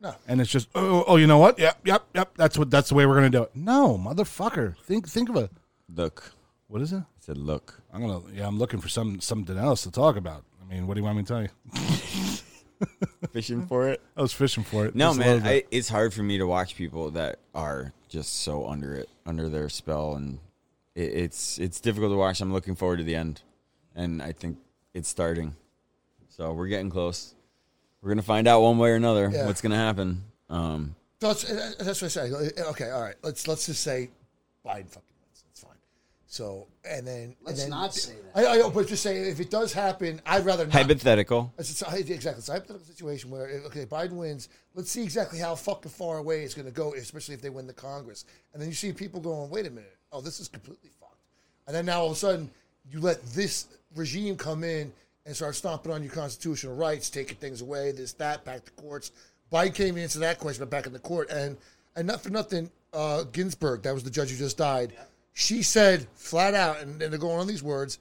No. And it's just oh, oh you know what? Yep, yep, yep. That's what that's the way we're gonna do it. No, motherfucker. Think think of a Look. What is it? I said look. <laughs> I'm gonna yeah, I'm looking for some something else to talk about. I mean, what do you want me to tell you? fishing for it. I was fishing for it. No, Just man, love it. I, it's hard for me to watch people that are just so under it, under their spell, and it, it's it's difficult to watch. I'm looking forward to the end, and I think it's starting. So we're getting close. We're gonna find out one way or another Yeah. what's gonna happen. Um, That's, uh, that's what I said. I go, Okay, all right. Let's let's just say Biden fucking wins. It's fine. So and then Let's and then, not say that. I, I know, but just say if it does happen, I'd rather not. Hypothetical. It's, it's, exactly. It's a hypothetical situation where uh, okay, Biden wins. Let's see exactly how fucking far away it's going to go, especially if they win the Congress. And then you see people going, "Wait a minute, oh, this is completely fucked." And then now all of a sudden, you let this regime come in and start stomping on your constitutional rights, taking things away, this, that, back to courts. Biden came in to that question, but back in the court. And and not for nothing, uh, Ginsburg, that was the judge who just died. She said flat out, and, and they're going on these words: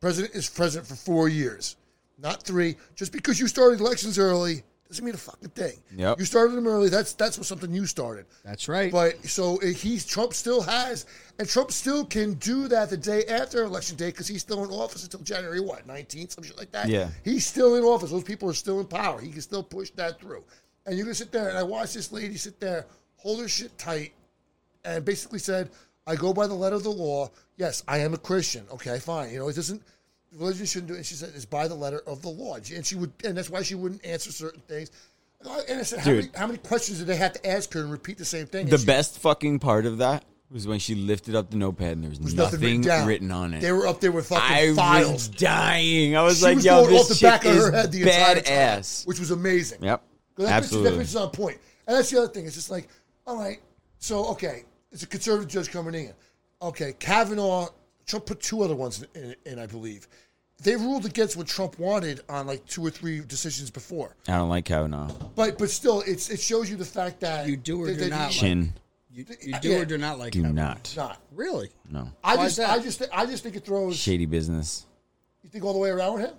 President is president for four years, not three. Just because you started elections early doesn't mean a fucking thing. Yep. You started them early. That's that's what something you started. That's right. But so uh, he's Trump still has, and Trump still can do that the day after election day because he's still in office until January what nineteenth, some shit like that. Yeah. he's still in office. Those people are still in power. He can still push that through. And you're gonna sit there, and I watched this lady sit there, hold her shit tight, and basically said, "I go by the letter of the law. Yes, I am a Christian. Okay, fine. You know, it doesn't religion shouldn't do it." And she said, "It's by the letter of the law." And she- And she would, and that's why she wouldn't answer certain things. And I said, how Dude. many, how many questions did they have to ask her and repeat the same thing? And the she- best fucking part of that was when she lifted up the notepad and there was, nothing, written, down. on it. They were up there with fucking I files. was dying. I was She like, was yo, going this off the chick back of is her head the entire time, badass. which was amazing. Yep, 'Cause That picture, that absolutely. picture's on point. And that's the other thing. It's just like, all right, so okay, it's a conservative judge coming in. Okay, Kavanaugh, Trump put two other ones in, in I believe. They ruled against what Trump wanted on like two or three decisions before. I don't like Kavanaugh. But but still, it's it shows you the fact that you do or do not like Chin, You, you do or do not like do him. not. uh, Not really. No. I Why is just I just thi- I just think it throws. Shady business. You think all the way around with him?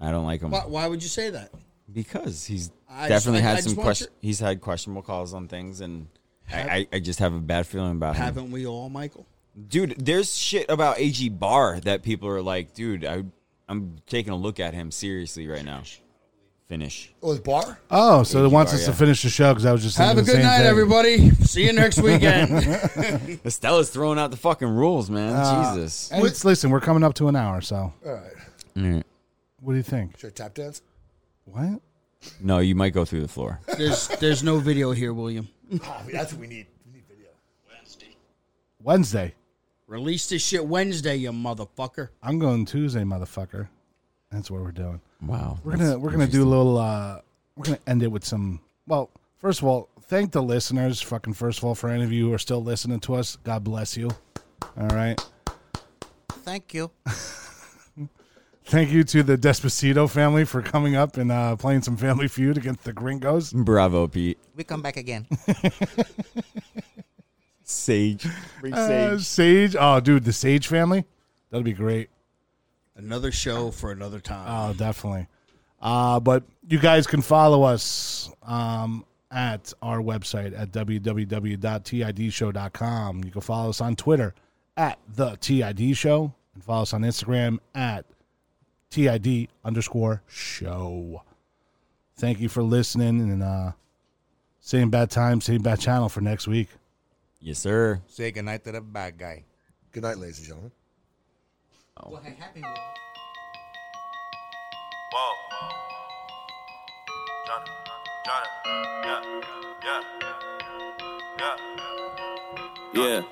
I don't like him. Why, why would you say that? Because he's I just- definitely I- I had just some want question. your- he's had questionable calls on things, and Have- I, I, I just have a bad feeling about him. <laughs> Haven't we all, Michael? Dude, there's shit about AG Barr that people are like, dude, I, I'm taking a look at him seriously right now. Finish. Oh, his bar. Oh, so it wants us yeah. to finish the show because I was just Have a thinking good the same night, thing. everybody. See you next <laughs> weekend. <laughs> Estella's throwing out the fucking rules, man. Uh, Oh, Jesus. and it's- listen, we're coming up to an hour, so All right, what do you think? should I tap dance? What? No, you might go through the floor. There's there's no video here, William. Ah, that's what we need. We need video. Wednesday. Release this shit Wednesday, you motherfucker. I'm going Tuesday, motherfucker. That's what we're doing. Wow. We're gonna that's we're gonna do a little. uh We're gonna end it with some. Well, first of all, thank the listeners. Fucking first of all, for any of you who are still listening to us, God bless you. All right. Thank you. Thank you to the Despacito family for coming up and uh, playing some Family Feud against the Gringos. Bravo, Pete. We come back again. Sage. Bring Uh, Sage. Sage. Oh, dude, the Sage family. That'll be great. Another show for another time. Oh, definitely. Uh, but you guys can follow us um, at our website at www.tidshow.com. You can follow us on Twitter at the TID show and follow us on Instagram at TID underscore show. Thank you for listening and uh, same bad time, same bad channel for next week. Yes, sir. Say goodnight to the bad guy. Good night, ladies and gentlemen. Whoa. Johnny, Johnny, yeah, yeah, yeah. Yeah.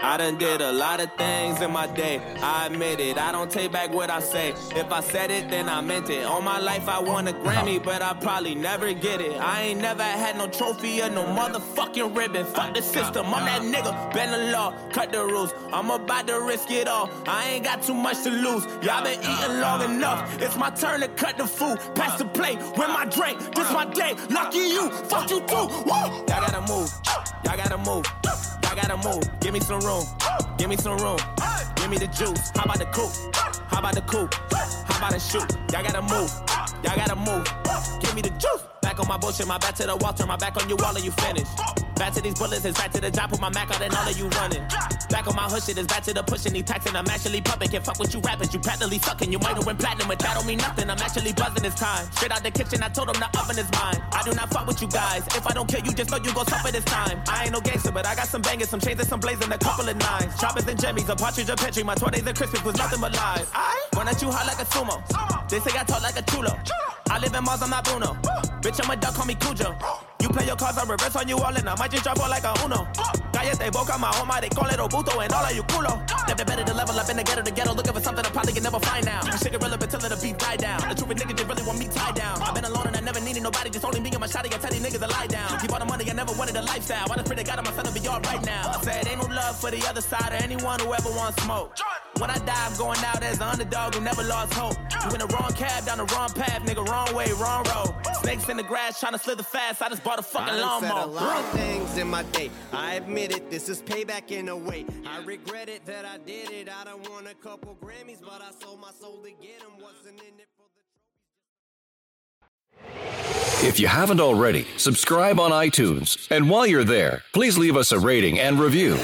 I done did a lot of things in my day. I admit it. I don't take back what I say. If I said it, then I meant it. All my life I won a Grammy, but I probably never get it. I ain't never had no trophy or no motherfucking ribbon. Fuck the system. I'm that nigga. Bend the law, cut the rules. I'm about to risk it all. I ain't got too much to lose. Y'all been eating long enough. It's my turn to cut the food. Pass the plate with my drink. This my day. Lucky you. Fuck you too. Woo! Y'all gotta move. Y'all gotta move. Y'all gotta move. Give me some room. Give me some room. Give me the juice. How about the coupe? How about the coupe? How about the shoot? Y'all gotta move. Y'all gotta move. Fuck, Give me the juice. Back on my bullshit, my back to the wall, turn my back on you, all of you finished. Back to these bullets, it's back to the job, put my Mac out and all of you running. Back on my hood shit, it's back to the pushing, these packs and I'm actually pumping. Can't fuck with you rappers, you practically sucking. You might have went platinum, but that don't mean nothing. I'm actually buzzing this time. Straight out the kitchen, I told him the oven is mine. I do not fuck with you guys. If I don't kill you, just know you gon' suffer this time. I ain't no gangster, but I got some bangers, some chains and some blazing, a couple of nines. Choppers and jimmies, a partridge, a pantry. My 20s and Christmas was nothing but lies. I run at you hard like a sumo. They say I talk like a chulo. I live in Mars, I'm not Bruno. Bitch, I'm a duck, call me Cujo. You play your cards, I reverse on you all, and I might just drop all like a Uno. Calles de boca, my homa, they call it Obuto, and all of you culo. Step the better to level up in the ghetto, the ghetto, looking for something I probably can never find now. Shit irrelevant till the beat die down. The truth is, niggas, they really want me tied down. I've been alone and I never needed nobody, just only me and my shotty. I tell these niggas to lie down. Keep all the money, I never wanted a lifestyle. I just pray to God that my son will be alright now. I said, ain't no love for the other side or anyone who ever wants smoke. When I die, I'm going out as an underdog who never lost hope. You in the wrong cab, down the wrong path, nigga, wrong way, wrong road. Snakes in the grass, trying to slither fast. I just bought a fucking I done said a lawnmower. lot of things in my day. I admit it, this is payback in a way. I regret it that I did it. I don't want a couple Grammys, but I sold my soul to get 'em. Wasn't in it for If you haven't already, subscribe on iTunes. And while you're there, please leave us a rating and review.